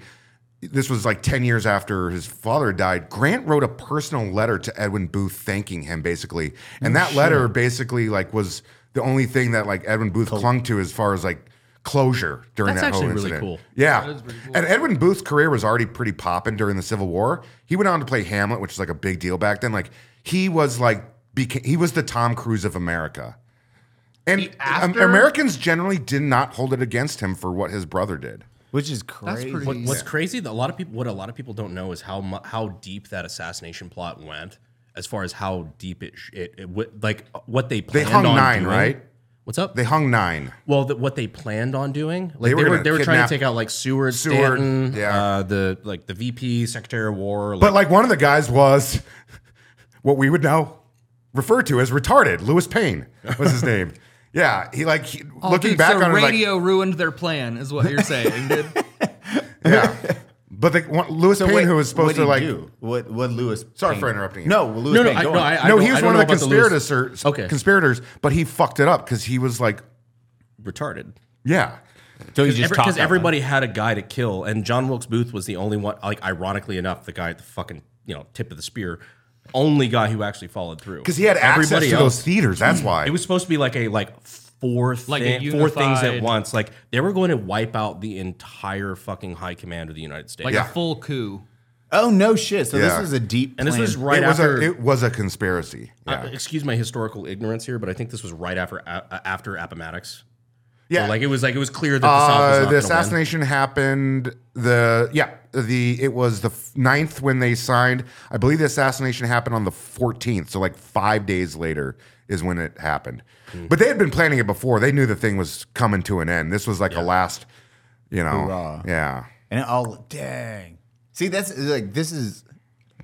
Speaker 1: this was like 10 years after his father died. Grant wrote a personal letter to Edwin Booth thanking him basically. And that letter basically like was the only thing that like Edwin Booth clung to as far as like closure during
Speaker 3: That's
Speaker 1: that whole
Speaker 3: actually really
Speaker 1: incident.
Speaker 3: cool.
Speaker 1: Yeah. And Edwin Booth's career was already pretty poppin' during the Civil War. He went on to play Hamlet, which is like a big deal back then. Like he was like became, he was the Tom Cruise of America. And um, Americans generally did not hold it against him for what his brother did.
Speaker 5: which is crazy.
Speaker 15: pretty-
Speaker 3: What, what's crazy that a lot of people what a lot of people don't know is how mu- how deep that assassination plot went as far as how deep it sh- it, it went- like uh, what they planned
Speaker 1: hung
Speaker 3: on
Speaker 1: nine,
Speaker 3: doing.
Speaker 1: right?
Speaker 3: What's up?
Speaker 1: They hung nine.
Speaker 3: well, the, what they planned on doing, like
Speaker 1: They
Speaker 3: they
Speaker 1: were
Speaker 3: were they were,
Speaker 1: gonna
Speaker 3: trying
Speaker 1: kidnap
Speaker 3: to take out like Seward,
Speaker 1: Seward,
Speaker 3: Stanton,
Speaker 1: yeah.
Speaker 3: uh, the like the VP, Secretary of War, like,
Speaker 1: But like one of the guys was what we would now refer to as retarded. Louis Payne was his name. Yeah, he like he-
Speaker 6: Oh,
Speaker 1: looking
Speaker 6: dude,
Speaker 1: back
Speaker 6: so
Speaker 1: on it, like,
Speaker 6: radio ruined their plan, is what you're saying, dude.
Speaker 1: yeah. But the one, Louis Payne,
Speaker 5: wait,
Speaker 1: who was
Speaker 5: what'd
Speaker 1: supposed
Speaker 5: he
Speaker 1: to like,
Speaker 5: do? what? What Lewis?
Speaker 1: Sorry
Speaker 5: Payne-
Speaker 1: for interrupting you.
Speaker 5: No, Lewis.
Speaker 3: no, no,
Speaker 5: Payne,
Speaker 3: I,
Speaker 5: go
Speaker 3: no,
Speaker 5: on.
Speaker 3: I, I
Speaker 1: no,
Speaker 3: don't-
Speaker 1: he was
Speaker 3: I don't
Speaker 1: one of
Speaker 3: know
Speaker 1: the
Speaker 3: about Lewis-
Speaker 1: conspirators.
Speaker 3: Okay.
Speaker 1: conspirators, but he fucked it up because he was like,
Speaker 3: retarded.
Speaker 1: yeah,
Speaker 5: so he just
Speaker 3: Because
Speaker 5: talked up.
Speaker 3: everybody had a guy to kill, and John Wilkes Booth was the only one. Like, ironically enough, the guy at the fucking you know tip of the spear, only guy who actually followed through.
Speaker 1: because he had access
Speaker 3: Everybody
Speaker 1: to
Speaker 3: else- Mm.
Speaker 1: those theaters. That's why.
Speaker 3: It was supposed to be like a like four
Speaker 6: Like
Speaker 3: thi-
Speaker 6: a
Speaker 3: four things at
Speaker 6: unified-
Speaker 3: once. Like they were going to wipe out the entire fucking high command of the United States.
Speaker 6: Like
Speaker 1: Yeah.
Speaker 6: a full coup.
Speaker 5: Oh no, shit. So
Speaker 1: Yeah.
Speaker 5: this is a deep.
Speaker 3: and this
Speaker 5: plan.
Speaker 3: was right
Speaker 1: it was
Speaker 3: after.
Speaker 1: a it was a conspiracy. Yeah,
Speaker 3: uh, excuse my historical ignorance here, but I think this was right after uh, after Appomattox.
Speaker 1: yeah.
Speaker 3: So, like it was like it was clear that the South was
Speaker 1: Uh,
Speaker 3: not
Speaker 1: the
Speaker 3: gonna win.
Speaker 1: assassination happened. The yeah, the it was the f- ninth when they signed. I believe the assassination happened on the fourteenth, so like five days later is when it happened.
Speaker 3: Hmm.
Speaker 1: But they had been planning it before. They knew the thing was coming to an end. This was like a last, you know,
Speaker 5: Hoorah.
Speaker 1: yeah.
Speaker 5: And it all dang. See, that's like this is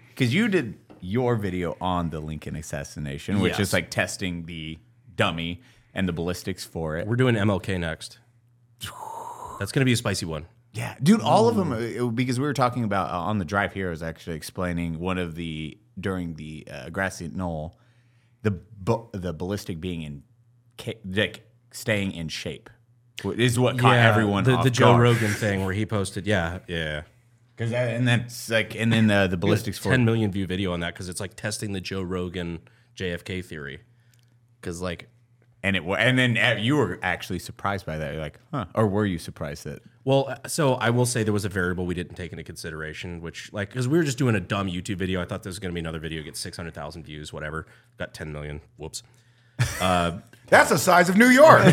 Speaker 5: because you did your video on the Lincoln assassination, which
Speaker 3: Yes.
Speaker 5: is like testing the dummy and the ballistics for it.
Speaker 3: We're doing MLK next. That's gonna be a spicy one.
Speaker 5: Yeah, dude, all of them. uh, Because we were talking about uh, on the drive here, I was actually explaining one of the during the uh, grassy knoll, the bu- the ballistic being in, ca- like staying in shape, wh- is what caught everyone
Speaker 3: the,
Speaker 5: off
Speaker 3: the Joe
Speaker 5: guard.
Speaker 3: Rogan thing where he posted, yeah, yeah,
Speaker 5: 'Cause that- and that's like, and then uh, the ballistics for
Speaker 3: ten million view video on that because it's like testing the Joe Rogan JFK theory. Because like
Speaker 5: and it wa- and then uh, you were actually surprised by that. You're like, huh? Or were you surprised that?
Speaker 3: Well, uh, so I will say there was a variable we didn't take into consideration, which like because we were just doing a dumb YouTube video. I thought this was going to be another video get six hundred thousand views, whatever. Got ten million. Whoops.
Speaker 1: That's the size of New York.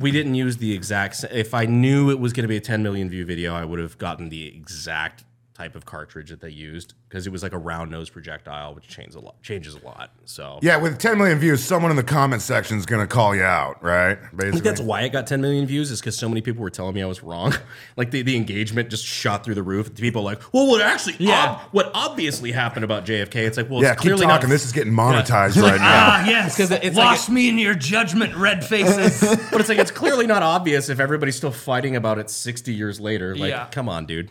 Speaker 3: We didn't use the exact. s- If I knew it was going to be a ten million view video, I would have gotten the exact type of cartridge that they used because it was like a round nose projectile, which changes a lot. Changes a lot. So
Speaker 1: yeah, with 10 million views, someone in the comment section is gonna call you out, right?
Speaker 3: I
Speaker 1: Basically,
Speaker 3: think that's why it got 10 million views is because so many people were telling me I was wrong. like the, the engagement just shot through the roof. People like, well, what actually, yeah. what obviously happened about JFK? It's like, well,
Speaker 1: yeah.
Speaker 3: it's
Speaker 1: Keep
Speaker 3: clearly not-
Speaker 1: talking. This is getting monetized right now.
Speaker 6: Ah, yes.
Speaker 3: it's like
Speaker 6: Lost me in your judgment, red faces.
Speaker 3: but it's like it's clearly not obvious if everybody's still fighting about it 60 years later. Like,
Speaker 6: Yeah.
Speaker 3: come on, dude.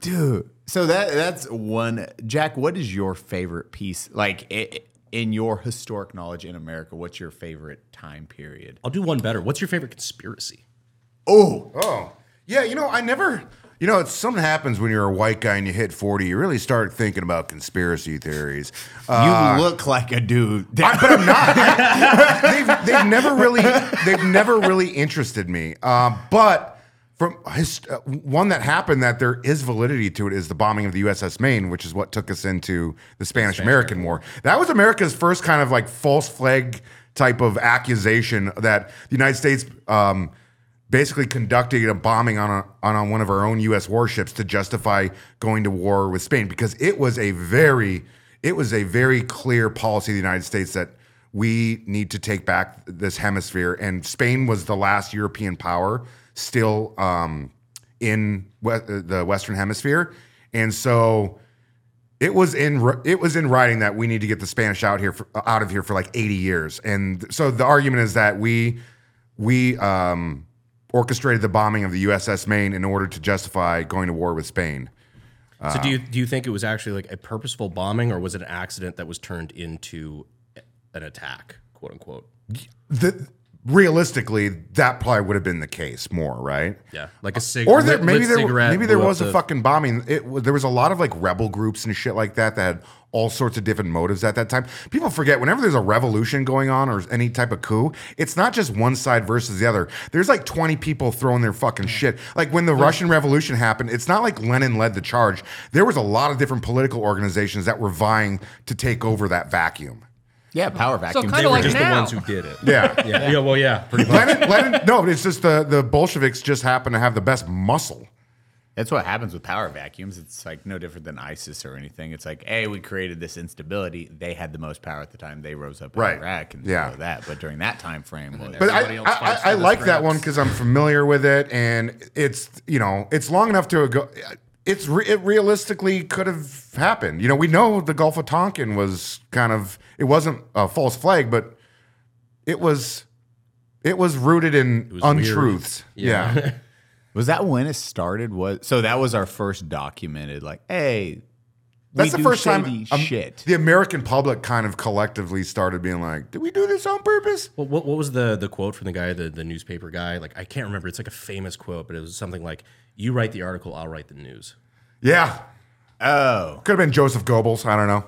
Speaker 5: Dude, so that that's one. Jack, what is your favorite piece? Like i in your historic knowledge in America, what's your favorite time period?
Speaker 3: I'll do one better. What's your favorite conspiracy?
Speaker 5: Oh,
Speaker 1: Oh, yeah. You know, I never. You know, it's, something happens when you're a white guy and you hit 40. You really start thinking about conspiracy theories. Uh,
Speaker 5: you look like a dude. that-
Speaker 1: but I'm not. they've, they've never really, they've never really interested me. Uh, but from his, uh, one that happened that there is validity to it is the bombing of the USS Maine, which is what took us into the Spanish American War. That was America's first kind of like false flag type of accusation that the United States. Um, basically conducting a bombing on, a, on on one of our own U.S. warships to justify going to war with Spain because it was a very it was a very clear policy of the United States that we need to take back this hemisphere and Spain was the last European power still um, in we- uh, the Western Hemisphere and so. It was in wr- it was in writing that we need to get the Spanish out here for, out of here for like 80 years, and so the argument is that we we um, orchestrated the bombing of the USS Maine in order to justify going to war with Spain.
Speaker 3: so
Speaker 1: Uh.
Speaker 3: do you do you think it was actually like a purposeful bombing or was it an accident that was turned into an attack, quote unquote?
Speaker 1: The, realistically, that probably would have been the case more, right?
Speaker 3: Yeah, like a cig-
Speaker 1: Or there,
Speaker 3: lit-
Speaker 1: maybe
Speaker 3: lit
Speaker 1: there
Speaker 3: cigarette
Speaker 1: maybe there
Speaker 3: blew up
Speaker 1: was a
Speaker 3: the-
Speaker 1: fucking bombing. It w- there was a lot of like rebel groups and shit like that that had all sorts of different motives at that time. People forget whenever there's a revolution going on or any type of coup, it's not just one side versus the other. There's like 20 people throwing their fucking shit. Like when the Russian Revolution happened, it's not like Lenin led the charge. There was a lot of different political organizations that were vying to take over that vacuum.
Speaker 5: Yeah, power vacuum.
Speaker 10: kinda like
Speaker 2: just the
Speaker 10: now.
Speaker 2: ones who did it.
Speaker 1: Yeah.
Speaker 2: Yeah. yeah, well, yeah, pretty much.
Speaker 1: Lenin, Lenin, no, it's just the, the Bolsheviks just happen to have the best muscle.
Speaker 5: That's what happens with power vacuums. It's like no different than ISIS or anything. It's like, hey, we created this instability. They had the most power at the time. They rose up in
Speaker 1: Right.
Speaker 5: Iraq and
Speaker 1: Yeah.
Speaker 5: all that. But during that time frame, was,
Speaker 1: But I,
Speaker 16: Everybody else
Speaker 1: I,
Speaker 16: fights
Speaker 1: I, I
Speaker 16: for the
Speaker 1: like that
Speaker 16: scraps.
Speaker 1: one because I'm familiar with it, and it's you know it's long enough to go. It's re- it realistically could have happened. You know, we know the Gulf of Tonkin was kind of it wasn't a false flag, but it was it was rooted in untruths. Yeah,
Speaker 5: was that when it started? Was so that was our first documented like, hey,
Speaker 1: that's
Speaker 5: we
Speaker 1: the
Speaker 5: do
Speaker 1: first time
Speaker 5: shady
Speaker 1: um,
Speaker 5: shit.
Speaker 1: the American public kind of collectively started being like, "Did we do this on purpose?"
Speaker 3: Well, what, what was the the quote from the guy, the, the newspaper guy? Like I can't remember. It's like a famous quote, but it was something like, "You write the article, I'll write the news."
Speaker 1: Yeah,
Speaker 5: oh,
Speaker 1: could have been Joseph Goebbels. I don't know.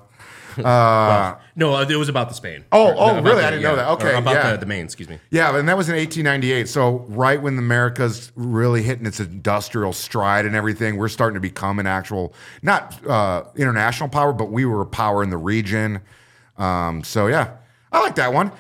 Speaker 3: No, uh, it was about the Spain.
Speaker 1: Oh,
Speaker 3: Or-
Speaker 1: oh,
Speaker 3: about
Speaker 1: really?
Speaker 3: the-
Speaker 1: I didn't know that.
Speaker 3: or
Speaker 1: Okay,
Speaker 3: about
Speaker 1: yeah.
Speaker 3: the, the Maine. Excuse me.
Speaker 1: Yeah, and that was in 1898. So right when America's really hitting its industrial stride and everything, we're starting to become an actual not uh, international power, but we were a power in the region. Um, so yeah, I like that one.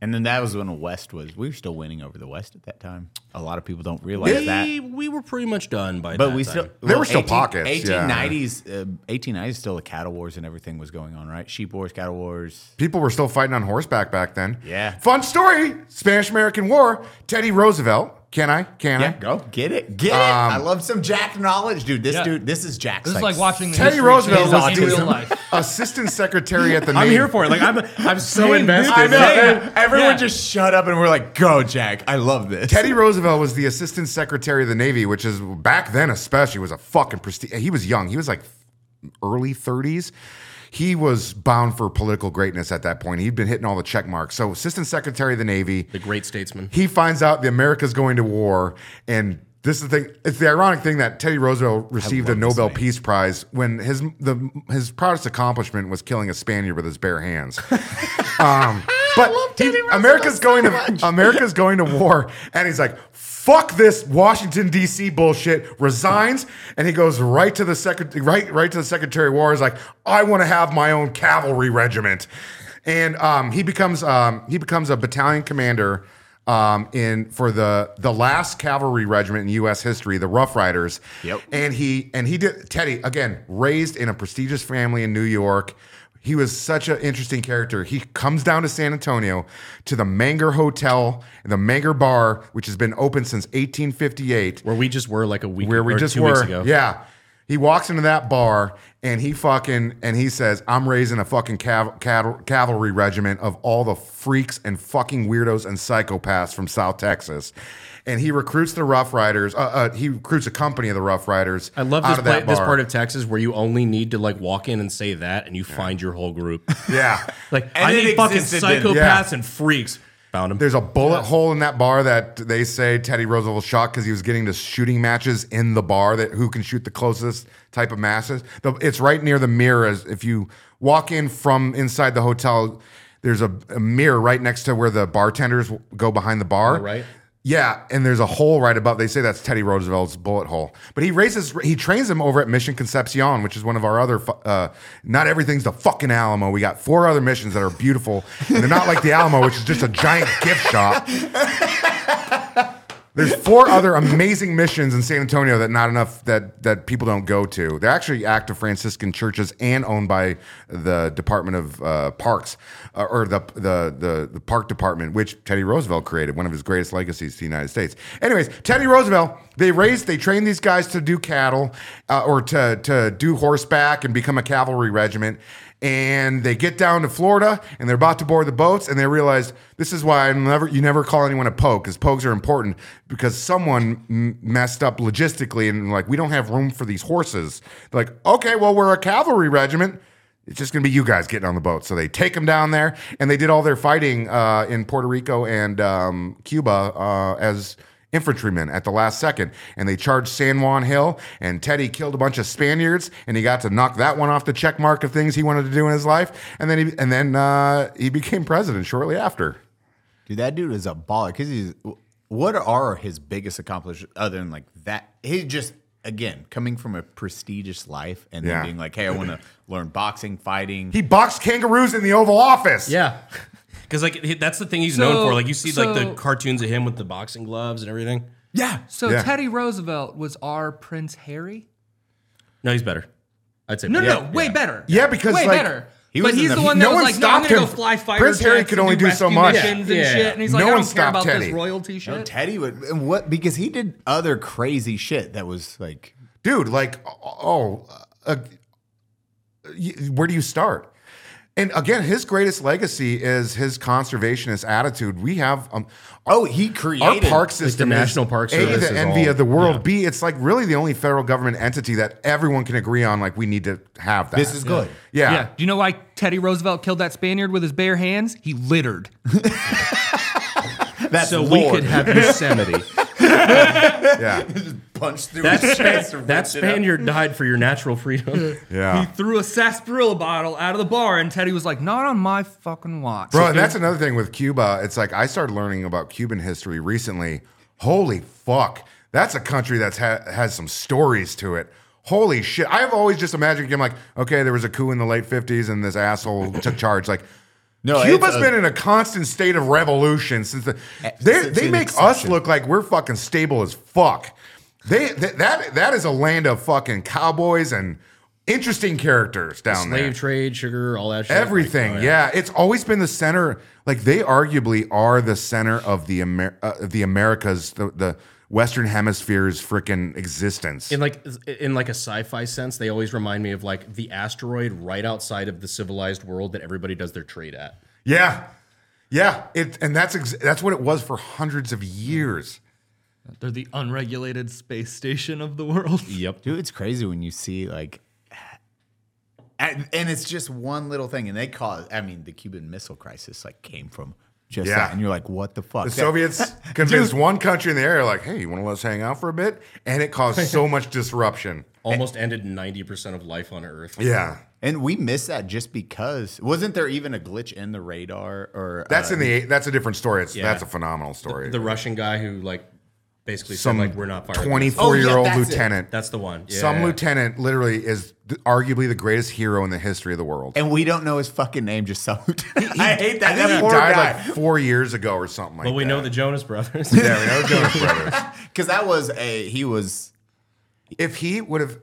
Speaker 5: and then that was when the West was. We were still winning over the West at that time. A lot of people don't realize that.
Speaker 3: We, we were pretty much done by
Speaker 5: But
Speaker 3: that
Speaker 5: we
Speaker 3: time.
Speaker 5: still
Speaker 1: There were still pockets, yeah.
Speaker 5: Eighteen nineties, uh, eighteen nineties, still the cattle wars and everything was going on, right? Sheep wars, cattle wars.
Speaker 1: People were still fighting on horseback back then.
Speaker 5: Yeah.
Speaker 1: Fun story: Spanish American War. Teddy Roosevelt. Can I? Can I? Um,
Speaker 5: go get it, get it. I love some Jack knowledge, dude. This dude, this is Jack's.
Speaker 10: This is like watching the
Speaker 1: Teddy
Speaker 10: history
Speaker 1: Roosevelt
Speaker 10: channel
Speaker 1: was
Speaker 10: in real
Speaker 1: the
Speaker 10: life.
Speaker 1: assistant secretary at the.
Speaker 3: I'm
Speaker 1: Navy-
Speaker 3: here for it. Like I'm, I'm so invested.
Speaker 5: I know. and Everyone
Speaker 10: Yeah.
Speaker 5: just shut up and we're like, "Go, Jack! I love this."
Speaker 1: Teddy Roosevelt was the assistant secretary of the Navy, which is back then, especially, was a fucking prestige. He was young. He was like early 30s. He was bound for political greatness at that point. He'd been hitting all the check marks. So, assistant secretary of the Navy,
Speaker 3: The great statesman.
Speaker 1: he finds out the America's going to war. And this is the thing. It's the ironic thing that Teddy Roosevelt received a Nobel Peace Prize when his the his proudest accomplishment was killing a Spaniard with his bare hands. Um, but he- America's going to America's going to war, and he's like, "Fuck this Washington D.C. bullshit." Resigns, and he goes right to the secret right right to the Secretary of War. Is like, "I want to have my own cavalry regiment," and um, he becomes um, he becomes a battalion commander. Um, in for the the last cavalry regiment in U.S. history, the Rough Riders.
Speaker 5: Yep.
Speaker 1: And he and he did Teddy again, raised in a prestigious family in New York. He was such an interesting character. He comes down to San Antonio to the Manger Hotel, the Manger Bar, which has been open since 1858
Speaker 3: Where we just were like a week
Speaker 1: where we
Speaker 3: or
Speaker 1: just
Speaker 3: two
Speaker 1: were.
Speaker 3: weeks ago.
Speaker 1: Yeah. He walks into that bar and he fucking and he says, "I'm raising a fucking cav- cav- cavalry regiment of all the freaks and fucking weirdos and psychopaths from South Texas." And he recruits the Rough Riders. Uh, uh, he recruits a company of the Rough Riders.
Speaker 3: I love
Speaker 1: out
Speaker 3: this,
Speaker 1: of that
Speaker 3: pla- this
Speaker 1: bar.
Speaker 3: part of Texas where you only need to like walk in and say that, and you find your whole group.
Speaker 1: yeah.
Speaker 3: Like I
Speaker 5: it
Speaker 3: need fucking
Speaker 5: existed then.
Speaker 3: psychopaths
Speaker 1: Yeah.
Speaker 3: and freaks. Found them.
Speaker 1: There's a bullet hole in that bar that they say Teddy Roosevelt shot because he was getting to shooting matches in the bar that who can shoot the closest type of matches. The- It's right near the mirror. As if you walk in from inside the hotel, there's a, a mirror right next to where the bartenders w- go behind the bar.
Speaker 3: right.
Speaker 1: Yeah, and there's a hole right above. They say that's Teddy Roosevelt's bullet hole, but he raises, he trains him over at Mission Concepcion, which is one of our other. fu- Uh, not everything's the fucking Alamo. We got four other missions that are beautiful, and they're not like the Alamo, which is just a giant gift shop. There's four other amazing missions in San Antonio that not enough that that people don't go to. They're actually active Franciscan churches and owned by the Department of uh, Parks uh, or the, the the the Park Department, which Teddy Roosevelt created, one of his greatest legacies to the United States. Anyways, Teddy Roosevelt, they raised, they trained these guys to do cattle uh, or to to do horseback and become a cavalry regiment. And they get down to Florida and they're about to board the boats and they realize this is why I'm never you never call anyone a poke because pokes are important because someone m- messed up logistically and like we don't have room for these horses. They're like, okay, well we're a cavalry regiment. It's just gonna be you guys getting on the boat. So they take them down there and they did all their fighting uh, in Puerto Rico and um, Cuba uh, as infantrymen at the last second and they charged San Juan Hill and Teddy killed a bunch of Spaniards and he got to knock that one off the check mark of things he wanted to do in his life and then he and then uh, he became president shortly after.
Speaker 5: Dude, that dude is a baller. Cause he's what are his biggest accomplishments other than like that? He just again, coming from a prestigious life and
Speaker 1: Yeah.
Speaker 5: then being like, hey, I want to learn boxing, fighting.
Speaker 1: He boxed kangaroos in the Oval Office.
Speaker 2: Yeah. Because like he- that's the thing he's
Speaker 6: So-
Speaker 2: known for. Like you see like the
Speaker 6: so-
Speaker 2: cartoons of him with the boxing gloves and everything.
Speaker 5: yeah.
Speaker 6: So
Speaker 1: Yeah.
Speaker 6: Teddy Roosevelt was our Prince Harry?
Speaker 2: No, he's better. I'd say
Speaker 6: No,
Speaker 2: better.
Speaker 6: no, no, way better.
Speaker 1: Yeah, because,
Speaker 6: way
Speaker 1: like,
Speaker 6: better.
Speaker 5: he
Speaker 6: but
Speaker 5: was in
Speaker 6: he's
Speaker 5: the-
Speaker 6: the, one that
Speaker 1: no
Speaker 6: was
Speaker 1: one
Speaker 6: like, no, I'm
Speaker 1: stopped
Speaker 6: gonna go
Speaker 1: him.
Speaker 6: fly fire.
Speaker 1: Prince Harry
Speaker 6: jets
Speaker 1: could
Speaker 6: and
Speaker 1: only do so
Speaker 6: rescue
Speaker 1: much.
Speaker 6: missions And,
Speaker 2: Yeah.
Speaker 6: shit. and he's
Speaker 1: No
Speaker 6: like, I
Speaker 1: one
Speaker 6: don't care
Speaker 1: stopped
Speaker 6: about
Speaker 1: Teddy.
Speaker 6: this royalty shit.
Speaker 5: No, Teddy would and what because he did other crazy shit that was like
Speaker 1: dude like oh uh, y- where do you start and again his greatest legacy is his conservationist attitude we have um,
Speaker 5: oh he created
Speaker 1: our park system
Speaker 2: the
Speaker 1: is,
Speaker 2: National Park
Speaker 1: a
Speaker 2: Service
Speaker 1: the
Speaker 2: is
Speaker 1: envy
Speaker 2: all-
Speaker 1: of the world b it's like really the only federal government entity that everyone can agree on like we need to have that
Speaker 5: this is good
Speaker 1: yeah,
Speaker 6: Yeah. Do you know why Teddy Roosevelt killed that Spaniard with his bare hands? He littered.
Speaker 5: that's
Speaker 2: So we
Speaker 5: Lord.
Speaker 2: could have Yosemite.
Speaker 1: yeah.
Speaker 5: punched through
Speaker 2: That,
Speaker 5: his
Speaker 2: Span-
Speaker 5: chest and
Speaker 2: that
Speaker 5: ripped it up.
Speaker 2: Spaniard died for your natural freedom.
Speaker 1: Yeah.
Speaker 6: He threw a sarsaparilla bottle out of the bar, and Teddy was like, "Not on my fucking watch."
Speaker 1: Bro, and that's another thing with Cuba. It's like I started learning about Cuban history recently. Holy fuck. That's a country that's ha- has some stories to it. Holy shit. I've always just imagined him like, okay, there was a coup in the late 50s and this asshole took charge. Like,
Speaker 5: No,
Speaker 1: Cuba's
Speaker 5: it's a- Eh,
Speaker 1: been in a constant state of revolution since the. They,
Speaker 5: since
Speaker 1: they
Speaker 5: an
Speaker 1: make us
Speaker 5: exception.
Speaker 1: look like we're fucking stable as fuck. They, th- that that is a land of fucking cowboys and interesting characters down there
Speaker 2: Slave trade, sugar, all that shit.
Speaker 1: everything.
Speaker 2: Like, oh,
Speaker 1: yeah. it's always been the center. Like they arguably are the center of the Amer- uh, the Americas, the, the Western Hemisphere's freaking existence.
Speaker 2: In like in like a sci-fi sense, they always remind me of like the asteroid right outside of the civilized world that everybody does their trade at.
Speaker 1: yeah, yeah. It and that's ex- that's what it was for hundreds of years.
Speaker 6: They're the unregulated space station of the world.
Speaker 5: Dude, it's crazy when you see like, and, and it's just one little thing, and they cause. I mean, the Cuban Missile Crisis like came from just
Speaker 1: Yeah.
Speaker 5: that, and you're like, what the fuck?
Speaker 1: The
Speaker 5: That-
Speaker 1: Soviets convinced one country in the area, like, "Hey, you want to let us hang out for a bit?" And it caused so much disruption.
Speaker 2: Almost ended ninety percent of life on Earth.
Speaker 1: Yeah,
Speaker 5: and we miss that just because wasn't there even a glitch in the radar or
Speaker 1: that's
Speaker 5: uh,
Speaker 1: in the eight- that's a different story. It's that's a phenomenal story.
Speaker 2: The Russian guy who like basically
Speaker 1: Some
Speaker 2: said like we're not firing.
Speaker 1: twenty
Speaker 2: this."
Speaker 1: four year old
Speaker 5: Oh, yeah, that's it.
Speaker 1: lieutenant.
Speaker 2: That's the one. Yeah.
Speaker 1: Some lieutenant literally is th- arguably the greatest hero in the history of the world.
Speaker 5: and we don't know his fucking name. Just so I hate that.
Speaker 1: I think
Speaker 5: that
Speaker 1: he
Speaker 5: poor
Speaker 1: died
Speaker 5: guy.
Speaker 1: like four years ago or something like
Speaker 2: Well, we
Speaker 1: that.
Speaker 2: know the Jonas Brothers.
Speaker 1: Yeah, we know the Jonas Brothers.
Speaker 5: because that was a he was.
Speaker 1: If he would have,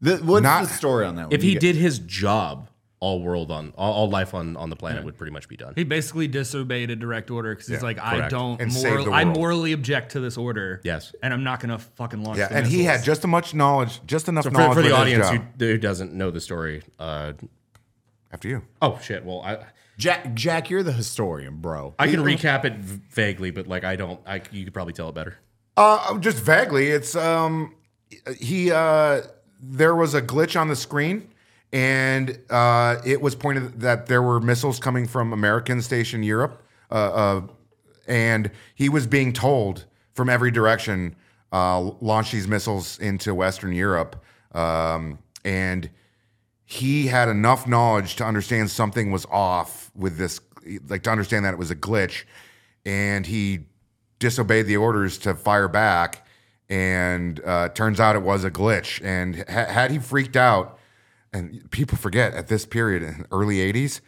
Speaker 5: The, what's
Speaker 1: Not-
Speaker 5: the story on that? one?
Speaker 2: if he
Speaker 5: You-
Speaker 2: did his job, all world on all, all life on on the planet would pretty much be done.
Speaker 6: He basically disobeyed a direct order because he's like, I don't,
Speaker 1: And saved
Speaker 6: moral,
Speaker 1: the
Speaker 6: I
Speaker 1: world.
Speaker 6: morally object to this order.
Speaker 2: Yes.
Speaker 6: and I'm not gonna fucking launch.
Speaker 1: yeah,
Speaker 6: the
Speaker 1: and he
Speaker 6: missiles."
Speaker 1: had just as much knowledge, just enough
Speaker 2: for,
Speaker 1: knowledge
Speaker 2: for the
Speaker 1: with his
Speaker 2: audience who,
Speaker 1: job.
Speaker 2: who doesn't know the story, uh,
Speaker 1: after you.
Speaker 2: oh shit. Well, I
Speaker 5: Jack, Jack, you're the historian, bro.
Speaker 2: I can recap it v- vaguely, but like I don't. I you could probably tell it better.
Speaker 1: Uh, just vaguely, it's um, he uh, there was a glitch on the screen, and uh, it was pointed that there were missiles coming from American station Europe, uh, uh, and he was being told from every direction, uh, launch these missiles into Western Europe, um, and he had enough knowledge to understand something was off with this, like to understand that it was a glitch, and he disobeyed the orders to fire back, and uh, turns out it was a glitch. And ha- had he freaked out, and people forget at this period in the early '80s,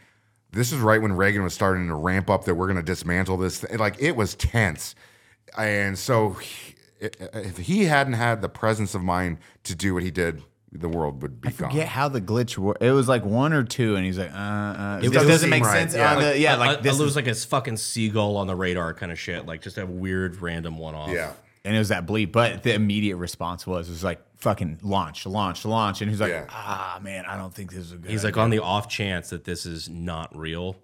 Speaker 1: this is right when Reagan was starting to ramp up that we're going to dismantle this. Thing. Like it was tense, and so he, if he hadn't had the presence of mind to do what he did, the world would be gone.
Speaker 5: forget how the glitch worked. It was like one or two, and he's like, uh, uh. It,
Speaker 1: doesn't
Speaker 5: doesn't,
Speaker 1: seem
Speaker 5: make
Speaker 1: right,
Speaker 5: sense
Speaker 1: yeah.
Speaker 5: on the yeah,
Speaker 2: I,
Speaker 5: like uh, this.
Speaker 2: I
Speaker 5: is-
Speaker 2: lose like a fucking seagull on the radar kind of shit. Like just a weird random one off.
Speaker 1: Yeah.
Speaker 5: and it was that bleep, but the immediate response was was like fucking launch, launch, launch, and he's like,
Speaker 1: Yeah.
Speaker 5: ah man, I don't think this is a good.
Speaker 2: He's like on the off chance that this is not real.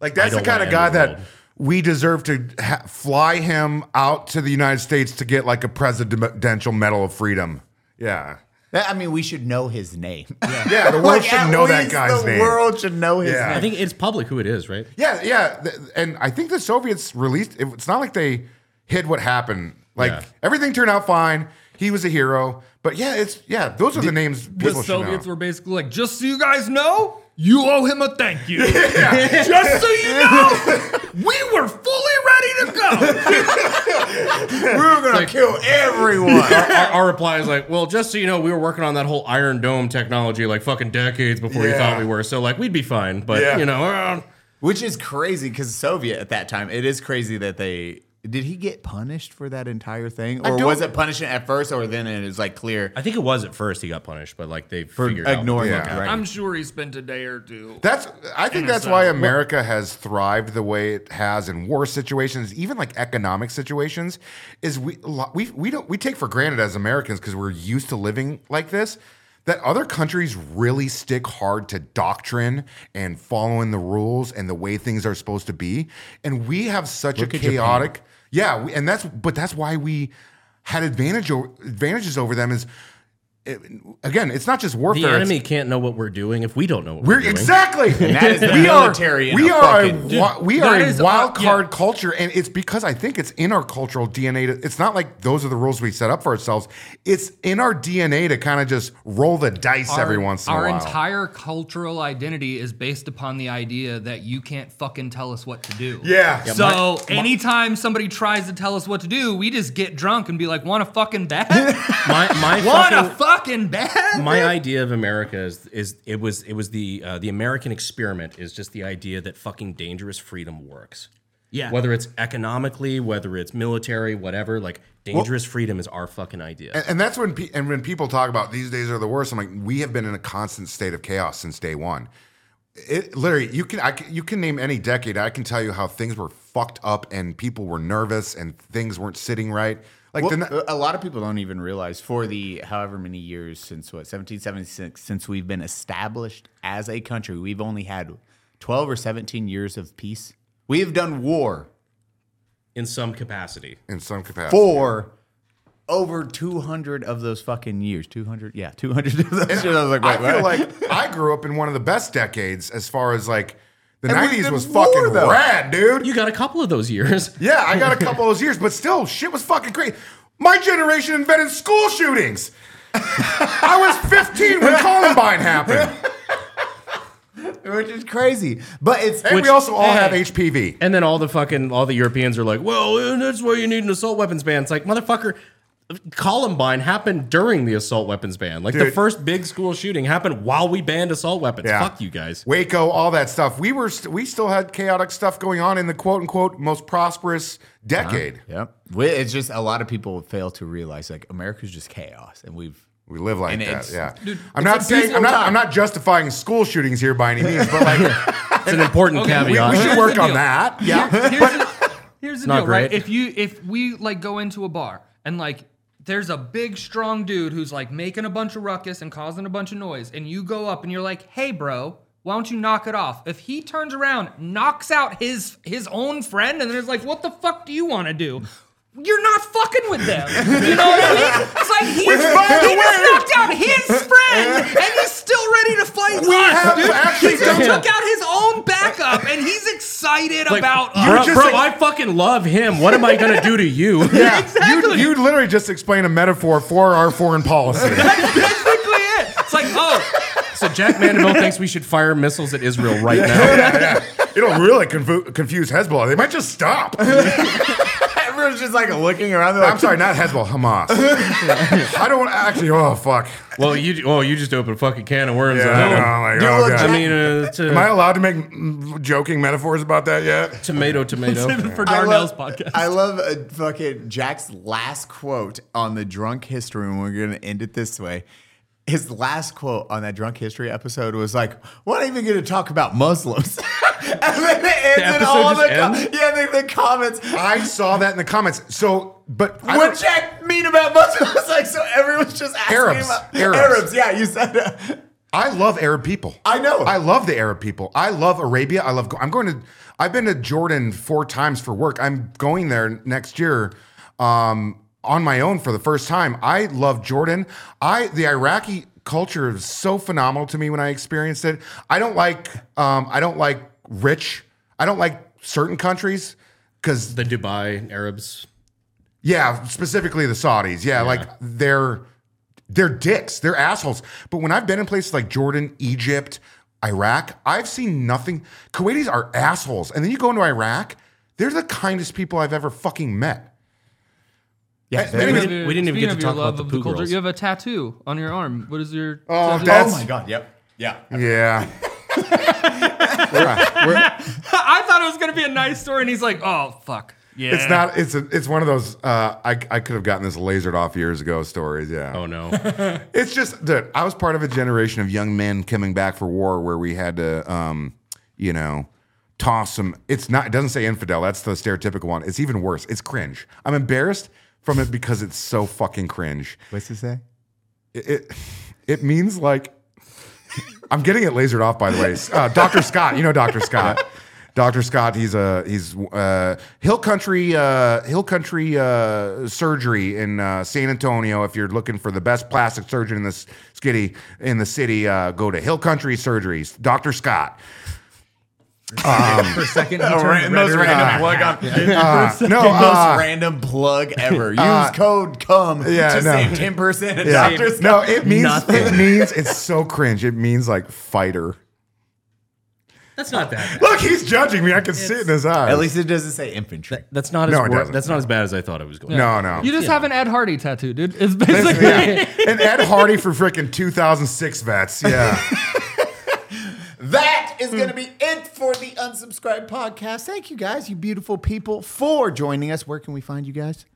Speaker 1: Like that's the
Speaker 2: don't
Speaker 1: kind
Speaker 2: wanna
Speaker 1: of
Speaker 2: end
Speaker 1: guy
Speaker 2: the
Speaker 1: that
Speaker 2: world.
Speaker 1: we deserve to ha- fly him out to the United States to get like a presidential medal of freedom. Yeah.
Speaker 5: That- I mean, we should know his name. Yeah,
Speaker 1: Yeah, the world should know that guy's
Speaker 5: the
Speaker 1: name.
Speaker 5: world should know his
Speaker 1: Yeah.
Speaker 5: name.
Speaker 2: I think it's public who it is, right?
Speaker 1: Yeah, yeah, th- and I think the Soviets released. It, it's not like they hid what happened. Like
Speaker 2: Yeah.
Speaker 1: everything turned out fine. He was a hero, but yeah, it's yeah. Those are the, names
Speaker 6: The
Speaker 1: people should
Speaker 6: Soviets
Speaker 1: know.
Speaker 6: were basically like, just so you guys know, you owe him a thank you. just so you know, we were fully ready to go.
Speaker 5: We were gonna kill everyone.
Speaker 3: our, our, our reply is like, well, just so you know, we were working on that whole Iron Dome technology like fucking decades before you
Speaker 1: Yeah.
Speaker 3: thought we were. So like, we'd be fine. But
Speaker 1: Yeah.
Speaker 3: you know, uh,
Speaker 5: Which is crazy because Soviet at that time. It is crazy that they did he get punished for that entire thing, or was it punishment at first, or then it is like clear
Speaker 3: I think it was at first he got punished, but like they
Speaker 5: for
Speaker 3: figured
Speaker 5: ignoring
Speaker 1: Yeah.
Speaker 5: it, right?
Speaker 10: I'm sure he spent a day or two.
Speaker 1: That's I think that's why America has thrived the way it has in war situations, even like economic situations, is we lo- we we don't we take for granted as Americans because we're used to living like this that other countries really stick hard to doctrine and following the rules and the way things are supposed to be, and we have such a chaotic yeah, we, and that's but that's why we had advantage o- advantages over them is. it- again, it's not just
Speaker 3: the
Speaker 1: warfare. it's-
Speaker 3: enemy can't know what we're doing if we don't know what we're,
Speaker 1: we're
Speaker 3: doing.
Speaker 1: exactly.
Speaker 5: And that is the
Speaker 1: we are,
Speaker 5: military in
Speaker 1: we
Speaker 5: a
Speaker 1: are a
Speaker 5: fucking-
Speaker 1: wi- we
Speaker 10: That
Speaker 1: are a
Speaker 10: is, uh,
Speaker 1: wild
Speaker 10: yeah.
Speaker 1: card culture, and it's because I think it's in our cultural DNA. To, it's not like those are the rules we set up for ourselves. It's in our DNA to kind of just roll the dice every once in
Speaker 10: our
Speaker 1: a while.
Speaker 10: entire cultural identity is based upon the idea that you can't fucking tell us what to do.
Speaker 1: Yeah. Yeah,
Speaker 10: so anytime somebody tries to tell us what to do, we just get drunk and be like, "Want a fucking bet?
Speaker 3: My my
Speaker 10: Want
Speaker 3: fucking-
Speaker 10: a fucking bet?"
Speaker 3: my idea of America is, is it was it was the uh, the American experiment is just the idea that fucking dangerous freedom works.
Speaker 10: Yeah.
Speaker 3: Whether it's economically, whether it's military, whatever, like dangerous freedom is our fucking idea.
Speaker 1: and, and that's when pe- and when people talk about these days are the worst. I'm like, we have been in a constant state of chaos since day one. It literally, you can, I can you can name any decade. I can tell you how things were fucked up and people were nervous and things weren't sitting right. Like
Speaker 5: Well,
Speaker 1: the, na-
Speaker 5: a lot of people don't even realize for the however many years since what 1776 since we've been established as a country we've only had 12 or 17 years of peace we have done war
Speaker 3: in some capacity.
Speaker 1: in some capacity.
Speaker 5: for over 200 of those fucking years 200 yeah 200 of those years. I was like,
Speaker 1: I
Speaker 5: wait,
Speaker 1: feel
Speaker 5: what?
Speaker 1: like I grew up in one of the best decades as far as like the
Speaker 5: And we
Speaker 1: nineties
Speaker 5: did
Speaker 1: was
Speaker 5: war,
Speaker 1: fucking
Speaker 5: though.
Speaker 1: rad, dude.
Speaker 3: You got a couple of those years.
Speaker 1: Yeah, I got a couple of those years, but still shit was fucking great. My generation invented school shootings. I was 15 when Columbine happened.
Speaker 5: which is crazy but it's
Speaker 1: And we also all have HPV.
Speaker 3: And then all the fucking all the Europeans are like, well, uh, that's why you need an assault weapons ban. It's like motherfucker. Columbine happened during the assault weapons ban. Like the
Speaker 1: Dude.
Speaker 3: first big school shooting happened while we banned assault weapons.
Speaker 1: Yeah.
Speaker 3: Fuck you guys.
Speaker 1: Waco, all that stuff. We were st- we still had chaotic stuff going on in the quote unquote most prosperous decade.
Speaker 5: yep We- it's just a lot of people fail to realize like america's just chaos and we've
Speaker 1: We live like
Speaker 5: And
Speaker 1: that.
Speaker 5: it's-
Speaker 1: Yeah.
Speaker 5: dude,
Speaker 1: I'm
Speaker 5: it's
Speaker 1: not
Speaker 5: a
Speaker 1: saying I'm
Speaker 5: peaceful
Speaker 1: not I'm
Speaker 5: time.
Speaker 1: not justifying school shootings here by any means, but like
Speaker 3: It's an important caveat.
Speaker 1: we should
Speaker 10: Here's
Speaker 1: work
Speaker 10: the
Speaker 1: on
Speaker 10: deal.
Speaker 1: that.
Speaker 10: Yeah. Here's the, here's the
Speaker 3: Not
Speaker 10: deal, right?
Speaker 3: great.
Speaker 10: If you if we like go into a bar and like there's a big strong dude who's like making a bunch of ruckus and causing a bunch of noise, and you go up and you're like, "Hey, bro." Why don't you knock it off? If he turns around, knocks out his his own friend, and then is like, "What the fuck do you want to do?" You're not fucking with them. You know what I mean? It's like he, he just knocked out his friend, and he's still ready to fight us.
Speaker 1: have
Speaker 10: dude.
Speaker 1: actually
Speaker 10: he
Speaker 1: done
Speaker 10: just took out his own backup, and he's excited
Speaker 3: Like,
Speaker 10: about
Speaker 3: bro,
Speaker 10: us.
Speaker 3: bro, I fucking love him. What am I gonna do to you?
Speaker 1: Yeah, you, you literally just explain a metaphor for our foreign policy.
Speaker 10: That's basically it. It's like, oh,
Speaker 3: So Jack Mandeville thinks we should fire missiles at Israel right now.
Speaker 1: It'll really confu- confuse Hezbollah. They might just stop.
Speaker 5: everyone's just like looking around they're
Speaker 1: I'm sorry, not Hezbollah, Hamas. I don't actually. Oh fuck.
Speaker 3: Well, you oh you just opened a fucking can of worms.
Speaker 1: Yeah,
Speaker 3: I
Speaker 1: I
Speaker 3: know.
Speaker 1: know, like,
Speaker 5: Dude,
Speaker 1: oh,
Speaker 5: look,
Speaker 1: God.
Speaker 5: Jack-
Speaker 3: I mean, uh,
Speaker 1: Am I
Speaker 3: to,
Speaker 1: allowed to make mm, joking metaphors about that yet?
Speaker 3: tomato, tomato.
Speaker 10: for
Speaker 5: I
Speaker 10: Darnell's
Speaker 5: love-
Speaker 10: podcast.
Speaker 5: I love uh, fucking Jack's last quote on the drunk history, and we're gonna end it this way. His last quote on that drunk history episode was like, "We're not even gonna talk about Muslims." and then it ends in
Speaker 3: episode
Speaker 5: all the
Speaker 3: just
Speaker 5: com-
Speaker 3: ends?
Speaker 5: yeah, the, the comments.
Speaker 1: I saw that in the comments. So, but I
Speaker 5: What
Speaker 1: don't-
Speaker 5: Jack mean about Muslims? like, so everyone's just asking
Speaker 1: Arabs.
Speaker 5: about
Speaker 1: Arabs.
Speaker 5: Yeah, you said uh, that.
Speaker 1: I love Arab people.
Speaker 5: I know.
Speaker 1: I love the Arab people. I love Arabia. I love. I'm going to. I've been to Jordan four times for work. I'm going there next year, um, on my own for the first time. I love Jordan. I the Iraqi culture is so phenomenal to me when I experienced it. I don't like. Um, I don't like rich. I don't like certain countries because
Speaker 3: the Dubai Arabs.
Speaker 1: yeah, specifically the Saudis. Yeah, like they're they're dicks, they're assholes. But when I've been in places like Jordan, Egypt, Iraq, I've seen nothing. Kuwaitis are assholes, and then you go into Iraq, they're the kindest people I've ever fucking met.
Speaker 5: Yeah,
Speaker 1: Hey,
Speaker 5: very-
Speaker 1: anyway,
Speaker 2: we didn't even
Speaker 6: Speaking
Speaker 2: get
Speaker 6: of
Speaker 2: to
Speaker 6: your
Speaker 2: talk about
Speaker 6: love
Speaker 2: the
Speaker 6: of
Speaker 2: poo girls.
Speaker 6: You have a tattoo on your arm. What is your?
Speaker 1: Oh,
Speaker 6: tattoo?
Speaker 1: that's-
Speaker 5: oh my god, yep. Yeah.
Speaker 1: yeah.
Speaker 10: Oh, I thought it was gonna be a nice story, and he's like, "Oh fuck, yeah."
Speaker 1: It's not. It's a, It's one of those. Uh, I I could have gotten this lasered off years ago stories. Yeah.
Speaker 2: Oh no.
Speaker 1: It's just, dude, I was part of a generation of young men coming back for war where we had to, um, you know, toss some. It's not, it doesn't say infidel. That's the stereotypical one. It's even worse. It's cringe. I'm embarrassed from it because it's so fucking cringe.
Speaker 5: What's it say?
Speaker 1: It, it, it means like, I'm getting it lasered off, by the way. Uh, Dr. Scott, you know Dr. Scott. Dr. Scott, he's a he's uh, Hill Country uh, Hill Country uh, surgery in uh, San Antonio. If you're looking for the best plastic surgeon in this skitty in the city, uh, go to Hill Country Surgeries. Dr. Scott.
Speaker 10: for a second. He
Speaker 5: Ran-
Speaker 10: turned red
Speaker 5: most
Speaker 10: around.
Speaker 5: random plug on
Speaker 1: No,
Speaker 5: the
Speaker 1: uh,
Speaker 5: most random plug ever. Use
Speaker 1: uh,
Speaker 5: code CUM
Speaker 1: yeah,
Speaker 5: to
Speaker 1: no.
Speaker 5: save ten percent at
Speaker 1: yeah.
Speaker 5: Doctor Scott.
Speaker 1: no, it means it means it's so cringe. It means like fighter.
Speaker 2: That's not that.
Speaker 1: Look, he's judging me. I can see it in his eyes.
Speaker 5: At least it doesn't say infantry.
Speaker 2: That's not as
Speaker 1: No, it
Speaker 2: wor-
Speaker 1: doesn't.
Speaker 2: that's not as bad as I thought it was going. to
Speaker 1: no, no.
Speaker 6: You just have an Ed Hardy tattoo, dude. It's basically.
Speaker 1: yeah. and Ed Hardy for freaking 2006 vets. Yeah.
Speaker 11: That is
Speaker 5: Hmm.
Speaker 11: going to be it for the Unsubscribed podcast. Thank you guys, you beautiful people, for joining us. Where can we find you guys?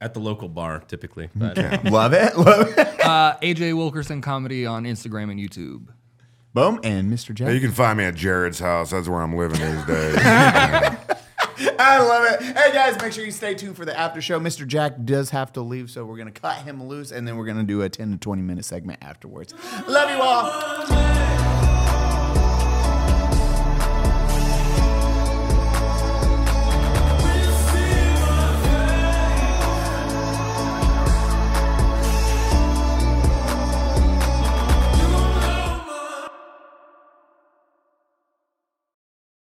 Speaker 2: At the local bar, typically. But
Speaker 5: Love it. Love it.
Speaker 6: Uh, AJ Wilkerson comedy on Instagram and YouTube.
Speaker 5: Boom and Mr. Jack.
Speaker 1: You can find me at Jared's house. That's where I'm living these days.
Speaker 11: I love it. Hey guys, make sure you stay tuned for the after show. Mr. Jack does have to leave, so we're gonna cut him loose, and then we're gonna do a ten to twenty minute segment afterwards. Love you all.